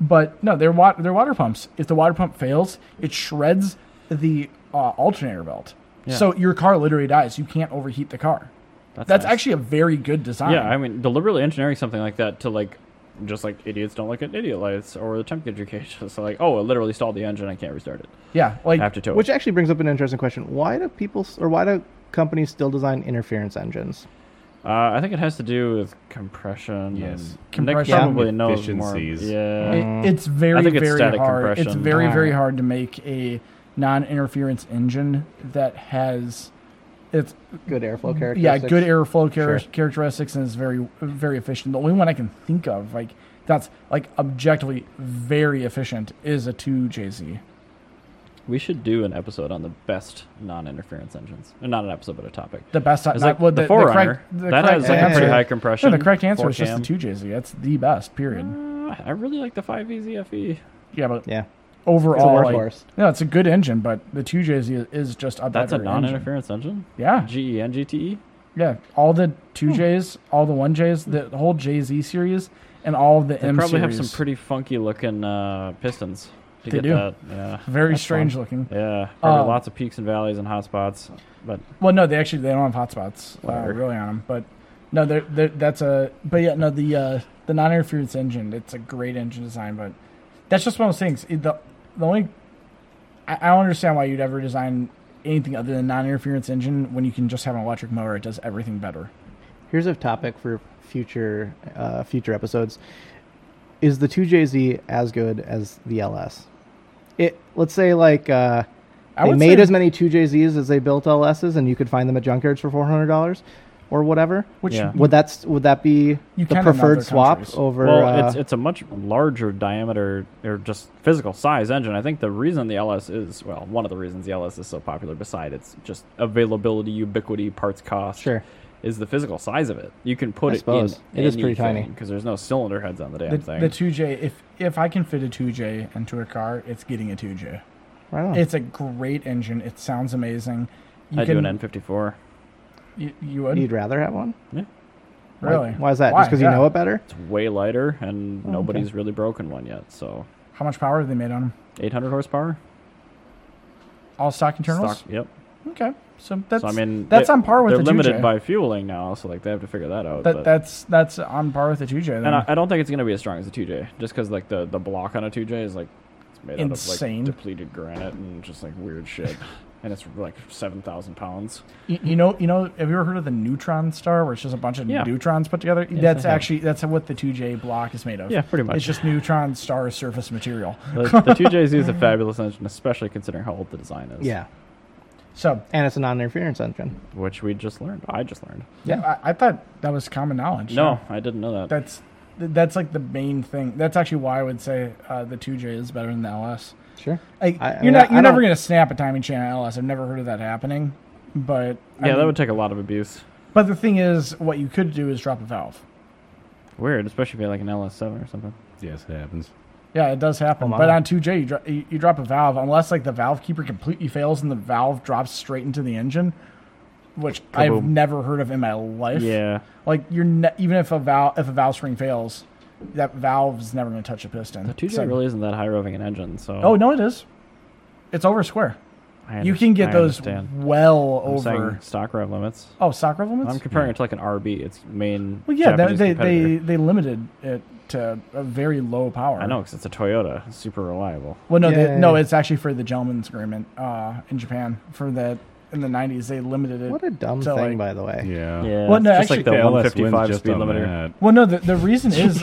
[SPEAKER 2] but no, they're wa- they're water pumps. If the water pump fails, it shreds the uh, alternator belt,
[SPEAKER 1] Yeah.
[SPEAKER 2] so your car literally dies. You can't overheat the car. That's
[SPEAKER 1] nice.
[SPEAKER 2] actually a very good design.
[SPEAKER 1] yeah. I mean, deliberately engineering something like that to like, just like idiots don't look at idiot lights or the temperature gauges. So like, oh, it literally stalled the engine. I can't restart it.
[SPEAKER 2] yeah, like
[SPEAKER 1] I have to tow. it.
[SPEAKER 3] Which actually brings up an interesting question: Why do people s- or why do companies still design interference engines?
[SPEAKER 1] Uh, I think it has to do with compression.
[SPEAKER 4] Yes.
[SPEAKER 1] and Nick
[SPEAKER 2] Compression. Mm.
[SPEAKER 1] probably knows more.
[SPEAKER 4] Efficiencies.
[SPEAKER 1] Yeah.
[SPEAKER 3] Uh,
[SPEAKER 2] It, it's very,
[SPEAKER 1] I think it's
[SPEAKER 2] very
[SPEAKER 1] static
[SPEAKER 2] hard. It's
[SPEAKER 1] compression.
[SPEAKER 2] very, very
[SPEAKER 3] Alright.
[SPEAKER 2] hard to make a non-interference engine that has it's
[SPEAKER 3] Good
[SPEAKER 1] Mm,
[SPEAKER 3] airflow characteristics.
[SPEAKER 2] yeah good airflow char-
[SPEAKER 3] Sure.
[SPEAKER 2] characteristics and is very, very efficient. The only one I can think of like that's like objectively very efficient is a two JZ.
[SPEAKER 1] We should do an episode on the best non-interference engines. Uh, Not an episode, but a topic.
[SPEAKER 2] The best,
[SPEAKER 1] It's
[SPEAKER 2] not-
[SPEAKER 1] like
[SPEAKER 2] well,
[SPEAKER 1] the,
[SPEAKER 2] the, the
[SPEAKER 1] Forerunner.
[SPEAKER 2] correct- the
[SPEAKER 1] that
[SPEAKER 2] correct
[SPEAKER 1] has like a
[SPEAKER 2] answer-
[SPEAKER 1] pretty high
[SPEAKER 2] no,
[SPEAKER 1] compression.
[SPEAKER 2] the correct answer is just
[SPEAKER 1] four-cam.
[SPEAKER 2] the two JZ. That's the best. Period.
[SPEAKER 1] Uh, I really like the five EZFE.
[SPEAKER 2] Yeah, but
[SPEAKER 3] Yeah.
[SPEAKER 2] overall,
[SPEAKER 3] It's
[SPEAKER 2] like-
[SPEAKER 3] a workhorse.
[SPEAKER 2] no, it's a good engine, but the two JZ is just a
[SPEAKER 1] That's a
[SPEAKER 2] better engine.
[SPEAKER 1] non-interference engine.
[SPEAKER 2] Yeah.
[SPEAKER 1] GE and E. GTE.
[SPEAKER 2] Yeah, all the
[SPEAKER 3] Hmm.
[SPEAKER 2] two J's, all the one J's, the whole Jay Z series, and all of the
[SPEAKER 1] They
[SPEAKER 2] M
[SPEAKER 1] probably
[SPEAKER 2] series.
[SPEAKER 1] have some pretty funky looking uh, pistons. To
[SPEAKER 2] They
[SPEAKER 1] get
[SPEAKER 2] do.
[SPEAKER 1] That. Yeah.
[SPEAKER 2] very
[SPEAKER 3] That's
[SPEAKER 2] strange
[SPEAKER 3] fun.
[SPEAKER 2] looking.
[SPEAKER 1] Yeah. Probably
[SPEAKER 2] Um,
[SPEAKER 1] lots of peaks and valleys and hot spots. But
[SPEAKER 2] Well, no, they actually they don't have hotspots uh,
[SPEAKER 1] Whatever.
[SPEAKER 2] really on them, but no, they're, they're, that's a but yeah, no, the uh, the non interference engine, it's a great engine design, but that's just one of those things. It, the the only I, I don't understand why you'd ever design anything other than non interference engine when you can just have an electric motor. It does everything better.
[SPEAKER 3] Here's a topic for future uh, future episodes: Is the two JZ as good as the LS? It let's say like uh,
[SPEAKER 2] I
[SPEAKER 3] they
[SPEAKER 2] would
[SPEAKER 3] made
[SPEAKER 2] say-
[SPEAKER 3] as many two JZs as they built LSs, and you could find them at junkyards for four hundred dollars or whatever.
[SPEAKER 2] Which
[SPEAKER 1] Yeah.
[SPEAKER 3] Would that would that be
[SPEAKER 2] You can
[SPEAKER 3] the
[SPEAKER 2] in other
[SPEAKER 3] preferred swap
[SPEAKER 2] countries.
[SPEAKER 3] over?
[SPEAKER 1] well,
[SPEAKER 3] uh,
[SPEAKER 1] it's it's a much larger diameter or just physical size engine. I think the reason the LS is well, one of the reasons the LS is so popular, beside its just availability, ubiquity, parts cost,
[SPEAKER 3] Sure.
[SPEAKER 1] is the physical size of it. You can put
[SPEAKER 3] I
[SPEAKER 1] it
[SPEAKER 3] suppose.
[SPEAKER 1] in.
[SPEAKER 3] It is pretty tiny.
[SPEAKER 1] because there's no cylinder heads on the damn
[SPEAKER 2] the,
[SPEAKER 1] thing.
[SPEAKER 2] the 2J, if if I can fit a 2J into a car, it's getting a 2J.
[SPEAKER 3] right on.
[SPEAKER 2] It's a great engine. It sounds amazing. You
[SPEAKER 1] I
[SPEAKER 2] can,
[SPEAKER 1] Hmm. do an N54.
[SPEAKER 2] You, you would.
[SPEAKER 3] You'd rather have one?
[SPEAKER 1] Yeah.
[SPEAKER 3] Why-
[SPEAKER 2] Really?
[SPEAKER 3] Why, is that?
[SPEAKER 2] Why?
[SPEAKER 3] Just because
[SPEAKER 2] Yeah.
[SPEAKER 3] you know it better?
[SPEAKER 1] It's way lighter,
[SPEAKER 2] Oh,
[SPEAKER 1] and nobody's really broken one yet. So,
[SPEAKER 2] How much power have they made on them?
[SPEAKER 1] 800 horsepower.
[SPEAKER 2] All stock internals.
[SPEAKER 1] Stock- Yep.
[SPEAKER 2] Okay, so that's
[SPEAKER 1] so I mean,
[SPEAKER 2] that's
[SPEAKER 1] they-
[SPEAKER 2] on par with
[SPEAKER 1] They're
[SPEAKER 2] the
[SPEAKER 1] limited
[SPEAKER 2] 2J.
[SPEAKER 1] by fueling now, so like they have to figure that out.
[SPEAKER 2] that,
[SPEAKER 1] but-
[SPEAKER 2] that's that's on par with the 2J. Then.
[SPEAKER 1] and I, I don't think it's gonna be as strong as a 2J, just because like the the block on a 2J is like it's made
[SPEAKER 2] Insane.
[SPEAKER 1] out of like depleted granite and just like weird shit, and it's like seven thousand pounds.
[SPEAKER 2] You, you know, you know. Have you ever heard of the neutron star, where it's just a bunch of
[SPEAKER 1] Yeah.
[SPEAKER 2] neutrons put together? that's actually that's what the 2J block is made of.
[SPEAKER 1] Yeah, pretty much.
[SPEAKER 2] It's just neutron star surface material.
[SPEAKER 1] The, the 2Js use a fabulous engine, especially considering how old the design is.
[SPEAKER 3] Yeah.
[SPEAKER 2] So
[SPEAKER 3] And it's a non-interference engine.
[SPEAKER 1] which we just learned. I just learned.
[SPEAKER 2] yeah, I, I thought that was common knowledge.
[SPEAKER 1] No, I didn't know that.
[SPEAKER 2] that's th- that's like the main thing. That's actually why I would say uh, the 2J is better than the LS.
[SPEAKER 3] Sure.
[SPEAKER 2] Like,
[SPEAKER 3] I- I
[SPEAKER 2] you're
[SPEAKER 3] mean,
[SPEAKER 2] not
[SPEAKER 3] I
[SPEAKER 2] you're never
[SPEAKER 3] don't-
[SPEAKER 2] gonna snap a timing chain on LS. I've never heard of that happening. But I
[SPEAKER 1] yeah, that
[SPEAKER 2] mean-
[SPEAKER 1] would take a lot of abuse.
[SPEAKER 2] But the thing is, what you could do is drop a valve.
[SPEAKER 1] Weird, especially if you had like an LS7 or something.
[SPEAKER 4] Yes, it happens.
[SPEAKER 2] Yeah, it does happen.
[SPEAKER 3] wow.
[SPEAKER 2] But on 2J, you, dro- you, you drop a valve unless like the valve keeper completely fails and the valve drops straight into the engine, which I've
[SPEAKER 1] Kaboom.
[SPEAKER 2] never heard of in my life.
[SPEAKER 1] Yeah,
[SPEAKER 2] like you're ne- even if a valve if a valve spring fails, that valve is never going to touch a piston.
[SPEAKER 1] the 2J
[SPEAKER 2] So-
[SPEAKER 1] really isn't that high revving an engine, so
[SPEAKER 2] Oh no, it is. It's over square.
[SPEAKER 1] I
[SPEAKER 2] You
[SPEAKER 1] under-
[SPEAKER 2] can get
[SPEAKER 1] I
[SPEAKER 2] those
[SPEAKER 1] understand.
[SPEAKER 2] well
[SPEAKER 1] I'm saying
[SPEAKER 2] over.
[SPEAKER 1] stock rev limits.
[SPEAKER 2] Oh, stock rev limits.
[SPEAKER 1] I'm comparing it to like an RB, its main.
[SPEAKER 2] well, yeah, that,
[SPEAKER 1] Japanese
[SPEAKER 2] they, they
[SPEAKER 1] competitor.
[SPEAKER 2] they limited it to a very low power.
[SPEAKER 1] I know because it's a Toyota, it's super reliable.
[SPEAKER 2] Well, no,
[SPEAKER 3] Yeah.
[SPEAKER 2] they, no, it's actually for the gentleman's agreement uh, in Japan for that in the '90s. They limited it.
[SPEAKER 3] What a dumb
[SPEAKER 2] So,
[SPEAKER 3] thing,
[SPEAKER 2] like-
[SPEAKER 3] by the way.
[SPEAKER 4] Yeah.
[SPEAKER 1] Yeah,
[SPEAKER 2] Well, no,
[SPEAKER 1] it's just
[SPEAKER 2] actually-
[SPEAKER 1] like the
[SPEAKER 4] The LS wins
[SPEAKER 1] 155
[SPEAKER 4] just
[SPEAKER 1] speed
[SPEAKER 4] on
[SPEAKER 1] limiter.
[SPEAKER 4] that.
[SPEAKER 2] Well, no, the, the reason is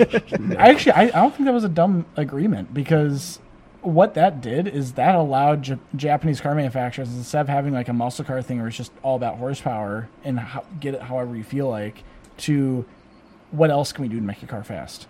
[SPEAKER 2] actually I, I don't think that was a dumb agreement because what that did is that allowed J- Japanese car manufacturers instead of having like a muscle car thing where it's just all about horsepower and how, get it however you feel like to what else can we do to make a car fast?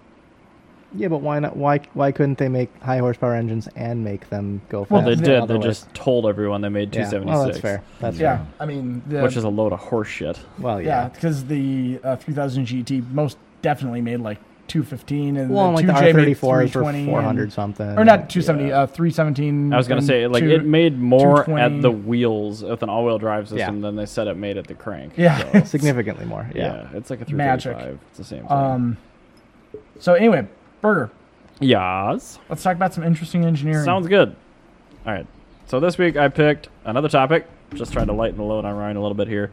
[SPEAKER 3] Yeah, but why not? Why why couldn't they make high horsepower engines and make them go fast?
[SPEAKER 1] Well, they
[SPEAKER 2] Yeah.
[SPEAKER 1] did.
[SPEAKER 3] other
[SPEAKER 1] They
[SPEAKER 3] ways?
[SPEAKER 1] just told everyone they
[SPEAKER 2] Oh,
[SPEAKER 1] made
[SPEAKER 3] Yeah.
[SPEAKER 1] 276,
[SPEAKER 3] Well, that's fair. That's
[SPEAKER 2] Yeah, I mean, the,
[SPEAKER 1] which is a load of horseshit.
[SPEAKER 3] fair. Well,
[SPEAKER 2] yeah
[SPEAKER 3] yeah.
[SPEAKER 2] because the uh, 3000 GT most definitely made like 215 and
[SPEAKER 3] Well,
[SPEAKER 2] the
[SPEAKER 3] and like the
[SPEAKER 2] 2J made
[SPEAKER 3] R34s were
[SPEAKER 2] 320 and-
[SPEAKER 3] 400 something.
[SPEAKER 2] or not 270 uh 317
[SPEAKER 1] I was gonna
[SPEAKER 2] and
[SPEAKER 1] say like
[SPEAKER 2] two-
[SPEAKER 1] it made more at
[SPEAKER 2] 220.
[SPEAKER 1] the wheels with an all-wheel drive system
[SPEAKER 3] Yeah.
[SPEAKER 1] than they said it made at the crank.
[SPEAKER 2] Yeah.
[SPEAKER 1] So,
[SPEAKER 3] Significantly more. Yeah.
[SPEAKER 1] yeah, it's like a
[SPEAKER 2] Magic.
[SPEAKER 1] 335. It's the same thing.
[SPEAKER 2] Um, so anyway, Burger,
[SPEAKER 1] Yas.
[SPEAKER 2] let's talk about some interesting engineering.
[SPEAKER 1] Sounds good. All right. So this week I picked another topic. Just trying to lighten the load on Ryan a little bit here.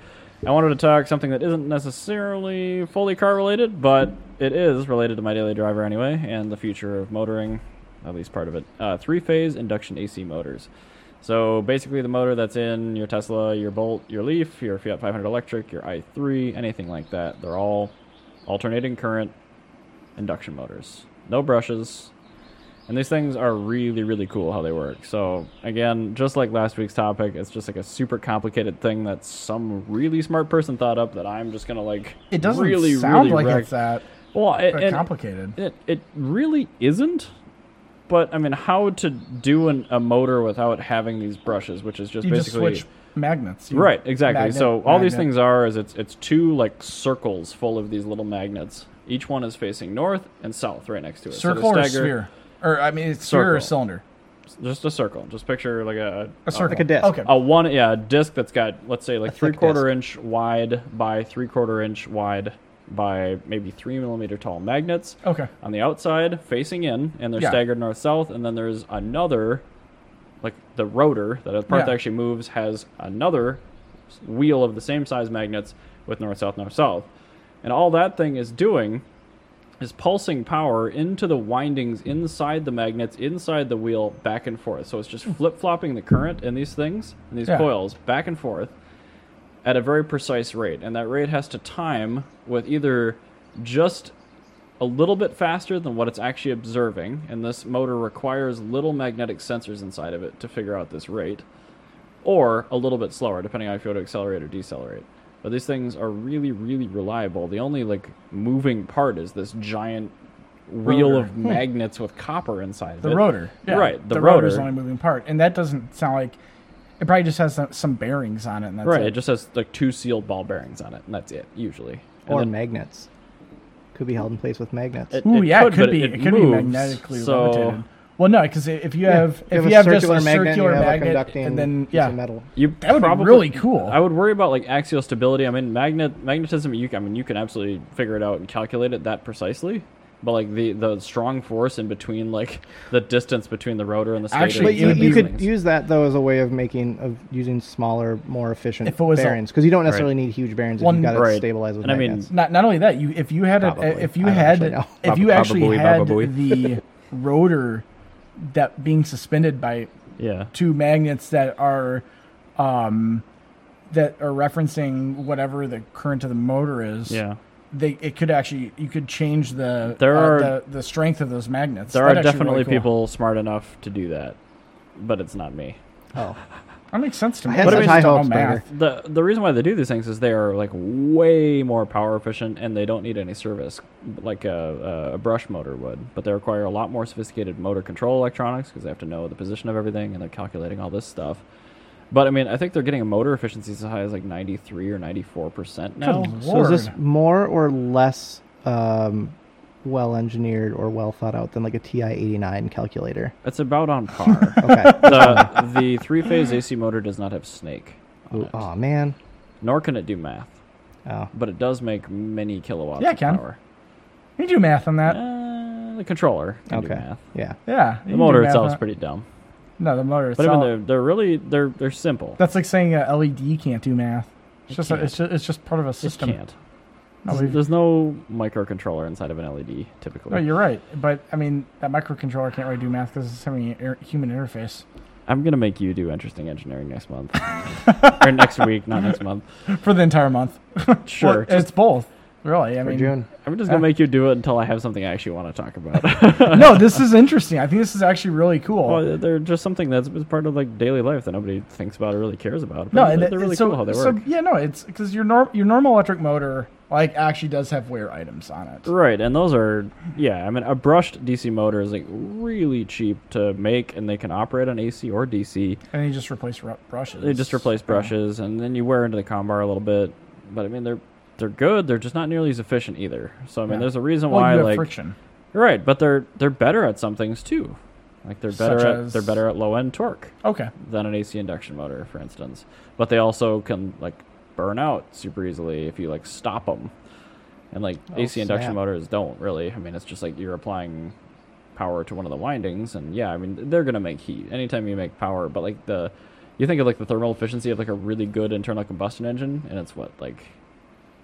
[SPEAKER 1] I wanted to talk something that isn't necessarily fully car related, but it is related to my daily driver anyway, and the future of motoring, at least part of it. Uh, three phase induction AC motors. So basically, the motor that's in your Tesla, your Bolt, your Leaf, your Fiat 500 electric, your i3, anything like that, they're all alternating current induction motors. No brushes, and these things are really, really cool how they work. So, again, just like last week's topic, it's just like a super complicated thing that some really smart person thought up that I'm just going to like.
[SPEAKER 2] It doesn't
[SPEAKER 1] really,
[SPEAKER 2] sound
[SPEAKER 1] really
[SPEAKER 2] like
[SPEAKER 1] wreck.
[SPEAKER 2] it's that
[SPEAKER 1] Well, it,
[SPEAKER 2] uh,
[SPEAKER 1] and
[SPEAKER 2] complicated.
[SPEAKER 1] it, it really isn't. But, I mean, how to do an, a motor without having these brushes, which is just
[SPEAKER 2] You just
[SPEAKER 1] basically.
[SPEAKER 2] switch magnets. You-
[SPEAKER 1] Right, exactly.
[SPEAKER 2] magnet,
[SPEAKER 1] so all these
[SPEAKER 2] magnet.
[SPEAKER 1] things are is it's it's two like circles full of these little magnets. Each one is facing north and south, right next to it. So they're
[SPEAKER 2] circle or
[SPEAKER 1] staggered-
[SPEAKER 2] sphere, or I mean, it's sphere or
[SPEAKER 1] Circle. Uh,
[SPEAKER 2] cylinder.
[SPEAKER 1] Just a circle. Just picture like a
[SPEAKER 2] A circle,
[SPEAKER 3] Like a disc.
[SPEAKER 2] Okay.
[SPEAKER 1] a one yeah a disc that's got let's say like
[SPEAKER 3] thick
[SPEAKER 1] three quarter inch wide by three quarter inch wide by maybe three millimeter tall magnets
[SPEAKER 2] Okay.
[SPEAKER 1] on the outside facing in and they're
[SPEAKER 2] Yeah.
[SPEAKER 1] staggered north south and then there's another like the rotor that the part
[SPEAKER 2] Yeah.
[SPEAKER 1] that actually moves has another s- wheel of the same size magnets with north south north south and all that thing is doing is pulsing power into the windings inside the magnets, inside the wheel, back and forth. So it's just flip flopping the current in these things, in these
[SPEAKER 2] Mm. Yeah.
[SPEAKER 1] coils, back and forth at a very precise rate. And that rate has to time with either just a little bit faster than what it's actually observing, and this motor requires little magnetic sensors inside of it to figure out this rate, or a little bit slower, depending on if you want to accelerate or decelerate. But these things are really, really reliable. The only like moving part is this giant wheel
[SPEAKER 2] Rotor. Hmm.
[SPEAKER 1] of magnets with copper inside of
[SPEAKER 2] The
[SPEAKER 1] it.
[SPEAKER 2] rotor. Yeah.
[SPEAKER 1] Right, the
[SPEAKER 2] The, rotor is the
[SPEAKER 1] rotor.
[SPEAKER 2] only moving part, and that doesn't sound like. It probably just has some, some bearings on it, and that's
[SPEAKER 1] Right.
[SPEAKER 2] it.
[SPEAKER 1] It just has like two sealed ball bearings on it, and that's it usually. And
[SPEAKER 3] Or
[SPEAKER 1] then-
[SPEAKER 3] magnets. Could be held in place with magnets.
[SPEAKER 1] It-
[SPEAKER 2] Ooh, yeah, it could
[SPEAKER 1] but
[SPEAKER 2] be- it could be magnetically
[SPEAKER 1] so
[SPEAKER 2] levitated. Well, no, because if you have
[SPEAKER 3] You
[SPEAKER 2] if
[SPEAKER 3] have
[SPEAKER 2] you
[SPEAKER 3] a
[SPEAKER 2] have just
[SPEAKER 3] circular
[SPEAKER 2] a
[SPEAKER 3] magnet, and
[SPEAKER 2] circular
[SPEAKER 3] you have a
[SPEAKER 2] magnet,
[SPEAKER 3] conducting
[SPEAKER 2] and then
[SPEAKER 3] piece
[SPEAKER 2] yeah,
[SPEAKER 3] of metal.
[SPEAKER 1] You
[SPEAKER 2] that would
[SPEAKER 1] probably-
[SPEAKER 2] be really cool.
[SPEAKER 1] I would worry about like axial stability. I mean, magnet magnetism. You, I mean, you can absolutely figure it out and calculate it that precisely. But like the the strong force in between, like the distance between the rotor and the stator.
[SPEAKER 2] Actually,
[SPEAKER 1] and
[SPEAKER 3] But
[SPEAKER 2] It's
[SPEAKER 3] you,
[SPEAKER 2] gonna
[SPEAKER 1] these
[SPEAKER 3] you could
[SPEAKER 1] things.
[SPEAKER 3] use that though as a way of making of using smaller, more efficient
[SPEAKER 2] If it was a-
[SPEAKER 3] bearings because you don't necessarily need huge bearings. If
[SPEAKER 2] One-
[SPEAKER 3] you got
[SPEAKER 1] Right.
[SPEAKER 3] to stabilize with
[SPEAKER 1] And I mean-
[SPEAKER 3] magnets.
[SPEAKER 2] not not only that, you if you had a,
[SPEAKER 3] Probably.
[SPEAKER 2] if you
[SPEAKER 3] I don't
[SPEAKER 2] had
[SPEAKER 3] actually know.
[SPEAKER 2] if you
[SPEAKER 5] Prob-
[SPEAKER 2] actually
[SPEAKER 5] probably,
[SPEAKER 2] had
[SPEAKER 5] probably.
[SPEAKER 2] the rotor that being suspended by
[SPEAKER 1] yeah.
[SPEAKER 2] two magnets that are um that are referencing whatever the current of the motor is.
[SPEAKER 1] Yeah,
[SPEAKER 2] They it could actually you could change the
[SPEAKER 1] There
[SPEAKER 2] uh,
[SPEAKER 1] are-
[SPEAKER 2] the, the strength of those magnets.
[SPEAKER 1] there
[SPEAKER 2] That'd
[SPEAKER 1] are
[SPEAKER 2] actually be
[SPEAKER 1] definitely
[SPEAKER 2] really cool.
[SPEAKER 1] people smart enough to do that, but it's not me.
[SPEAKER 3] Oh,
[SPEAKER 2] That makes sense to
[SPEAKER 3] I
[SPEAKER 2] me.
[SPEAKER 3] had
[SPEAKER 2] But
[SPEAKER 1] such
[SPEAKER 2] it's
[SPEAKER 1] high
[SPEAKER 2] all
[SPEAKER 3] hopes,
[SPEAKER 2] math.
[SPEAKER 1] the The reason why they do these things is they are like way more power efficient, and they don't need any service like a, a brush motor would. But they require a lot more sophisticated motor control electronics because they have to know the position of everything and they're calculating all this stuff. But I mean, I think they're getting a motor efficiency as high as like ninety three or ninety four percent now.
[SPEAKER 2] Good
[SPEAKER 3] so is this
[SPEAKER 2] lord.
[SPEAKER 3] more or less um, well engineered or well thought out than like a TI eighty nine calculator?
[SPEAKER 1] It's about on par.
[SPEAKER 3] Okay.
[SPEAKER 1] the the three phase AC motor does not have snake, on
[SPEAKER 3] Ooh,
[SPEAKER 1] it,
[SPEAKER 2] ah.
[SPEAKER 3] oh man.
[SPEAKER 1] nor can it do math,
[SPEAKER 3] Oh.
[SPEAKER 1] but it does make many kilowatts.
[SPEAKER 2] Yeah, it
[SPEAKER 1] of
[SPEAKER 2] can.
[SPEAKER 1] power.
[SPEAKER 2] You do math on that.
[SPEAKER 1] Uh, the controller can do
[SPEAKER 3] Okay.
[SPEAKER 1] math.
[SPEAKER 3] Yeah.
[SPEAKER 2] Yeah. you
[SPEAKER 1] The
[SPEAKER 2] can
[SPEAKER 1] motor
[SPEAKER 2] do math
[SPEAKER 1] itself
[SPEAKER 2] on
[SPEAKER 1] is
[SPEAKER 2] it.
[SPEAKER 1] pretty dumb,
[SPEAKER 2] No, the motor
[SPEAKER 1] but
[SPEAKER 2] itself.
[SPEAKER 1] I mean they're they're really they're they're simple.
[SPEAKER 2] That's like saying a LED can't do math. It's just, a,
[SPEAKER 1] can't.
[SPEAKER 2] it's just it's just part of a
[SPEAKER 1] It
[SPEAKER 2] system.
[SPEAKER 1] can't.
[SPEAKER 2] No,
[SPEAKER 1] There's,
[SPEAKER 2] we've-
[SPEAKER 1] there's no microcontroller inside of an LED typically.
[SPEAKER 2] no, you're right. But I mean, that microcontroller can't really do math because it's having an inter- human interface.
[SPEAKER 1] I'm gonna make you do interesting engineering next month or next week, not next month.
[SPEAKER 2] for the entire month.
[SPEAKER 1] Sure.
[SPEAKER 2] Well, it's both. Really, I
[SPEAKER 3] For
[SPEAKER 2] mean,
[SPEAKER 3] June.
[SPEAKER 1] I'm just gonna
[SPEAKER 2] uh,
[SPEAKER 1] make you do it until I have something I actually want to talk about.
[SPEAKER 2] no, this is interesting. I think this is actually really cool.
[SPEAKER 1] Well, they're just something that's it's part of like daily life that nobody thinks about or really cares about. But
[SPEAKER 2] no,
[SPEAKER 1] they're,
[SPEAKER 2] and
[SPEAKER 1] they're
[SPEAKER 2] it-
[SPEAKER 1] really
[SPEAKER 2] so,
[SPEAKER 1] cool how they
[SPEAKER 2] so,
[SPEAKER 1] work.
[SPEAKER 2] yeah, no, it's because your norm your normal electric motor like actually does have wear items on it.
[SPEAKER 1] Right, and those are yeah. I mean, a brushed DC motor is like really cheap to make, and they can operate on AC or DC.
[SPEAKER 2] And you just replace ru- brushes.
[SPEAKER 1] They just replace brushes, and then you wear into the combar a little bit. But I mean, they're they're good. They're just not nearly as efficient either. So I mean,
[SPEAKER 2] Yeah.
[SPEAKER 1] there's a reason
[SPEAKER 2] Well,
[SPEAKER 1] why
[SPEAKER 2] you have
[SPEAKER 1] like
[SPEAKER 2] friction.
[SPEAKER 1] right, but they're they're better at some things too. Like they're better
[SPEAKER 2] Such
[SPEAKER 1] at
[SPEAKER 2] as-
[SPEAKER 1] they're better at low end torque.
[SPEAKER 2] Okay.
[SPEAKER 1] than an AC induction motor, for instance. But they also can like burn out super easily if you like stop them. And like
[SPEAKER 3] Oh,
[SPEAKER 1] AC induction
[SPEAKER 3] snap.
[SPEAKER 1] motors don't really. I mean, it's just like you're applying power to one of the windings, and yeah, I mean they're gonna make heat anytime you make power. But like the, you think of like the thermal efficiency of like a really good internal combustion engine, and it's what like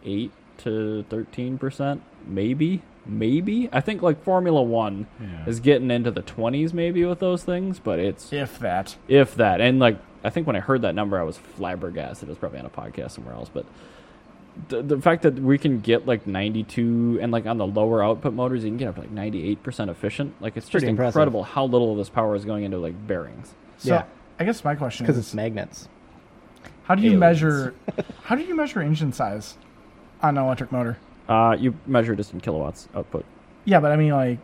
[SPEAKER 1] eight to thirteen percent, maybe, maybe. I think like Formula One is getting into the twenties maybe with those things, but it's
[SPEAKER 2] If that.
[SPEAKER 1] if that and like i think when i heard that number i was flabbergasted it was probably on a podcast somewhere else but the, the fact that we can get like 92 and like on the lower output motors you can get up to like 98% efficient like it's just
[SPEAKER 3] Pretty impressive.
[SPEAKER 1] incredible how little of this power is going into like bearings
[SPEAKER 2] So
[SPEAKER 3] Yeah.
[SPEAKER 2] I guess my question
[SPEAKER 3] Because
[SPEAKER 2] is
[SPEAKER 3] it's magnets.
[SPEAKER 2] how do you
[SPEAKER 1] aliens.
[SPEAKER 2] measure how do you measure engine size on an electric motor?
[SPEAKER 1] uh, you measure just in kilowatts output
[SPEAKER 2] Yeah, but I mean like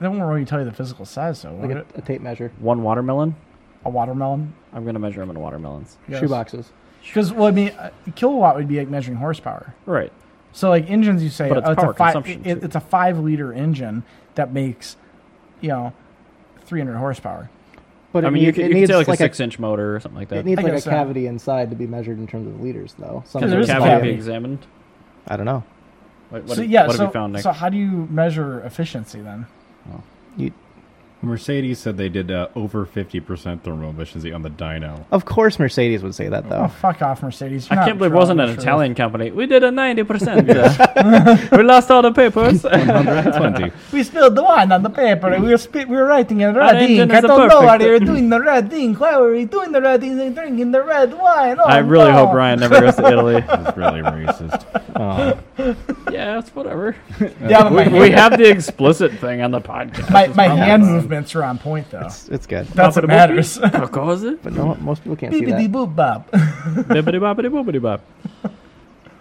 [SPEAKER 2] that won't really tell you the physical size though.
[SPEAKER 3] Like
[SPEAKER 2] would
[SPEAKER 3] a,
[SPEAKER 2] it?
[SPEAKER 3] a tape measure.
[SPEAKER 1] one watermelon
[SPEAKER 2] a watermelon
[SPEAKER 1] i'm going to measure them in watermelons
[SPEAKER 2] Yes.
[SPEAKER 3] Shoe boxes.
[SPEAKER 2] Because well, I mean, a kilowatt would be like measuring horsepower.
[SPEAKER 1] right
[SPEAKER 2] So like engines, you say
[SPEAKER 1] But it's
[SPEAKER 2] oh,
[SPEAKER 1] power
[SPEAKER 2] a five,
[SPEAKER 1] consumption,
[SPEAKER 2] it-
[SPEAKER 1] too.
[SPEAKER 2] it's a five liter engine that makes, you know, three hundred horsepower.
[SPEAKER 3] But
[SPEAKER 1] i
[SPEAKER 3] it
[SPEAKER 1] mean you
[SPEAKER 3] need-
[SPEAKER 1] could,
[SPEAKER 3] it
[SPEAKER 1] you could
[SPEAKER 3] needs
[SPEAKER 1] say like,
[SPEAKER 3] like
[SPEAKER 1] a
[SPEAKER 3] a
[SPEAKER 1] six inch motor or something like that
[SPEAKER 3] It needs
[SPEAKER 2] I
[SPEAKER 3] like a
[SPEAKER 2] guess so.
[SPEAKER 3] cavity inside to be measured in terms of liters, though. Some
[SPEAKER 2] there
[SPEAKER 1] Can
[SPEAKER 3] sort
[SPEAKER 1] the
[SPEAKER 2] is
[SPEAKER 3] of
[SPEAKER 2] a
[SPEAKER 1] cavity
[SPEAKER 2] cavity.
[SPEAKER 1] be examined
[SPEAKER 3] I don't know.
[SPEAKER 1] what, what,
[SPEAKER 2] so
[SPEAKER 1] have-
[SPEAKER 2] yeah,
[SPEAKER 1] what
[SPEAKER 2] so,
[SPEAKER 1] have you found Nick?
[SPEAKER 2] so how do you measure efficiency then?
[SPEAKER 4] Mercedes said they did uh, over 50% thermal efficiency on the dyno.
[SPEAKER 3] Of course, Mercedes would say that,
[SPEAKER 2] Oh,
[SPEAKER 3] though.
[SPEAKER 2] fuck off, Mercedes!
[SPEAKER 1] I
[SPEAKER 2] You're
[SPEAKER 1] can't
[SPEAKER 2] not
[SPEAKER 1] believe it wasn't an
[SPEAKER 2] sure.
[SPEAKER 1] Italian company. We did a 90%. we lost all the papers.
[SPEAKER 4] 120.
[SPEAKER 2] We spilled the wine on the paper. We were spi- we were writing in red ink.
[SPEAKER 1] engine is
[SPEAKER 2] I
[SPEAKER 1] the
[SPEAKER 2] don't know why
[SPEAKER 1] perfect-
[SPEAKER 2] they were doing the red ink. Why were we doing the red ink and drinking the red wine? Oh,
[SPEAKER 1] I really
[SPEAKER 2] no.
[SPEAKER 1] hope Ryan never goes to Italy.
[SPEAKER 4] It's really racist.
[SPEAKER 2] Oh.
[SPEAKER 3] Oh,
[SPEAKER 1] yeah, it's whatever.
[SPEAKER 2] Yeah, but my,
[SPEAKER 1] We have the explicit thing on the podcast.
[SPEAKER 2] my, my hand movements are on point though.
[SPEAKER 3] It's, it's good.
[SPEAKER 2] That's what matters.
[SPEAKER 1] Caucasian.
[SPEAKER 3] But no, most people can't see
[SPEAKER 2] Bibbidi
[SPEAKER 3] that.
[SPEAKER 2] boop bop.
[SPEAKER 1] Bibbidi bobbidi bobbidi bop.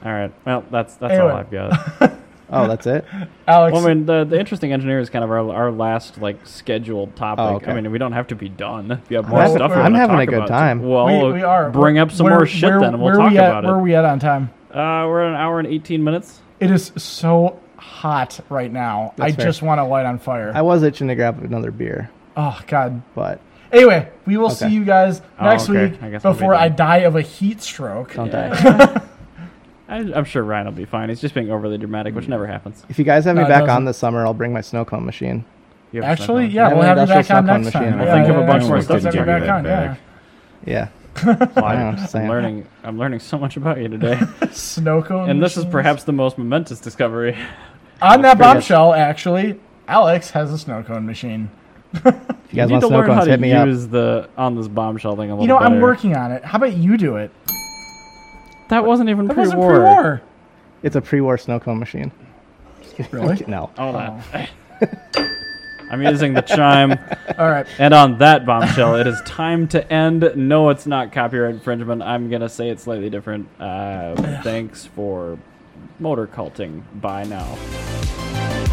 [SPEAKER 1] All right. Well, that's that's all
[SPEAKER 2] Anyway.
[SPEAKER 1] I've got.
[SPEAKER 3] Oh, that's it.
[SPEAKER 2] Alex,
[SPEAKER 1] Well, I mean, the, the interesting engineer is kind of our, our last like scheduled topic.
[SPEAKER 3] Oh, okay.
[SPEAKER 1] I mean, we don't have to be done. If you have
[SPEAKER 3] I'm
[SPEAKER 1] more
[SPEAKER 2] having-
[SPEAKER 1] stuff, we
[SPEAKER 2] I'm
[SPEAKER 1] wanna
[SPEAKER 3] having a
[SPEAKER 1] talk
[SPEAKER 3] good
[SPEAKER 1] about,
[SPEAKER 3] time.
[SPEAKER 1] Well,
[SPEAKER 2] we, we are.
[SPEAKER 1] bring up some
[SPEAKER 2] Where-
[SPEAKER 1] more shit
[SPEAKER 2] where-
[SPEAKER 1] then, and we'll
[SPEAKER 2] where
[SPEAKER 1] talk
[SPEAKER 2] we at,
[SPEAKER 1] about
[SPEAKER 2] Where are
[SPEAKER 1] it.
[SPEAKER 2] we at on time?
[SPEAKER 1] Uh, we're an hour and eighteen minutes.
[SPEAKER 2] It is so hot right now. I
[SPEAKER 3] That's fair.
[SPEAKER 2] just want to light on fire.
[SPEAKER 3] I was itching to grab another beer.
[SPEAKER 2] Oh God.
[SPEAKER 3] But
[SPEAKER 2] Anyway, we will see
[SPEAKER 3] Okay.
[SPEAKER 2] you guys
[SPEAKER 1] Oh,
[SPEAKER 2] next
[SPEAKER 1] okay.
[SPEAKER 2] week
[SPEAKER 1] I guess I'll be
[SPEAKER 2] before I
[SPEAKER 1] done.
[SPEAKER 2] die of a heat stroke.
[SPEAKER 3] don't
[SPEAKER 1] Yeah.
[SPEAKER 3] die.
[SPEAKER 1] I, I'm sure Ryan will be fine. He's just being overly dramatic,
[SPEAKER 3] Hmm.
[SPEAKER 1] which never happens.
[SPEAKER 3] If you guys have me
[SPEAKER 2] No, it
[SPEAKER 3] back
[SPEAKER 2] doesn't.
[SPEAKER 3] on this summer, I'll bring my snow cone machine.
[SPEAKER 1] You have
[SPEAKER 2] Actually,
[SPEAKER 1] to-
[SPEAKER 2] yeah,
[SPEAKER 3] Yeah,
[SPEAKER 2] we'll
[SPEAKER 3] my
[SPEAKER 2] have you
[SPEAKER 3] industrial
[SPEAKER 2] back on
[SPEAKER 3] snowcone
[SPEAKER 2] next time.
[SPEAKER 3] machine.
[SPEAKER 1] We'll think of a bunch more
[SPEAKER 2] we'll
[SPEAKER 1] stuff
[SPEAKER 2] have
[SPEAKER 1] to
[SPEAKER 2] you
[SPEAKER 1] bring
[SPEAKER 2] back
[SPEAKER 4] that
[SPEAKER 2] on, yeah.
[SPEAKER 4] back.
[SPEAKER 3] Yeah, I know.
[SPEAKER 1] Wow,
[SPEAKER 3] what I'm
[SPEAKER 1] I'm
[SPEAKER 3] saying.
[SPEAKER 1] learning. I'm learning so much about you today,
[SPEAKER 2] Snow cone.
[SPEAKER 1] and this is
[SPEAKER 2] machines.
[SPEAKER 1] perhaps the most momentous discovery.
[SPEAKER 2] on that
[SPEAKER 3] pretty good.
[SPEAKER 2] bombshell. Actually, Alex has a snow cone machine.
[SPEAKER 3] If you guys
[SPEAKER 1] need
[SPEAKER 3] want
[SPEAKER 1] to
[SPEAKER 3] snow
[SPEAKER 1] learn how
[SPEAKER 3] cones,
[SPEAKER 1] to
[SPEAKER 3] hit me up.
[SPEAKER 1] use the on this bombshell thing a little.
[SPEAKER 2] You know, I'm
[SPEAKER 1] better.
[SPEAKER 2] working on it. How about you do it?
[SPEAKER 1] That wasn't even
[SPEAKER 2] That wasn't
[SPEAKER 1] pre-war.
[SPEAKER 2] pre-war.
[SPEAKER 3] It's a pre-war snow cone machine.
[SPEAKER 2] Really?
[SPEAKER 3] No.
[SPEAKER 1] All that. I'm using the chime,
[SPEAKER 2] All right.
[SPEAKER 1] and on that bombshell, it is time to end. No, it's not copyright infringement. I'm gonna say it slightly different. Uh, thanks for motor culting. Bye now.